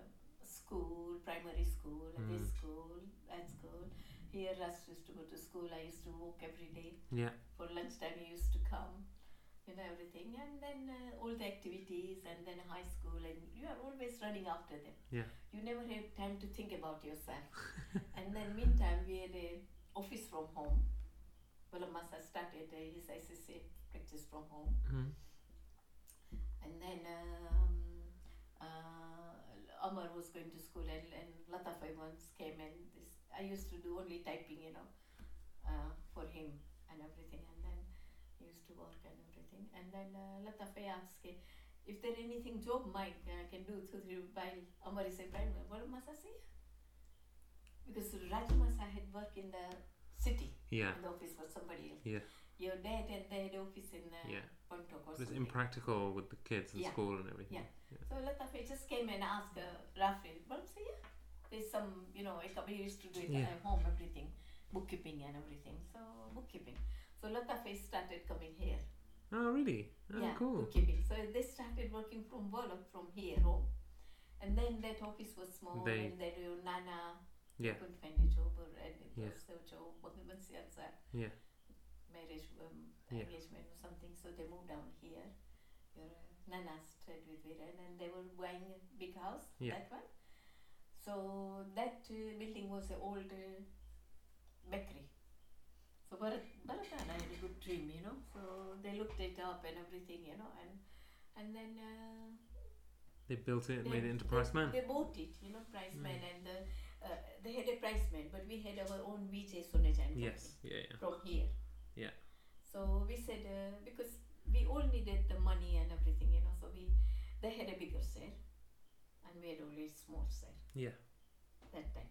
S2: school, primary school, and this
S1: Mm.
S2: school, that school. Here, Russ used to go to school. I used to walk every day.
S1: Yeah,
S2: For lunchtime, he used to come. You know everything, and then uh, all the activities, and then high school, and you are always running after them.
S1: Yeah.
S2: You never have time to think about yourself. And then meantime, we had a office from home. Bulamasa started uh, his ICC practice from home.
S1: mm.
S2: And then um, uh, Amar was going to school and, and Latafai once came and this, I used to do only typing, you know, uh, for him and everything. And then he used to work and everything. And then uh, Latafai asked, ke, if there anything job might uh, can do to the while Amar is a primary, Bulamasa say, "Yeah." because Rajamasa had work in the city,
S1: yeah,
S2: in the office for somebody else.
S1: Yeah.
S2: Your dad had they had office in uh,
S1: yeah.
S2: Pontoc or
S1: But it's
S2: something.
S1: impractical with the kids and
S2: Yeah.
S1: school and everything.
S2: So Latafe just came and asked uh, Rafi, but say, yeah, there's some, you know, like we used to do it
S1: Yeah.
S2: at home, everything, bookkeeping and everything. So bookkeeping. So Latafe started coming here.
S1: Oh really? Oh
S2: yeah,
S1: cool.
S2: bookkeeping. So they started working from Warlock from here home. And then that office was small
S1: They-
S2: and they were Nana.
S1: Yeah.
S2: Couldn't find a job or and it
S1: Yeah.
S2: was the job but even since, uh,
S1: Yeah.
S2: Marriage um,
S1: Yeah.
S2: engagement or something. So they moved down here. Your uh, Nana stayed with Viren and they were buying a big house,
S1: Yeah.
S2: that one. So that uh, building was an old uh, bakery. So Bharat, Bharat and I had a good dream, you know. So they looked it up and everything, you know, and and then uh,
S1: They built it and
S2: they-
S1: made it into Price Man.
S2: They bought it, you know, price
S1: Mm.
S2: man, and the, uh, they had a price man, but we had our own VJ Sonajan
S1: Yes. Yeah.
S2: from here.
S1: Yeah.
S2: So we said uh, because we all needed the money and everything, you know. So we they had a bigger share, and we had only small share
S1: Yeah.
S2: that time.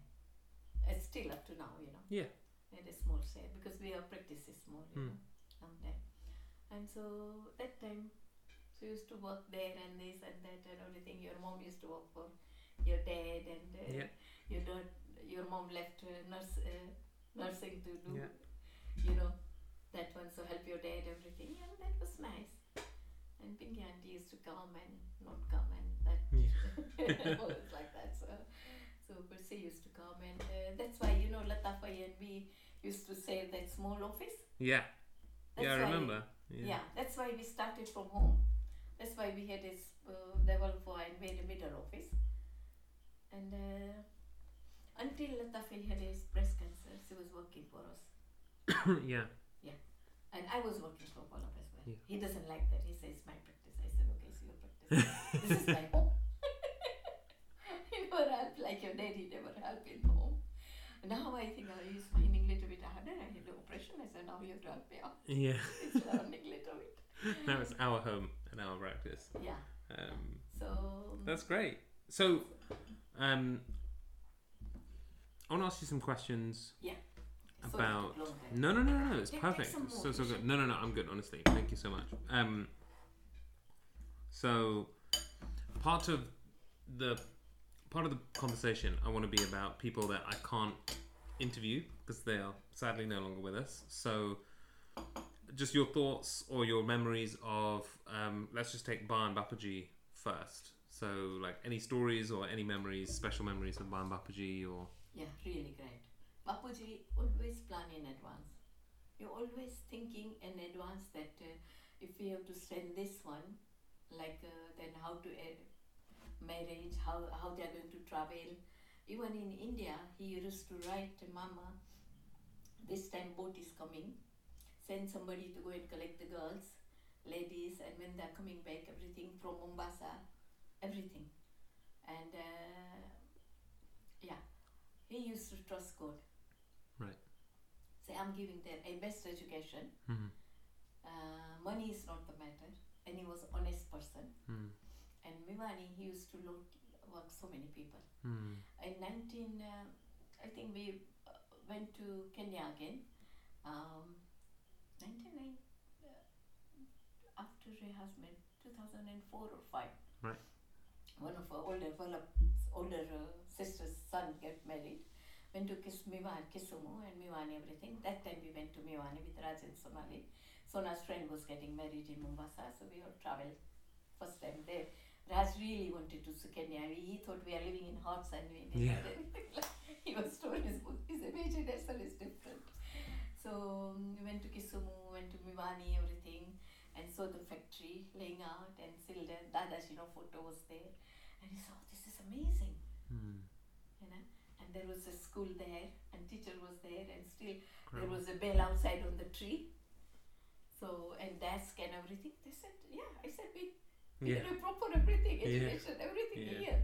S2: It's still up to now, you know.
S1: Yeah.
S2: We had a small share because we our practice is small, you
S1: Mm.
S2: know, down there. And so that time, she used to work there and this and that and everything. Your mom used to work for your dad and uh,
S1: Yeah.
S2: your dad. Your mom left uh, nurse uh, nursing to do,
S1: Yeah.
S2: you know, that one. So help your dad everything. And that was nice. And Pinky auntie used to come and not come and that
S1: Yeah.
S2: always like that. So, so but she used to come and uh, that's why you know Latafai and we used to save that small office.
S1: Yeah.
S2: That's
S1: yeah. I
S2: why-
S1: remember.
S2: Yeah.
S1: Yeah.
S2: that's why we started from home. That's why we had this uh, level four and we had a middle office. And uh, until Latafai had his breast cancer, she was working for us.
S1: Yeah.
S2: And I was working for Pollock as well.
S1: Yeah.
S2: He doesn't like that. He says, my practice. I said, okay, so your practice. this is my home. he never helped like your daddy never helped in home. Now I think I is finding a little bit harder. I had the operation. I said, now you don't pay off.
S1: Yeah.
S2: It's learning little bit.
S1: Now it's our home and our practice.
S2: Yeah.
S1: Um,
S2: So
S1: that's great. So, um, I want to ask you some questions.
S2: so
S1: about-
S2: long time.
S1: No, no, no, no. It's
S2: Take- take
S1: perfect.
S2: some
S1: It's so
S2: more,
S1: so
S2: Isha.
S1: good. No, no, no. I'm good. Honestly, thank you so much. Um, so part of the part of the conversation I want to be about people that I can't interview because they are sadly no longer with us. So just your thoughts or your memories of um, let's just take Bar and Bapaji first. So like any stories or any memories, special memories of Bar and Bapaji or
S2: Yeah, really great. Bapuji always plan in advance. You're always thinking in advance that uh, if we have to send this one, like uh, then how to uh, marriage, how how they are going to travel. Even in India, he used to write to Mama, this time boat is coming. Send somebody to go and collect the girls, ladies, and when they're coming back, everything from Mombasa, everything. And uh, he used to trust God.
S1: Right.
S2: Say, I'm giving them a best education.
S1: Mhm.
S2: Uh, money is not the matter. And he was honest person.
S1: Hmm.
S2: And Mivani, he used to look, work so many people.
S1: Hmm.
S2: In 19, uh, I think we uh, went to Kenya again. Um, 1990, uh, after her husband, 2004 or 5.
S1: Right.
S2: One of her older, one of older uh, sister's son got married. Went to Kis- Mivan, Kisumu and Miwani, everything. That time we went to Miwani with Raj and Sonali. Sona's friend was getting married in Mombasa, so we all traveled first time there. Raj really wanted to see Kenya. He thought we are living in huts and we didn't
S1: Yeah.
S2: have anything like he was told his, his imagination is different. So um, we went to Kisumu, went to Miwani, everything, and saw the factory laying out and still the Dada's, you know, photo was there. And he saw, this is amazing,
S1: Hmm.
S2: you know. And there was a school there, and teacher was there, and still there
S1: Great.
S2: was a bell outside on the tree. So, and desk and everything. They said, yeah, I said, we
S1: Yeah.
S2: you know, proper everything,
S1: Yeah.
S2: education, everything
S1: Yeah.
S2: here.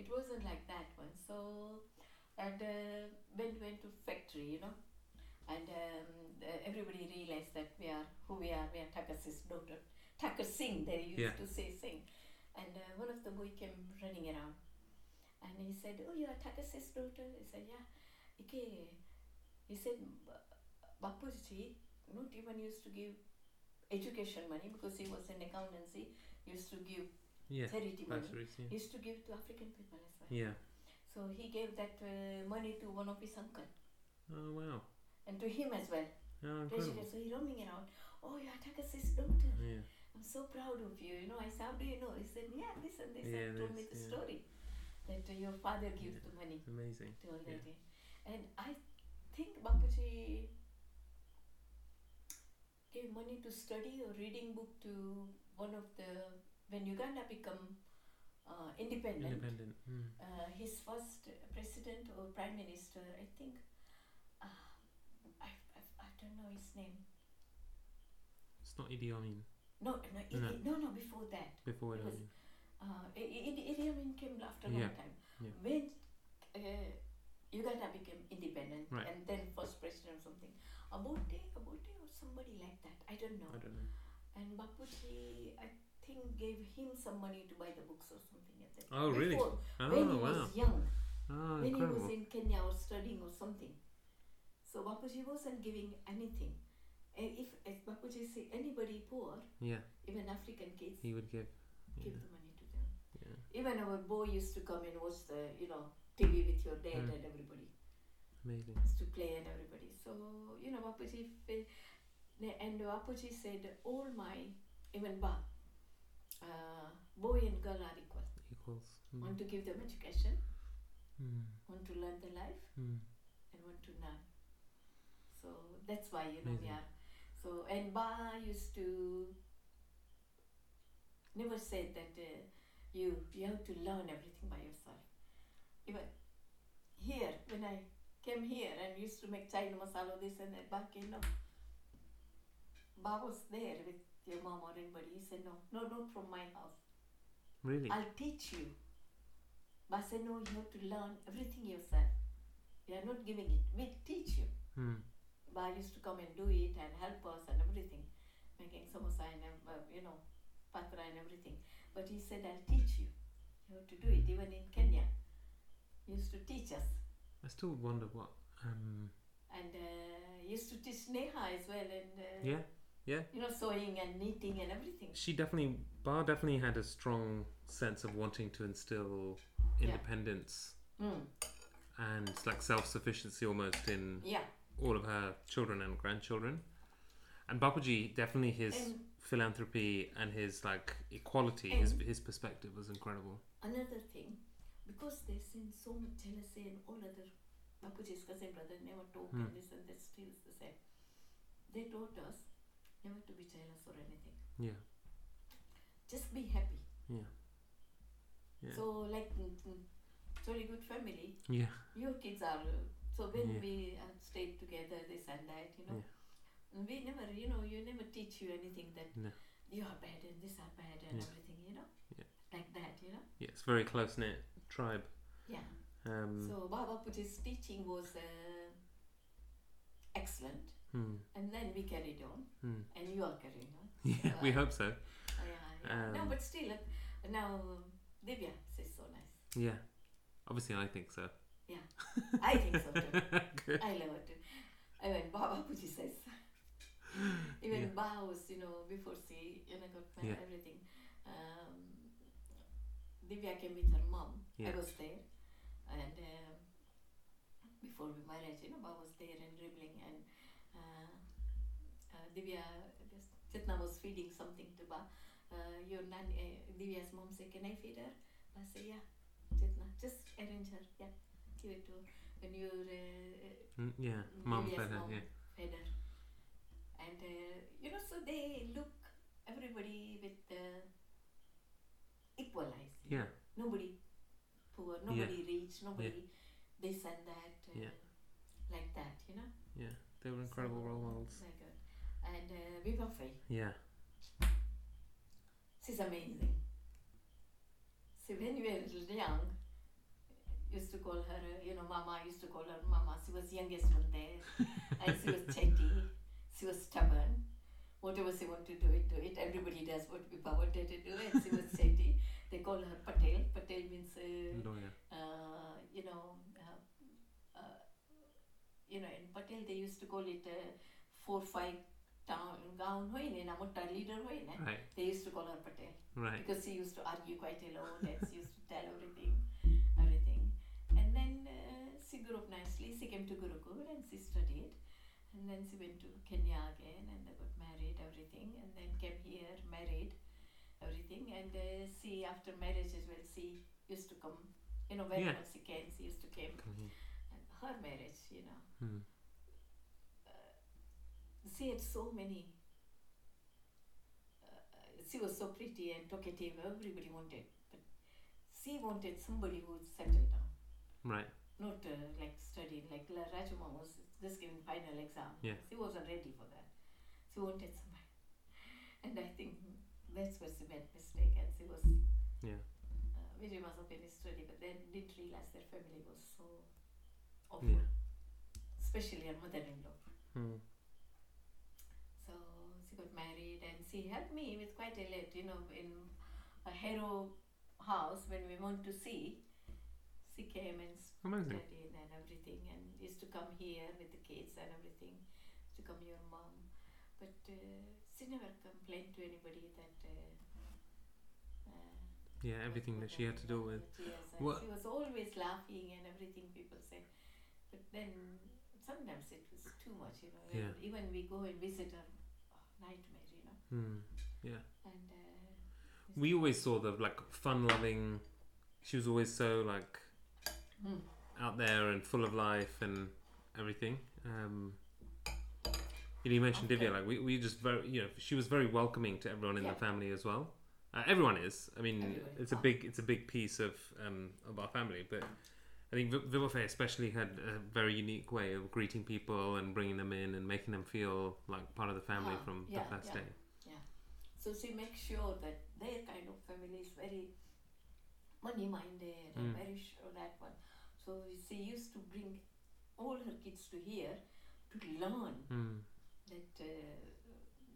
S2: It wasn't like that one. So, and uh, when we went to factory, you know, and um, uh, everybody realized that we are who we are. We are Tucker's daughter, Tucker Singh. They used
S1: Yeah.
S2: to say Singh, and uh, one of the boy came running around, and he said, "Oh, you are Tucker's daughter." I said, "Yeah." Okay. He said, "Ba- Bapuji not even used to give education money because he was in accountancy used to give
S1: Yeah.
S2: charity money.
S1: Batteries, yeah.
S2: Used to give to African people as well.
S1: Yeah.
S2: So he gave that uh, money to one of his uncle
S1: Oh wow.
S2: and to him as well.
S1: Oh, incredible.
S2: Treasurer. So he roaming around. Oh, you attack us his daughter.
S1: Yeah.
S2: I'm so proud of you. You know, I said, how do you know? He said, yeah, this and this.
S1: Yeah,
S2: and told me
S1: that's-
S2: the
S1: yeah.
S2: story that uh, your father gave
S1: Yeah.
S2: the money
S1: Amazing.
S2: to all
S1: Yeah.
S2: that. And I think Bapuji gave money to study or reading book to one of the, when Uganda become uh, independent,
S1: Independent. Mm.
S2: uh, his first president or prime minister, I think, uh, I, I, I don't know his name.
S1: It's not Idi Amin
S2: No, no, Idi, no, no, before that.
S1: before Idi
S2: It was-
S1: Amin.
S2: Uh, I- I- Idi Idi Amin came after a long
S1: Yeah,
S2: time.
S1: yeah.
S2: When uh, Uganda became independent
S1: Right.
S2: and then first president or something, Abote, Abote or somebody like that, I don't know.
S1: I don't know.
S2: And Bapuji, I think, gave him some money to buy the books or something like that.
S1: Oh, really?
S2: Before, when he
S1: Oh wow.
S2: was young.
S1: Oh
S2: when he was
S1: incredible.
S2: in Kenya or studying or something. So Bapuji wasn't giving anything. And if, if Bapuji say anybody poor,
S1: Yeah.
S2: even African kids,
S1: He would give. Yeah.
S2: give the money to them.
S1: Yeah.
S2: Even our boy used to come and watch the, you know, TV with your dad
S1: Mm.
S2: and everybody.
S1: Amazing.
S2: Used to play and everybody. So, you know, Bapuji, fe- ne- and Bapuji said, all my, even Ba, uh, boy and girl are equal.
S1: Equals. Mm.
S2: Want to give them education,
S1: Mm.
S2: want to learn the life,
S1: Mm.
S2: and want to learn. So that's why you know we
S1: Amazing.
S2: are. So and Ba used to never said that uh, you you have to learn everything by yourself. Even here when I came here and used to make China masala this and that back in no. Ba was there with your mom or anybody. He said no, no, not from my house.
S1: Really.
S2: I'll teach you. But I said, no, you have to learn everything yourself. We are not giving it. We teach you.
S1: Mm.
S2: Ba used to come and do it and help us and everything, making samosa and ev- uh, you know, pakora and everything. But he said, "I'll teach you how to do it." Even in Kenya, he used to teach us,
S1: I still wonder what. Um,
S2: and uh, he used to teach Neha as well, and uh,
S1: yeah,
S2: you know, sewing and knitting and everything.
S1: she definitely Bar definitely had a strong sense of wanting to instill
S2: Yeah.
S1: independence
S2: Mm.
S1: and like self sufficiency almost in
S2: Yeah,
S1: all of her children and grandchildren. And Babaji definitely his
S2: And-
S1: philanthropy and his like equality, his his perspective was incredible.
S2: another thing, because they send so much jealousy and all other Bapuji's cousin brother never talk
S1: Hmm.
S2: and this and that still is the same. They taught us never to be jealous or anything.
S1: Yeah,
S2: Just be happy.
S1: yeah, Yeah.
S2: So like mm, mm, very good family.
S1: yeah.
S2: Your kids are uh, so when
S1: Yeah.
S2: we uh, stayed together this and that, you know. We never, you know, you never teach you anything that
S1: No.
S2: you are bad and this are bad and
S1: Yeah.
S2: everything, you know.
S1: Yeah.
S2: Like that, you know.
S1: Yeah, it's very close knit tribe.
S2: Yeah.
S1: Um,
S2: So Baba Puti's teaching was uh, excellent,
S1: hmm,
S2: and then we carried on,
S1: hmm.
S2: and you are carrying on.
S1: Yeah, we hope so.
S2: Uh, yeah, yeah. no,
S1: Um,
S2: but still, uh, now um, Divya says so nice.
S1: Yeah, obviously I think so. Mm,
S2: I think so too.
S1: Good.
S2: I love it too. I mean, Baba Puji says. Even
S1: Yeah.
S2: Ba was, you know, before she, you know, got married,
S1: Yeah.
S2: everything. Um, Divya came with her mom.
S1: Yeah.
S2: I was there, and um, before we married, you know, Ba was there and dribbling, and uh, uh, Divya, I guess Chetna was feeding something to Ba. Uh, your nan, uh, Divya's mom said, "Can I feed her?" I said, "Yeah, Chetna, just arrange her. Yeah, give it to her when you're." Uh,
S1: Mm, yeah, mum
S2: Yes,
S1: fed her.
S2: mum.
S1: Yeah,
S2: better. And uh, you know, so they look everybody with uh, equal eyes.
S1: yeah.
S2: Nobody poor, nobody rich, nobody this and that, uh,
S1: Yeah.
S2: like that. You know,
S1: Yeah, they were incredible
S2: So,
S1: role models.
S2: My God. And uh, Viva Faye,
S1: Yeah,
S2: she's amazing. See, when we were young, used to call her, uh, you know, Mama used to call her Mama. She was youngest one there. and she was chatty. She was stubborn. Whatever she wanted to do, it do it. Everybody does what Vipa wanted to do, and she was chatty. They call her Patel. Patel means, uh,
S1: lawyer.
S2: uh, you know, uh, uh, you know. In Patel, they used to call it uh, four five town gown hoy ne na motta leader hoy ne.
S1: Right,
S2: They used to call her Patel
S1: right.
S2: because she used to argue quite a lot and she used to tell everything, everything. And then uh, she grew up nicely. She came to Gurukul and she studied. And then she went to Kenya again and they got married, everything. And then came here, married, everything. And uh, she, after marriage as well, she used to come, you know, whenever she can, she used to came.
S1: Come here.
S2: And her marriage, you know,
S1: Hmm.
S2: she had so many. Uh, she was so pretty and talkative. Everybody wanted, but she wanted somebody who would settle down,
S1: Right,
S2: not uh, like studying. Like La Rajuma was just giving final exam.
S1: Yeah.
S2: She wasn't ready for that. She wanted somebody, and I think that's where she made mistake, and she was.
S1: Yeah.
S2: Uh, Vijay must have been his study, but then didn't realize their family was so awful,
S1: Yeah.
S2: especially her mother-in-law.
S1: hmm.
S2: So she got married and she helped me with quite a lot, you know, in a hero house when we want to see. She came and
S1: amazing.
S2: studied and everything and used to come here with the kids and everything, to come your mom. But uh, she never complained to anybody that. Uh, uh,
S1: Yeah, everything that she had to deal with.
S2: Yes, and
S1: What-
S2: she was always laughing and everything people say. But then sometimes it was too much, you know.
S1: Yeah.
S2: Even we go and visit her, oh, nightmare, you know.
S1: Hmm.
S2: And uh,
S1: We always saw the like fun-loving. She was always so like
S2: Hmm.
S1: out there and full of life and everything. Um, you, know, you mentioned
S2: Okay.
S1: Divya, like we, we just very you know she was very welcoming to everyone in
S2: Yeah.
S1: the family as well. Uh, everyone is. I mean,
S2: Everyone.
S1: it's a big it's a big piece of um, of our family, but. I think Vi- Vivafay especially had a very unique way of greeting people and bringing them in and making them feel like part of the family
S2: Ah,
S1: from
S2: yeah,
S1: the first
S2: yeah.
S1: day.
S2: so she makes sure that their kind of family is very money minded and
S1: Mm.
S2: very sure that one. So she used to bring all her kids to here to learn
S1: Mm.
S2: that uh,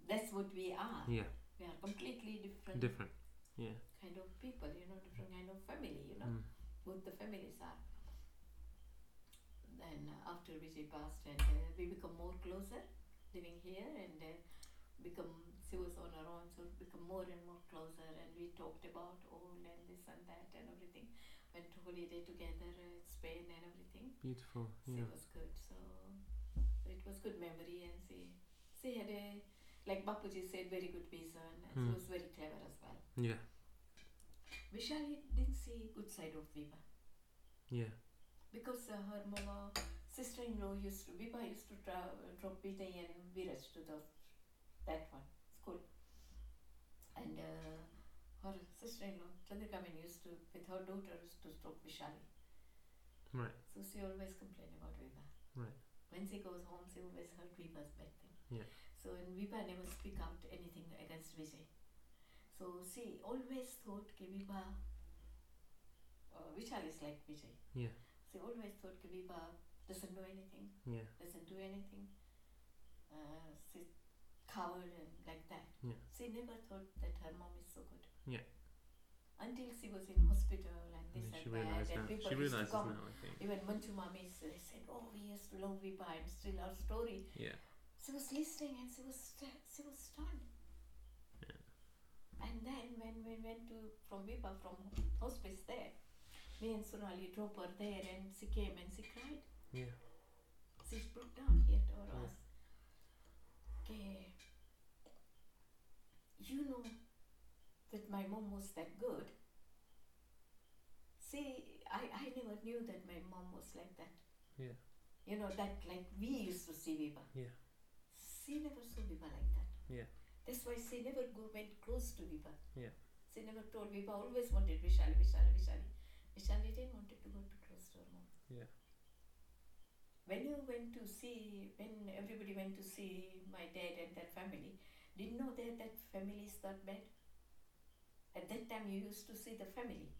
S2: that's what we are.
S1: Yeah.
S2: We are completely different
S1: Different. Yeah.
S2: kind of people, you know, different kind of family, you know,
S1: Mm.
S2: both the families are. Then uh, after Vijay passed, and uh, we become more closer living here, and uh, become she was on her own, so become more and more closer, and we talked about all and this and that and everything. Went to holiday together, uh, Spain and everything.
S1: Beautiful.
S2: So
S1: Yeah.
S2: it was good. So, so it was good memory, and she she had a like Bapuji said, very good vision, and she
S1: Mm.
S2: was very clever as well.
S1: Yeah.
S2: Vishal he didn't see good side of Viva
S1: Yeah.
S2: because uh, her mama sister-in-law used to Viva used to tra- drop Vijay and Viraj to the that one school, and uh, her sister-in-law Chandrakaman used to with her daughter used to drop Vishali.
S1: Right.
S2: So she always complained about Viva.
S1: Right.
S2: When she goes home, she always heard Viva's bad thing.
S1: Yeah.
S2: So and Viva never speak out anything against Vijay. So she always thought that Viva, uh, Vishal is like Vijay.
S1: Yeah.
S2: She always thought that Viva doesn't know anything,
S1: Yeah.
S2: doesn't do anything. Uh, she's coward and like that.
S1: Yeah.
S2: She never thought that her mom is so good.
S1: Yeah.
S2: Until she was in hospital and
S1: I
S2: this
S1: mean,
S2: and
S1: she
S2: that,
S1: realized
S2: and
S1: now.
S2: people
S1: She
S2: used to
S1: realizes now.
S2: come
S1: I think.
S2: even Manchu Mami s- said, "Oh, we used to love Viva and still our story."
S1: Yeah.
S2: She was listening and she was st- she was stunned. And then when we went to from Viva from hospice there, me and Sonali drove her there and she came and she cried.
S1: Yeah.
S2: She broke down here to
S1: Yeah.
S2: us. Okay. You know that my mom was that good. See, I, I never knew that my mom was like that.
S1: Yeah.
S2: You know, that like we used to see Viva.
S1: Yeah.
S2: She never saw Viva like that.
S1: Yeah.
S2: That's why she never go, went close to Viva.
S1: Yeah.
S2: She never told Viva, always wanted Vishali, Vishali, Vishali. Vishali didn't want to go too close to her mom.
S1: Yeah.
S2: When you went to see, when everybody went to see my dad and their family, didn't know that that family is that bad. At that time, you used to see the family,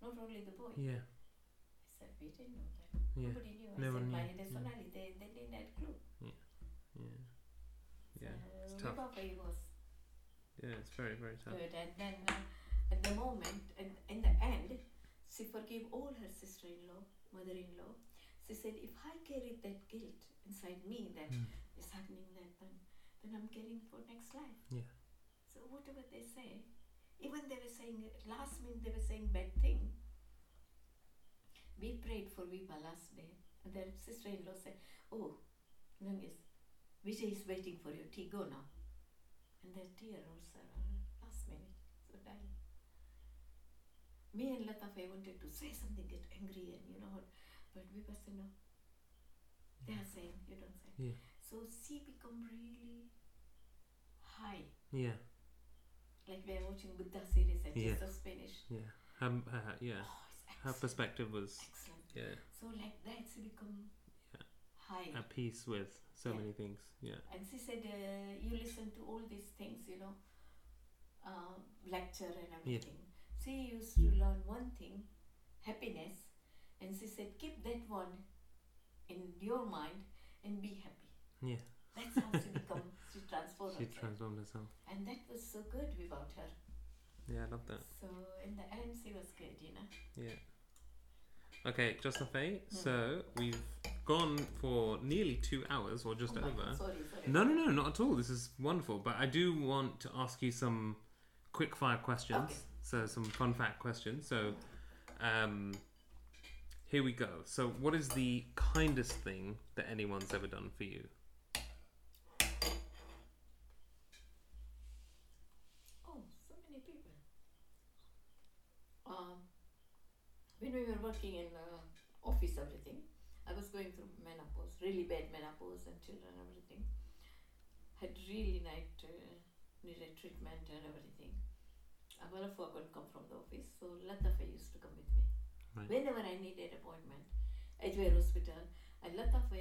S2: not only the boy.
S1: Yeah.
S2: I said, we didn't know that.
S1: Yeah.
S2: Nobody knew. I
S1: Never
S2: said,
S1: knew,
S2: By the
S1: yeah.
S2: Sonali, they, they didn't have clue. Mm-hmm.
S1: Yeah. Yeah.
S2: So,
S1: it's tough.
S2: Baba was
S1: Yeah. It's very very tough.
S2: good. And then uh, at the moment, and in the end, she forgave all her sister-in-law, mother-in-law. She said, if I carried that guilt inside me that
S1: Mm.
S2: is happening that then, then I'm carrying for next life.
S1: Yeah.
S2: So whatever they say, even they were saying, last minute they were saying bad thing. We prayed for Vipa last day. And their sister-in-law said, oh, Nungis, Vijay is waiting for your tea, go now. And their tear also uh, last minute, so dying. Me and Latafe wanted to say something, get angry and you know, but Vipa said no. They are saying, you don't say.
S1: Yeah.
S2: So she become really high.
S1: Yeah.
S2: Like we are watching Buddha series and
S1: Yeah.
S2: Jesus Spanish.
S1: Yeah. Her, her, her- yeah.
S2: Oh, it's
S1: Her
S2: excellent.
S1: perspective was
S2: excellent.
S1: yeah
S2: So like that she become
S1: Yeah.
S2: high.
S1: at peace with so
S2: Yeah.
S1: many things. Yeah.
S2: And she said, uh, you listen to all these things, you know, uh, lecture and everything. She used to learn one thing, happiness, and she said, keep that one in your mind and be happy.
S1: Yeah.
S2: That's how she become, she transformed
S1: She
S2: herself.
S1: transformed herself.
S2: and that was so good without her.
S1: Yeah. I love that.
S2: So in the end, she was good, you know.
S1: Yeah. Okay, Justin Faye.
S2: Mm-hmm.
S1: So we've gone for nearly two hours, or just
S2: Oh my God,
S1: over.
S2: Sorry, sorry.
S1: No, no, no, not at all. This is wonderful. But I do want to ask you some quick fire questions.
S2: Okay.
S1: So some fun fact questions. So, um, here we go. So, what is the kindest thing that anyone's ever done for you?
S2: Oh, so many people. Um, when we were working in uh, office, everything, I was going through menopause, really bad menopause, and children, everything. Had really night uh, needed treatment and everything. Amalafua couldn't come from the office, so Latafa used to come with me.
S1: Right.
S2: Whenever I needed appointment, Edgware Hospital, and Latafa,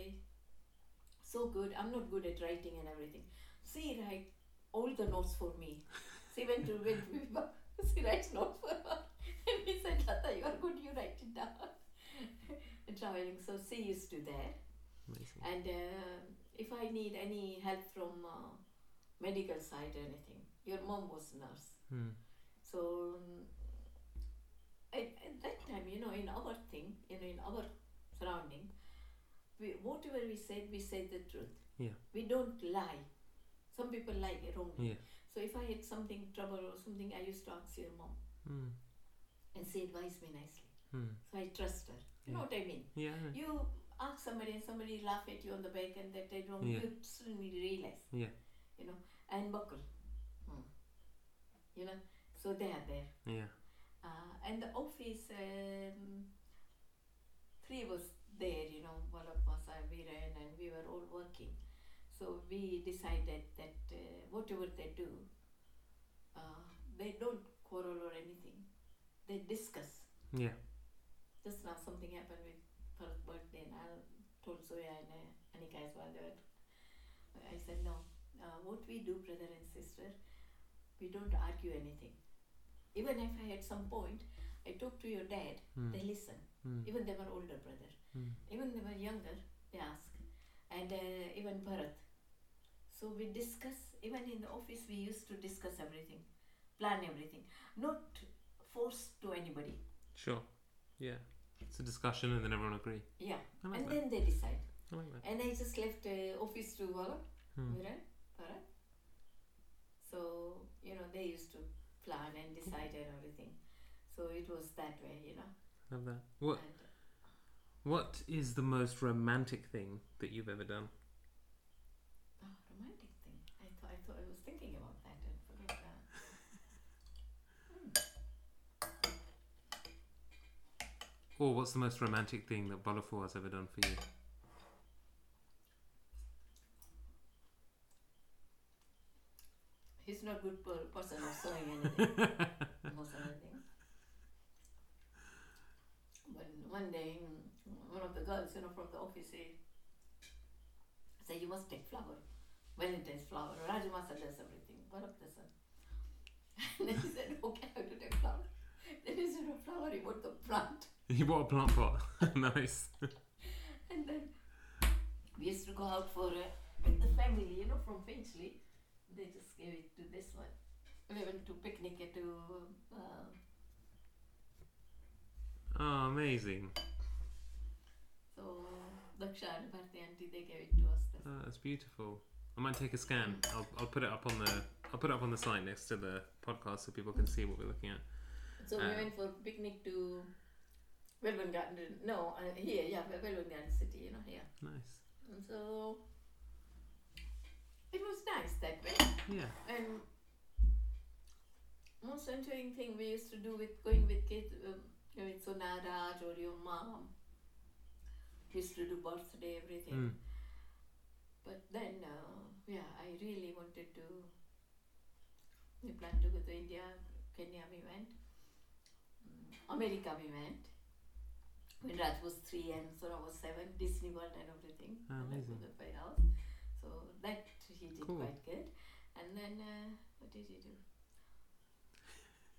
S2: so good. I'm not good at writing and everything. She write all the notes for me. She went to with Viva. She writes notes for her. And we said, Lata, you are good, you write it down. Traveling. So she used to there.
S1: Amazing.
S2: And uh, if I need any help from uh, medical side or anything, your mom was nurse.
S1: Hmm.
S2: So um, at, at that time, you know, in our thing, you know, in our surrounding, we whatever we said, we said the truth.
S1: Yeah.
S2: We don't lie. Some people lie wrongly.
S1: Yeah.
S2: So if I had something trouble or something, I used to ask your mom,
S1: Hmm.
S2: and she advised me nicely.
S1: Hmm.
S2: So I trust her. You know what I mean?
S1: Yeah. I know.
S2: You ask somebody and somebody laugh at you on the back and that they don't
S1: Yeah.
S2: you suddenly realize.
S1: Yeah.
S2: You know, and buckle. Hmm. You know, so they are there.
S1: Yeah.
S2: Uh, and the office, um, three was there, you know, one of us, I, we ran and we were all working. So we decided that uh, whatever they do, uh, they don't quarrel or anything. They discuss.
S1: Yeah.
S2: Just now something happened with her birthday and I told Zoya and uh, Anika as well. They were, I said, no, uh, what we do, brother and sister, we don't argue anything. Even if I had some point, I talked to your dad,
S1: Hmm.
S2: they listen.
S1: Hmm.
S2: Even they were older brother.
S1: Hmm.
S2: Even they were younger, they ask. And uh, even Bharat. So we discuss, even in the office, we used to discuss everything, plan everything. Not forced to anybody.
S1: Sure. Yeah. It's a discussion and then everyone agree.
S2: Yeah.
S1: I like
S2: And
S1: that.
S2: then they decide.
S1: I like that.
S2: And I just left uh, office to Walla,
S1: Hmm.
S2: Viral, Bharat. So, you know, they used to plan and decide and everything. So it was that way, you know.
S1: Love that. What
S2: And,
S1: What is the most romantic thing that you've ever done?
S2: Oh, romantic thing. I thought I thought I was thinking about that and forgot that. Hmm.
S1: Or what's the most romantic thing that Balafour has ever done for you?
S2: He's not good per person of showing anything. most of the things. But one day, mm, one of the girls, you know, from the office, say, say you must take flower, Valentine's flower. Rajamasa does everything. One of the son. And then he said, okay, I have to take flower. Then he said, no flower, he bought the plant.
S1: You bought a plant pot. nice.
S2: And then we used to go out for uh, with the family, you know, from Finchley. They just gave it to this one. We went to picnic at to uh,
S1: Oh, amazing.
S2: so Daksha and Bharti auntie. They gave it to us. This.
S1: Ah, that's beautiful. I might take a scan. I'll, I'll put it up on the I'll put it up on the site next to the podcast so people can see what we're looking at.
S2: So we
S1: Ah.
S2: went for picnic to Welwyn Garden. No, uh, here, yeah, Wel- Welwyn Garden City. You know, here.
S1: Nice.
S2: And so it was nice that way.
S1: Yeah.
S2: And most enjoying thing we used to do with going with kids, um, with Sonaraj or your mom. We used to do birthday, everything.
S1: Mm.
S2: But then, uh, yeah, I really wanted to. We planned to go to India, Kenya, we went. Mm, America, we went. When Raj was three and Sora was seven, Disney World and everything.
S1: Ah,
S2: And that
S1: amazing.
S2: was at my house. So that he did
S1: Cool.
S2: quite good. And then, uh, what did he do?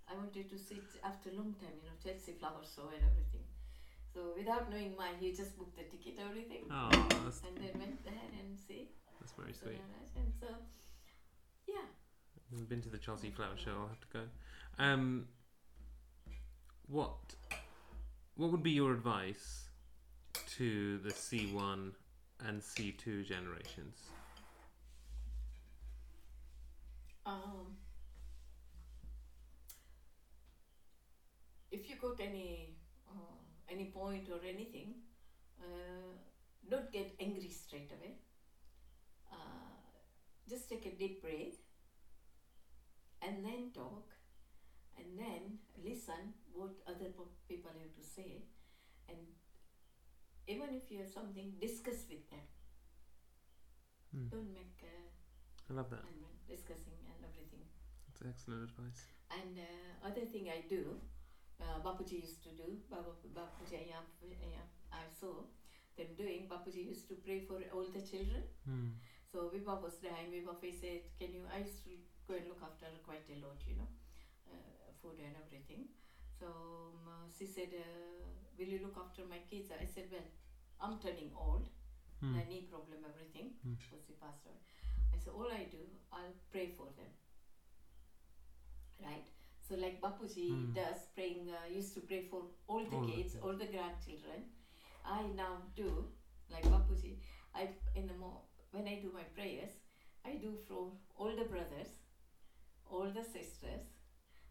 S2: I wanted to sit after a long time, you know, Chelsea Flower Show and everything. So without knowing why, he just booked the ticket, everything.
S1: Oh, that's,
S2: And then went there and see.
S1: that's very
S2: So
S1: sweet.
S2: nice. And so, yeah,
S1: I've been to the Chelsea Flower Show. I'll have to go. Um, what what would be your advice to the C one and C two generations?
S2: um, if you got any uh, any point or anything, uh, don't get angry straight away. Uh, just take a deep breath, and then talk, and then listen what other po- people have to say, and even if you have something, discuss with them.
S1: Hmm.
S2: Don't make. Uh,
S1: I love that.
S2: and when discussing and everything.
S1: That's excellent advice.
S2: And uh, other thing I do, uh, Bapuji used to do, Baba, Bapuji I, I saw them doing, Bapuji used to pray for all the children.
S1: Hmm.
S2: So Viva was dying, Viva said, can you, I used to go and look after her quite a lot, you know, uh, food and everything. So um, uh, she said, uh, will you look after my kids? I said, well, I'm turning old.
S1: Hmm.
S2: my knee problem, everything
S1: Hmm.
S2: was the pastor. I said, all I do, I'll pray for them. Right? So like Bapuji
S1: Hmm.
S2: does, praying, uh, used to pray for all the
S1: All the
S2: kids, all the grandchildren. I now do, like Bapuji, I, in the mo- when I do my prayers, I do for all the brothers, all the sisters,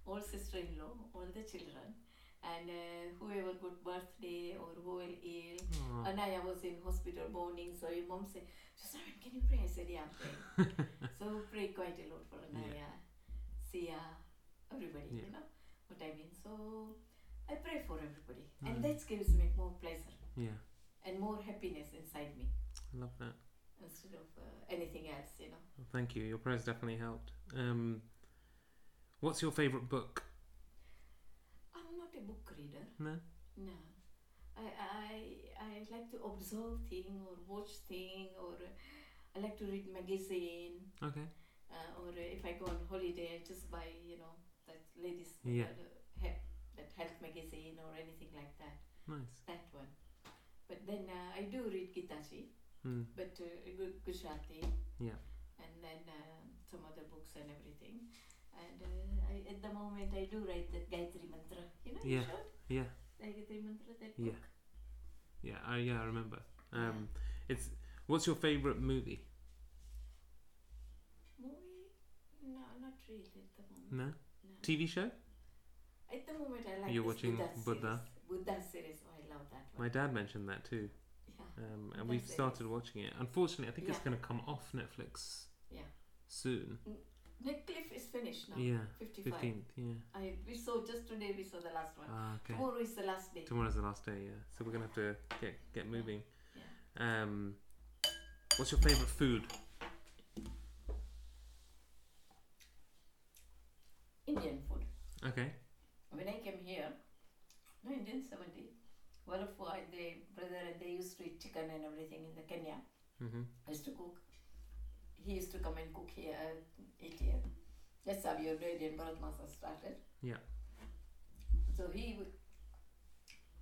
S2: all sister-in-law, all the children, and uh, whoever got birthday or who will ill,
S1: Oh.
S2: Anaya was in hospital morning, so your mom said, Josephine, can you pray? I said, yeah, I'm praying. so we pray quite a lot for Anaya, Sia, everybody, you
S1: Yeah.
S2: know what I mean. So I pray for everybody,
S1: Mm.
S2: and that gives me more pleasure
S1: Yeah,
S2: and more happiness inside me
S1: I love that.
S2: instead of uh, anything else, you know.
S1: Well, thank you. Your prayers definitely helped. Um, what's your favourite book?
S2: I'm not a book reader.
S1: No?
S2: No. I, I, I like to observe thing or watch thing or uh, I like to read magazine.
S1: Okay.
S2: uh, or if I go on holiday, I just buy you know that ladies
S1: Yeah.
S2: uh, he- that health magazine or anything like that.
S1: Nice.
S2: That one. But then uh, I do read Gitaji,
S1: Hmm.
S2: but uh, Gu- Gujarati.
S1: Yeah.
S2: And then um some other books and everything. And uh, I, at the moment, I do write that Gayatri Mantra. You know,
S1: Yeah.
S2: you showed
S1: Yeah.
S2: Gayatri Mantra that
S1: Yeah.
S2: book.
S1: Yeah, I, yeah, I remember. Um, it's what's your favorite movie?
S2: Movie? No, not really at the moment.
S1: No,
S2: No.
S1: TV show.
S2: At the moment, I like
S1: You're
S2: this
S1: watching
S2: Buddha,
S1: Buddha?
S2: series. Buddha series. Oh, I love that one.
S1: My dad mentioned that too,
S2: yeah.
S1: um, and
S2: That's
S1: we've
S2: it.
S1: started watching it. Unfortunately, I think it's
S2: Yeah.
S1: going to come off Netflix.
S2: Yeah.
S1: Soon.
S2: Nick Cliff is finished now.
S1: Yeah.
S2: 55.
S1: Fifteenth. Yeah.
S2: I, we saw just today, we saw the last one.
S1: Ah, okay.
S2: Tomorrow is the last day.
S1: Tomorrow's the last day. Yeah. So we're going to have to get get moving.
S2: Yeah.
S1: Um, what's your favorite food?
S2: Indian food.
S1: Okay.
S2: When I came here, 1970, one of my they, brother and they used to eat chicken and everything in the Kenya.
S1: Mm-hmm.
S2: I used to cook. He used to come and cook here, uh, eat here. That's how your Indian Bharat Masa started.
S1: Yeah.
S2: So he would,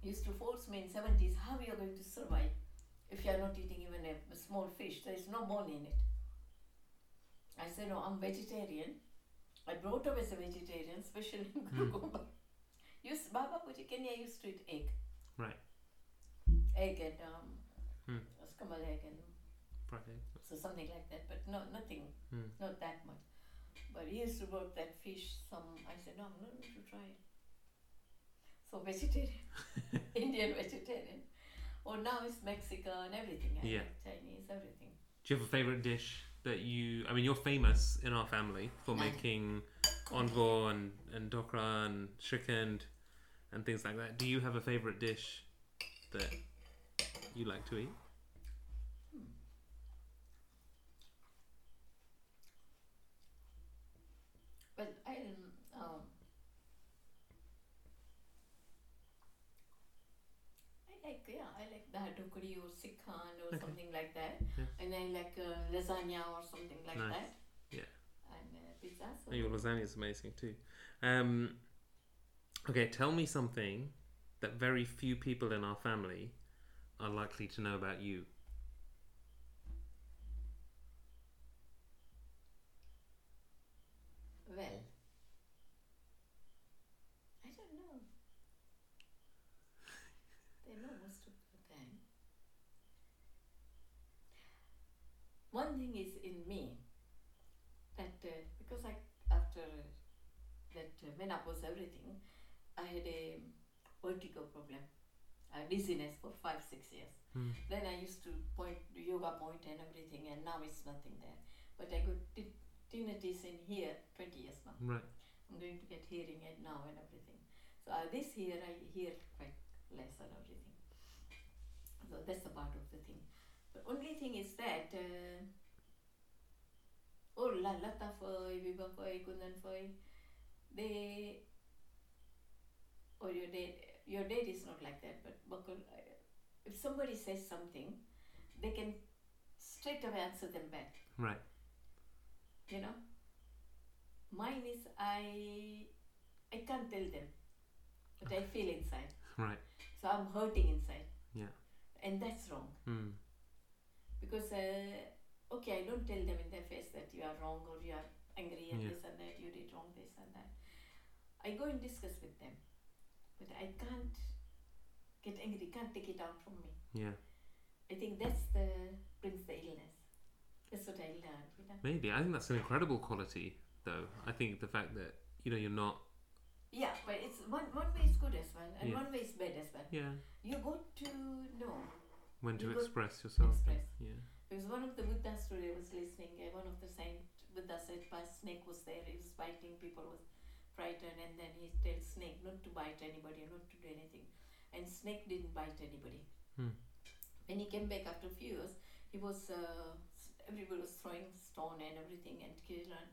S2: used to force me in 70s, how you are going to survive if you are not eating even a, a small fish? There is no bone in it. I said, no, I'm vegetarian. I brought up as a vegetarian, especially in
S1: Mm.
S2: Kukumba. Used, Baba Puji Kenya used to eat egg.
S1: Right.
S2: Egg and um,
S1: Mm.
S2: scrambled egg and
S1: Friday.
S2: so something like that, but no, nothing,
S1: Mm.
S2: not that much. But he used to work that fish. Some I said, no, I'm not going to try it. So vegetarian, Indian vegetarian, or now it's Mexican, everything. I
S1: Yeah.
S2: like Chinese, everything.
S1: Do you have a favorite dish that you? I mean, you're famous in our family for
S2: No.
S1: making onvo and and dokra and shrikhand and things like that. Do you have a favorite dish that you like to eat?
S2: But I didn't. Um, I like yeah, I like that dokri or sikhan or
S1: Okay.
S2: something like that,
S1: Yeah.
S2: and I like uh, lasagna or something like
S1: Nice.
S2: that.
S1: Yeah.
S2: And uh, pizza. So
S1: Oh, your lasagna is amazing too. Um, okay, tell me something that very few people in our family are likely to know about you.
S2: well, I don't know. They know most of the time. One thing is in me that uh, because I after that uh, menopause everything, I had a vertigo problem, a dizziness for five six years.
S1: Hmm.
S2: Then I used to point yoga point and everything, and now it's nothing there. But I got t- tinnitus in here twenty years now.
S1: Right.
S2: I'm going to get hearing aid now and everything. So uh, this year I hear quite less and everything. So that's the part of the thing. The only thing is that, uh, oh la lata foi, viva foi, kundan foi, they, or your dad, your dad is not like that, but bakul, uh, if somebody says something, they can straight away answer them back
S1: Right.
S2: you know mine is i i can't tell them but i feel inside
S1: Right.
S2: so i'm hurting inside
S1: Yeah.
S2: and that's wrong
S1: Mm.
S2: because uh, okay, I don't tell them in their face that you are wrong or you are angry and
S1: Yeah.
S2: this and that you did wrong this and that. I go and discuss with them, but I can't get angry, can't take it out from me.
S1: Yeah.
S2: I think that's the brings the illness. That's what I learned, you know.
S1: Maybe. I think that's an incredible quality, though. I think the fact that, you know, you're not.
S2: Yeah, but it's one one way is good as well, and
S1: Yeah.
S2: one way is bad as well.
S1: Yeah.
S2: You got to know
S1: When to
S2: You got-
S1: express yourself.
S2: express.
S1: Yeah.
S2: Because one of the Buddha story I was listening, uh, one of the saint Buddha said, "But snake was there. He was biting people, was frightened, and then he tells snake not to bite anybody, not to do anything." And snake didn't bite anybody.
S1: Hmm.
S2: When he came back after a few years, he was uh, s- everybody was throwing stone and everything and Kiran,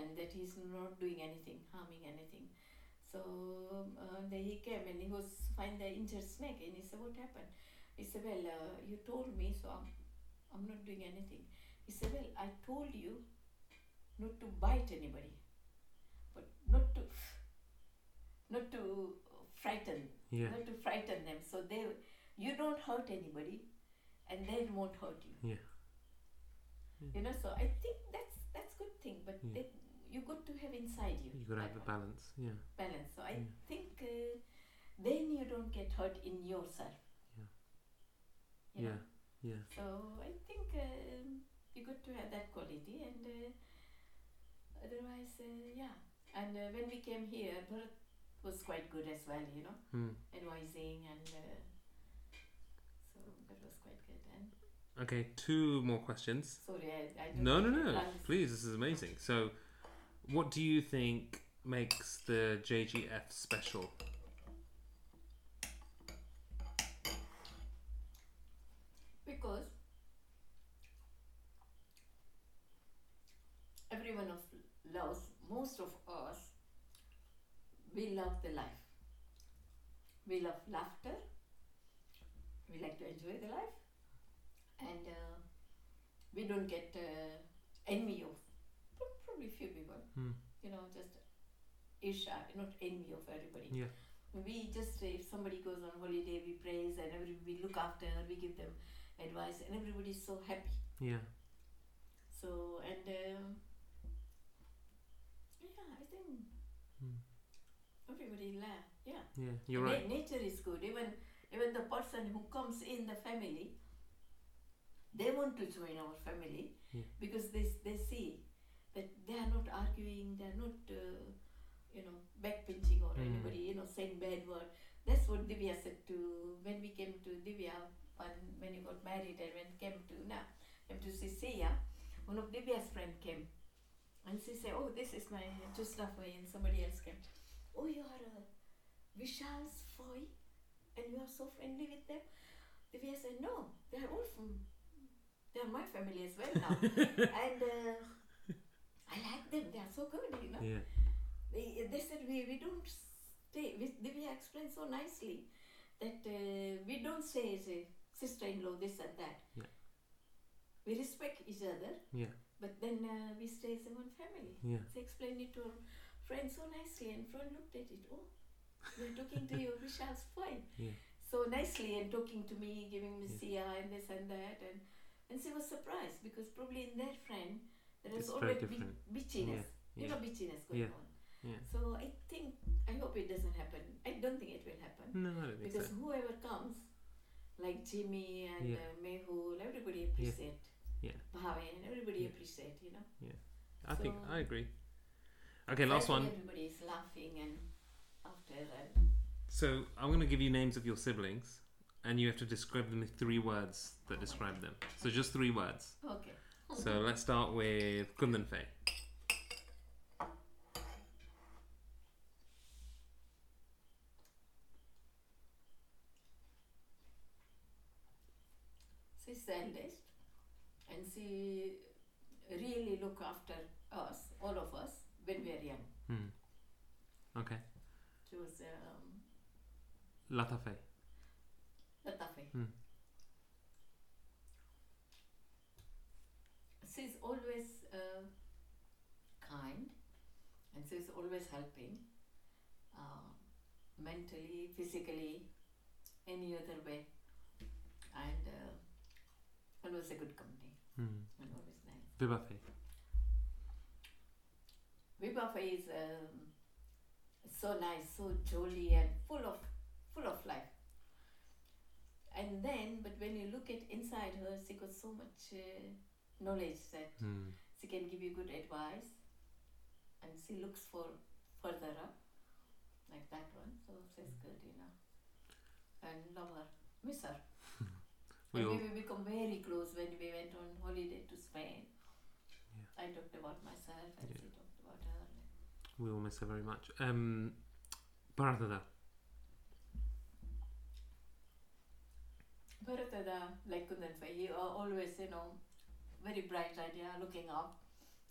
S2: and that he's not doing anything, harming anything. So um, uh, then he came and he was find the injured snake, and he said, "What happened?" He said, "Well, uh, you told me, so I'm I'm not doing anything. He said, Well, I told you not to bite anybody, but not to not to frighten,
S1: Yeah.
S2: not to frighten them. So they, you don't hurt anybody, and they won't hurt you.
S1: Yeah. Yeah.
S2: You know. So I think that's that's good thing, but
S1: Yeah.
S2: that you got to have inside you.
S1: you got to have
S2: that
S1: a
S2: one
S1: balance. Yeah.
S2: balance. So I
S1: Yeah.
S2: think uh, then you don't get hurt in yourself.
S1: Yeah.
S2: You know?
S1: Yeah. Yeah.
S2: So I think um, you got to have that quality, and uh, otherwise, uh, yeah. And uh, when we came here, Bharat was quite good as well, you know,
S1: Hmm.
S2: advising, and uh, so that was quite good. And
S1: Okay, two more questions.
S2: sorry, I, I don't
S1: No, no,
S2: think
S1: no.
S2: I'll-
S1: Please, this is amazing. So, what do you think makes the JGF special?
S2: because everyone of loves most of us we love the life we love laughter we like to enjoy the life and uh, we don't get uh, envy of prob- probably few people
S1: Hmm.
S2: you know just isha not envy of everybody
S1: Yeah.
S2: we just say if somebody goes on holiday we praise and every, we look after we give them advice and everybody's so happy
S1: Yeah.
S2: so and um, yeah i think
S1: Hmm.
S2: everybody laugh yeah
S1: Yeah. You're
S2: Na-
S1: right.
S2: nature is good even even the person who comes in the family they want to join our family
S1: Yeah.
S2: because they, s- they see that they are not arguing they are not uh, you know backpinching or
S1: Mm.
S2: anybody you know saying bad word that's what divya said to when we came to divya when when you got married and when came to now came to Sisiya, one of divya's friend came and she said oh this is my Justafai and somebody else came oh you are a vishal's foy and you are so friendly with them divya said no they are all from they are my family as well now and uh, I like them. They are so good, you know.
S1: Yeah.
S2: They, they said we, we don't stay. We, Divya explained so nicely that uh, we don't stay as a sister-in-law, this and that.
S1: Yeah.
S2: We respect each other,
S1: Yeah.
S2: but then uh, we stay as a one family.
S1: Yeah.
S2: They explained it to her friend so nicely, and friend looked at it. Oh, you're talking to your Vishal's fine.
S1: Yeah.
S2: So nicely, and talking to me, giving me
S1: Yeah.
S2: Sia and this and that, and and she was surprised because probably in their friend there was
S1: It's very
S2: already
S1: different.
S2: bitchiness, you
S1: yeah.
S2: know, bitchiness going
S1: Yeah.
S2: on.
S1: Yeah.
S2: So I think I hope it doesn't happen. I don't think it will happen
S1: No, I don't think
S2: because
S1: so.
S2: whoever comes, like Jimmy and
S1: Yeah.
S2: uh, Mehul, everybody appreciate.
S1: Yeah.
S2: Bhavan, everybody
S1: Yeah.
S2: appreciate, you know.
S1: I think
S2: so-
S1: I agree. Okay, last
S2: So I
S1: one.
S2: think Everybody is laughing and after and
S1: So I'm going to give you names of your siblings, and you have to describe them in three words
S2: Oh
S1: that
S2: my
S1: describe them. So just three words.
S2: okay. Oh.
S1: So let's start with Kundan Fei.
S2: She's the eldest, and she really look after us, all of us, when we are young.
S1: Hmm. Okay.
S2: She was um,
S1: Lata Fei.
S2: Latafe.
S1: Hmm.
S2: She's always uh, kind, and she's always helping, uh, mentally, physically, any other way, and uh, Always a good company.
S1: Hmm.
S2: And always nice.
S1: Vibafe.
S2: Vibafa is um, so nice, so jolly, and full of full of life. And then, but when you look at inside her, she got so much uh, knowledge that
S1: Hmm.
S2: she can give you good advice and she looks for further up like that one so she's good you know and love her miss her
S1: We
S2: and
S1: all,
S2: we will become very close when we went on holiday to spain i talked about myself and
S1: Yeah.
S2: she talked about her
S1: we all miss her very much. Um, Bharatada.
S2: Bharatada, like Kundan Fai, he al- always, you know, very bright idea, looking up.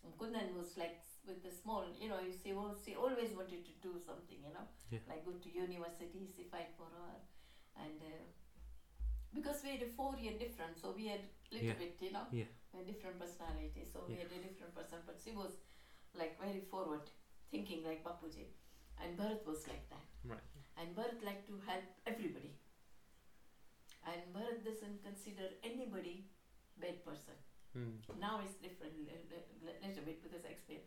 S2: And Kundan was like s- with the small, you know, you see, well, she always wanted to do something, you know,
S1: Yeah.
S2: like go to university, she fight for her. And uh, because we had a four year difference, so we had little
S1: Yeah.
S2: bit, you know,
S1: Yeah.
S2: we had different personality, so we
S1: Yeah.
S2: had a different person, but she was like very forward thinking like Bapuji. And Bharat was like that
S1: Right.
S2: and Bharat like to help everybody. And Bharat doesn't consider anybody bad person.
S1: Mm.
S2: Now it's different a little bit because I explained.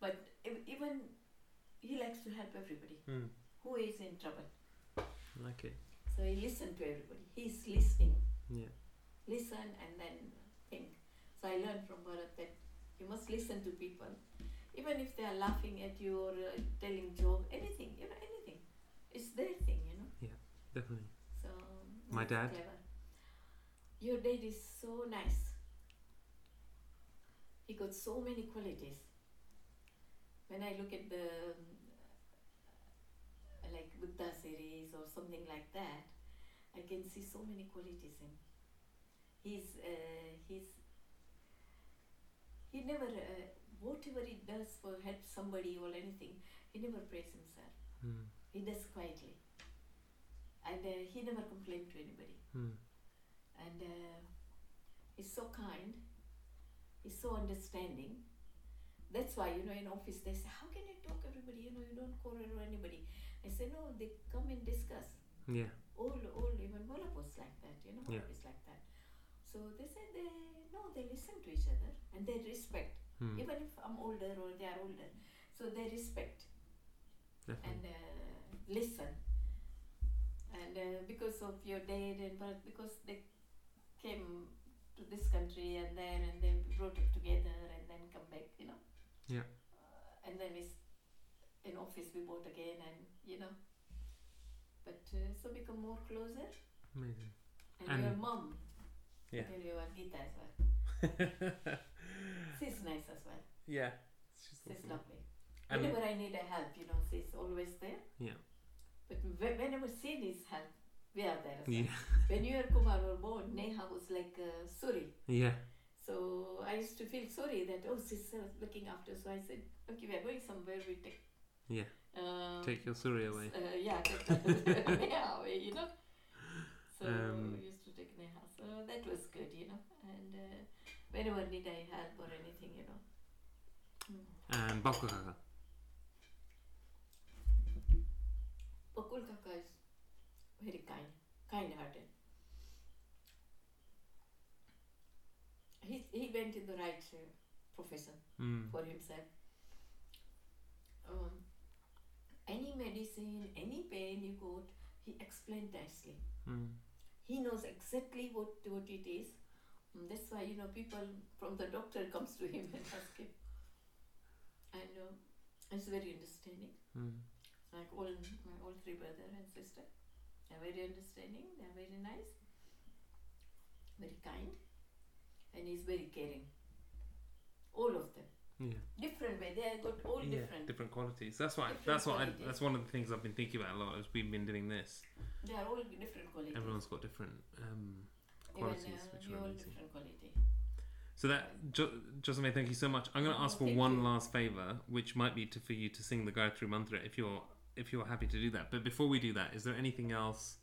S2: But ev- even he likes to help everybody
S1: Mm.
S2: who is in trouble.
S1: I like it.
S2: So he listens to everybody. He's listening.
S1: Yeah.
S2: Listen and then think. So I learned from Bharat that you must listen to people. Even if they are laughing at you or uh, telling joke, anything, you know, anything. It's their thing, you know.
S1: Definitely.
S2: So
S1: My dad?
S2: that's Clever. Your dad is so nice. He got so many qualities. When I look at the um, like Buddha series or something like that, I can see so many qualities in. He's uh, he's he never uh, whatever he does for help somebody or anything, he never praise himself.
S1: Mm.
S2: He does quietly. And uh, he never complained to anybody.
S1: Mm.
S2: And uh, he's so kind. He's so understanding. That's why, you know, in office they say, how can you talk everybody? You know, you don't quarrel with anybody. I say, no, they come and discuss.
S1: Yeah.
S2: All, all, even Volap was like that, you know,
S1: Yeah.
S2: Volap is like that. So they said they, no, they listen to each other and they respect.
S1: Mm.
S2: Even if I'm older or they are older. So they respect
S1: Definitely.
S2: and uh, listen. And uh, because of your dad and birth, because they came to this country and there and then we brought it together and then come back, you know.
S1: Yeah.
S2: Uh, and then it's in office we bought again and you know. But uh, so become more closer.
S1: Amazing.
S2: And,
S1: And-
S2: your mom.
S1: Yeah.
S2: And your Gita as well. She's nice as well.
S1: yeah.
S2: She's lovely.
S1: And
S2: Whenever I need a help, you know, she's always there.
S1: Yeah.
S2: But whe- whenever she needs help, we are there. As well.
S1: yeah,
S2: When you and Kumar were born, Neha was like uh, sorry.
S1: yeah,
S2: So I used to feel sorry that oh she's uh, looking after. So I said okay we are going somewhere we take.
S1: Yeah.
S2: Um,
S1: take your Surrey away.
S2: Uh, yeah. Take Neha away, you know. So
S1: Um,
S2: we used to take Neha. So that was good, you know. And uh, whenever need I help or anything, you know. Mm.
S1: And Bakukaka.
S2: Bakul Kaka is very kind, kind-hearted. He he went in the right uh, profession.
S1: Mm.
S2: for himself. Um, any medicine, any pain you got, he explained nicely.
S1: Mm.
S2: He knows exactly what, what it is. And that's why, you know, people from the doctor comes to him and ask him. And um, it's very understanding.
S1: Mm.
S2: Like all my all three brother and sister, they're very understanding. They're very nice, very kind, and he's very caring. All of them
S1: Yeah.
S2: different way. They got all
S1: yeah,
S2: different.
S1: different qualities. That's why.
S2: Different
S1: that's what. I,
S2: qualities.
S1: that's one of the things I've been thinking about a lot as we've been doing this.
S2: They are all different quality.
S1: Everyone's got different um, qualities,
S2: Even, uh,
S1: which
S2: we
S1: are
S2: all
S1: amazing.
S2: different quality.
S1: So that, jo- Josame, thank you so much. I'm going to
S2: Oh,
S1: ask for
S2: thank
S1: one
S2: you.
S1: last favor, which might be to, for you to sing the Gayatri Mantra if you're if you're happy to do that. But before we do that, is there anything else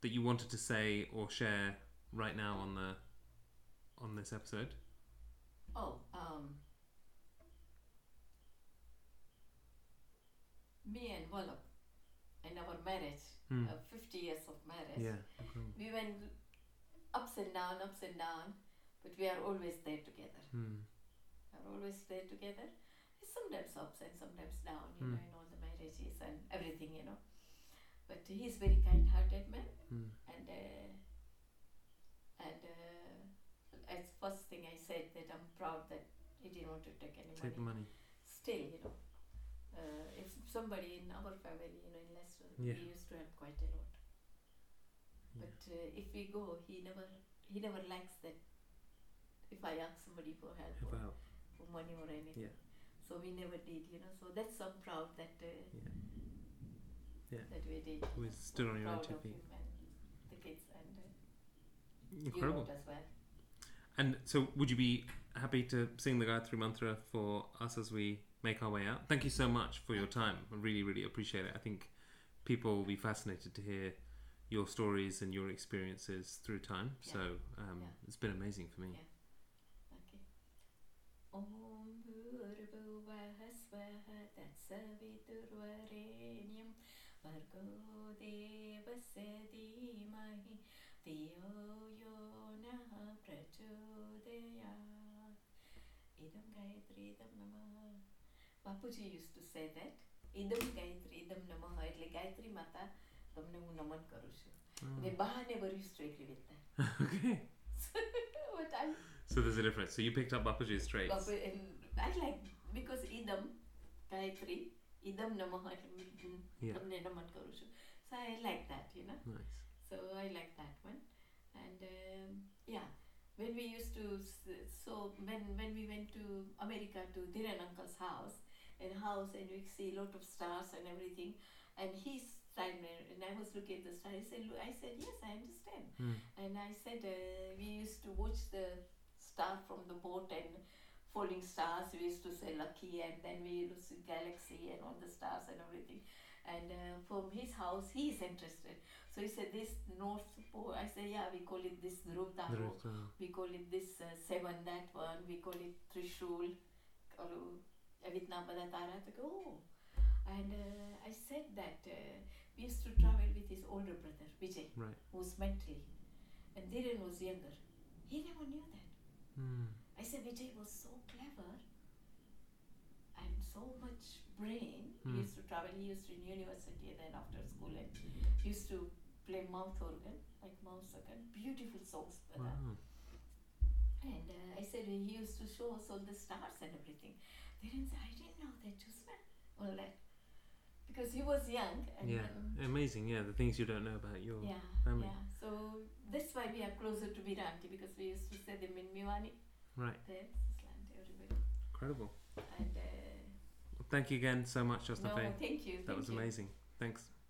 S1: that you wanted to say or share right now on the on this episode?
S2: Oh, um, me and Wallop, in our marriage,
S1: Hmm.
S2: uh, 50 years of marriage,
S1: Yeah.
S2: we went ups and down, ups and down, But we are always there together.
S1: Hmm.
S2: We are always there together. It's sometimes ups and sometimes down, you
S1: Mm.
S2: know, in all the marriages and everything, you know. But he's very kind-hearted man,
S1: Hmm.
S2: and uh, and uh, as first thing I said that I'm proud that he didn't want to take any
S1: Take the
S2: money.
S1: money.
S2: Still, you know, uh, if somebody in our family, you know, in Leicester,
S1: Yeah.
S2: he used to have quite a lot.
S1: Yeah.
S2: But uh, if we go, he never he never likes that. If I ask somebody for help
S1: Help
S2: or
S1: out.
S2: for money or anything,
S1: Yeah.
S2: so we never did, you know. So that's I'm proud that uh,
S1: Yeah. Yeah.
S2: that we did.
S1: Always stood on your own
S2: proud
S1: two
S2: of
S1: feet.
S2: him and the kids and uh,
S1: Incredible.
S2: Europe as well.
S1: And so, would you be happy to sing the Gayatri Mantra for us as we make our way out? Thank you so much for your time. I really, really appreciate it. I think people will be fascinated to hear your stories and your experiences through time.
S2: Yeah.
S1: So, um,
S2: Yeah.
S1: it's been amazing for me.
S2: Yeah. Okay. Om Bhurbhuvah Swaha Tatsaviturvarenyam Bhargo Devasya Dhimahi Dhiyo Yo Nah Prachodayat Idam Gayatri Idam Namaha બાપુજી used to say that ઇદમ ગાયત્રી ઇદમ નમઃ એટલે ગાયત્રી માતા તમને હું નમન કરું છું ને બહાને ભર્યું straightly with
S1: Okay.
S2: But I,
S1: So, there's a difference. So, you picked up Bapuji's traits.
S2: but we- and I like because idam Gayatri idam namaha mm,
S1: Yeah.
S2: તમને નમન કરું છું so I like that you know
S1: Nice.
S2: so I like that one and um, yeah when we used to s- so when when we went to America to Dhiran uncle's house and house and we see a lot of stars and everything and he's and I was looking at the stars I said, "Look," I said yes I understand
S1: Hmm.
S2: and I said uh, we used to watch the star from the boat and falling stars. We used to say lucky, and then we used to galaxy and all the stars and everything. And uh, from his house, he is interested. So he said this North Pole. I said yeah, we call it this
S1: The
S2: Dhruv
S1: rest, uh,
S2: we call it this uh, seven that one we call it trishul or vitna bada tara to go and uh, i said that uh, we used to travel with his older brother vijay
S1: Right.
S2: who's mentally and dhiran was younger he never knew that
S1: hmm.
S2: i said vijay was so clever and so much brain he
S1: Hmm.
S2: used to travel he used to in university and then after school and used to play mouth organ like mouth organ beautiful songs for
S1: Wow.
S2: that and uh, I said, he used to show us all the stars and everything. They didn't say, I didn't know that just now. All that. Because he was young. And
S1: Yeah.
S2: Then,
S1: Amazing. Yeah. The things you don't know about your.
S2: yeah.
S1: Family.
S2: Yeah. So that's why we are closer to Biranti because we used to say them in Miwani.
S1: Right.
S2: There, Sisland, everybody.
S1: Incredible.
S2: And uh,
S1: Thank you again so much, Justin
S2: no,
S1: Faye.
S2: thank you.
S1: That
S2: thank
S1: was
S2: you.
S1: amazing. Thanks.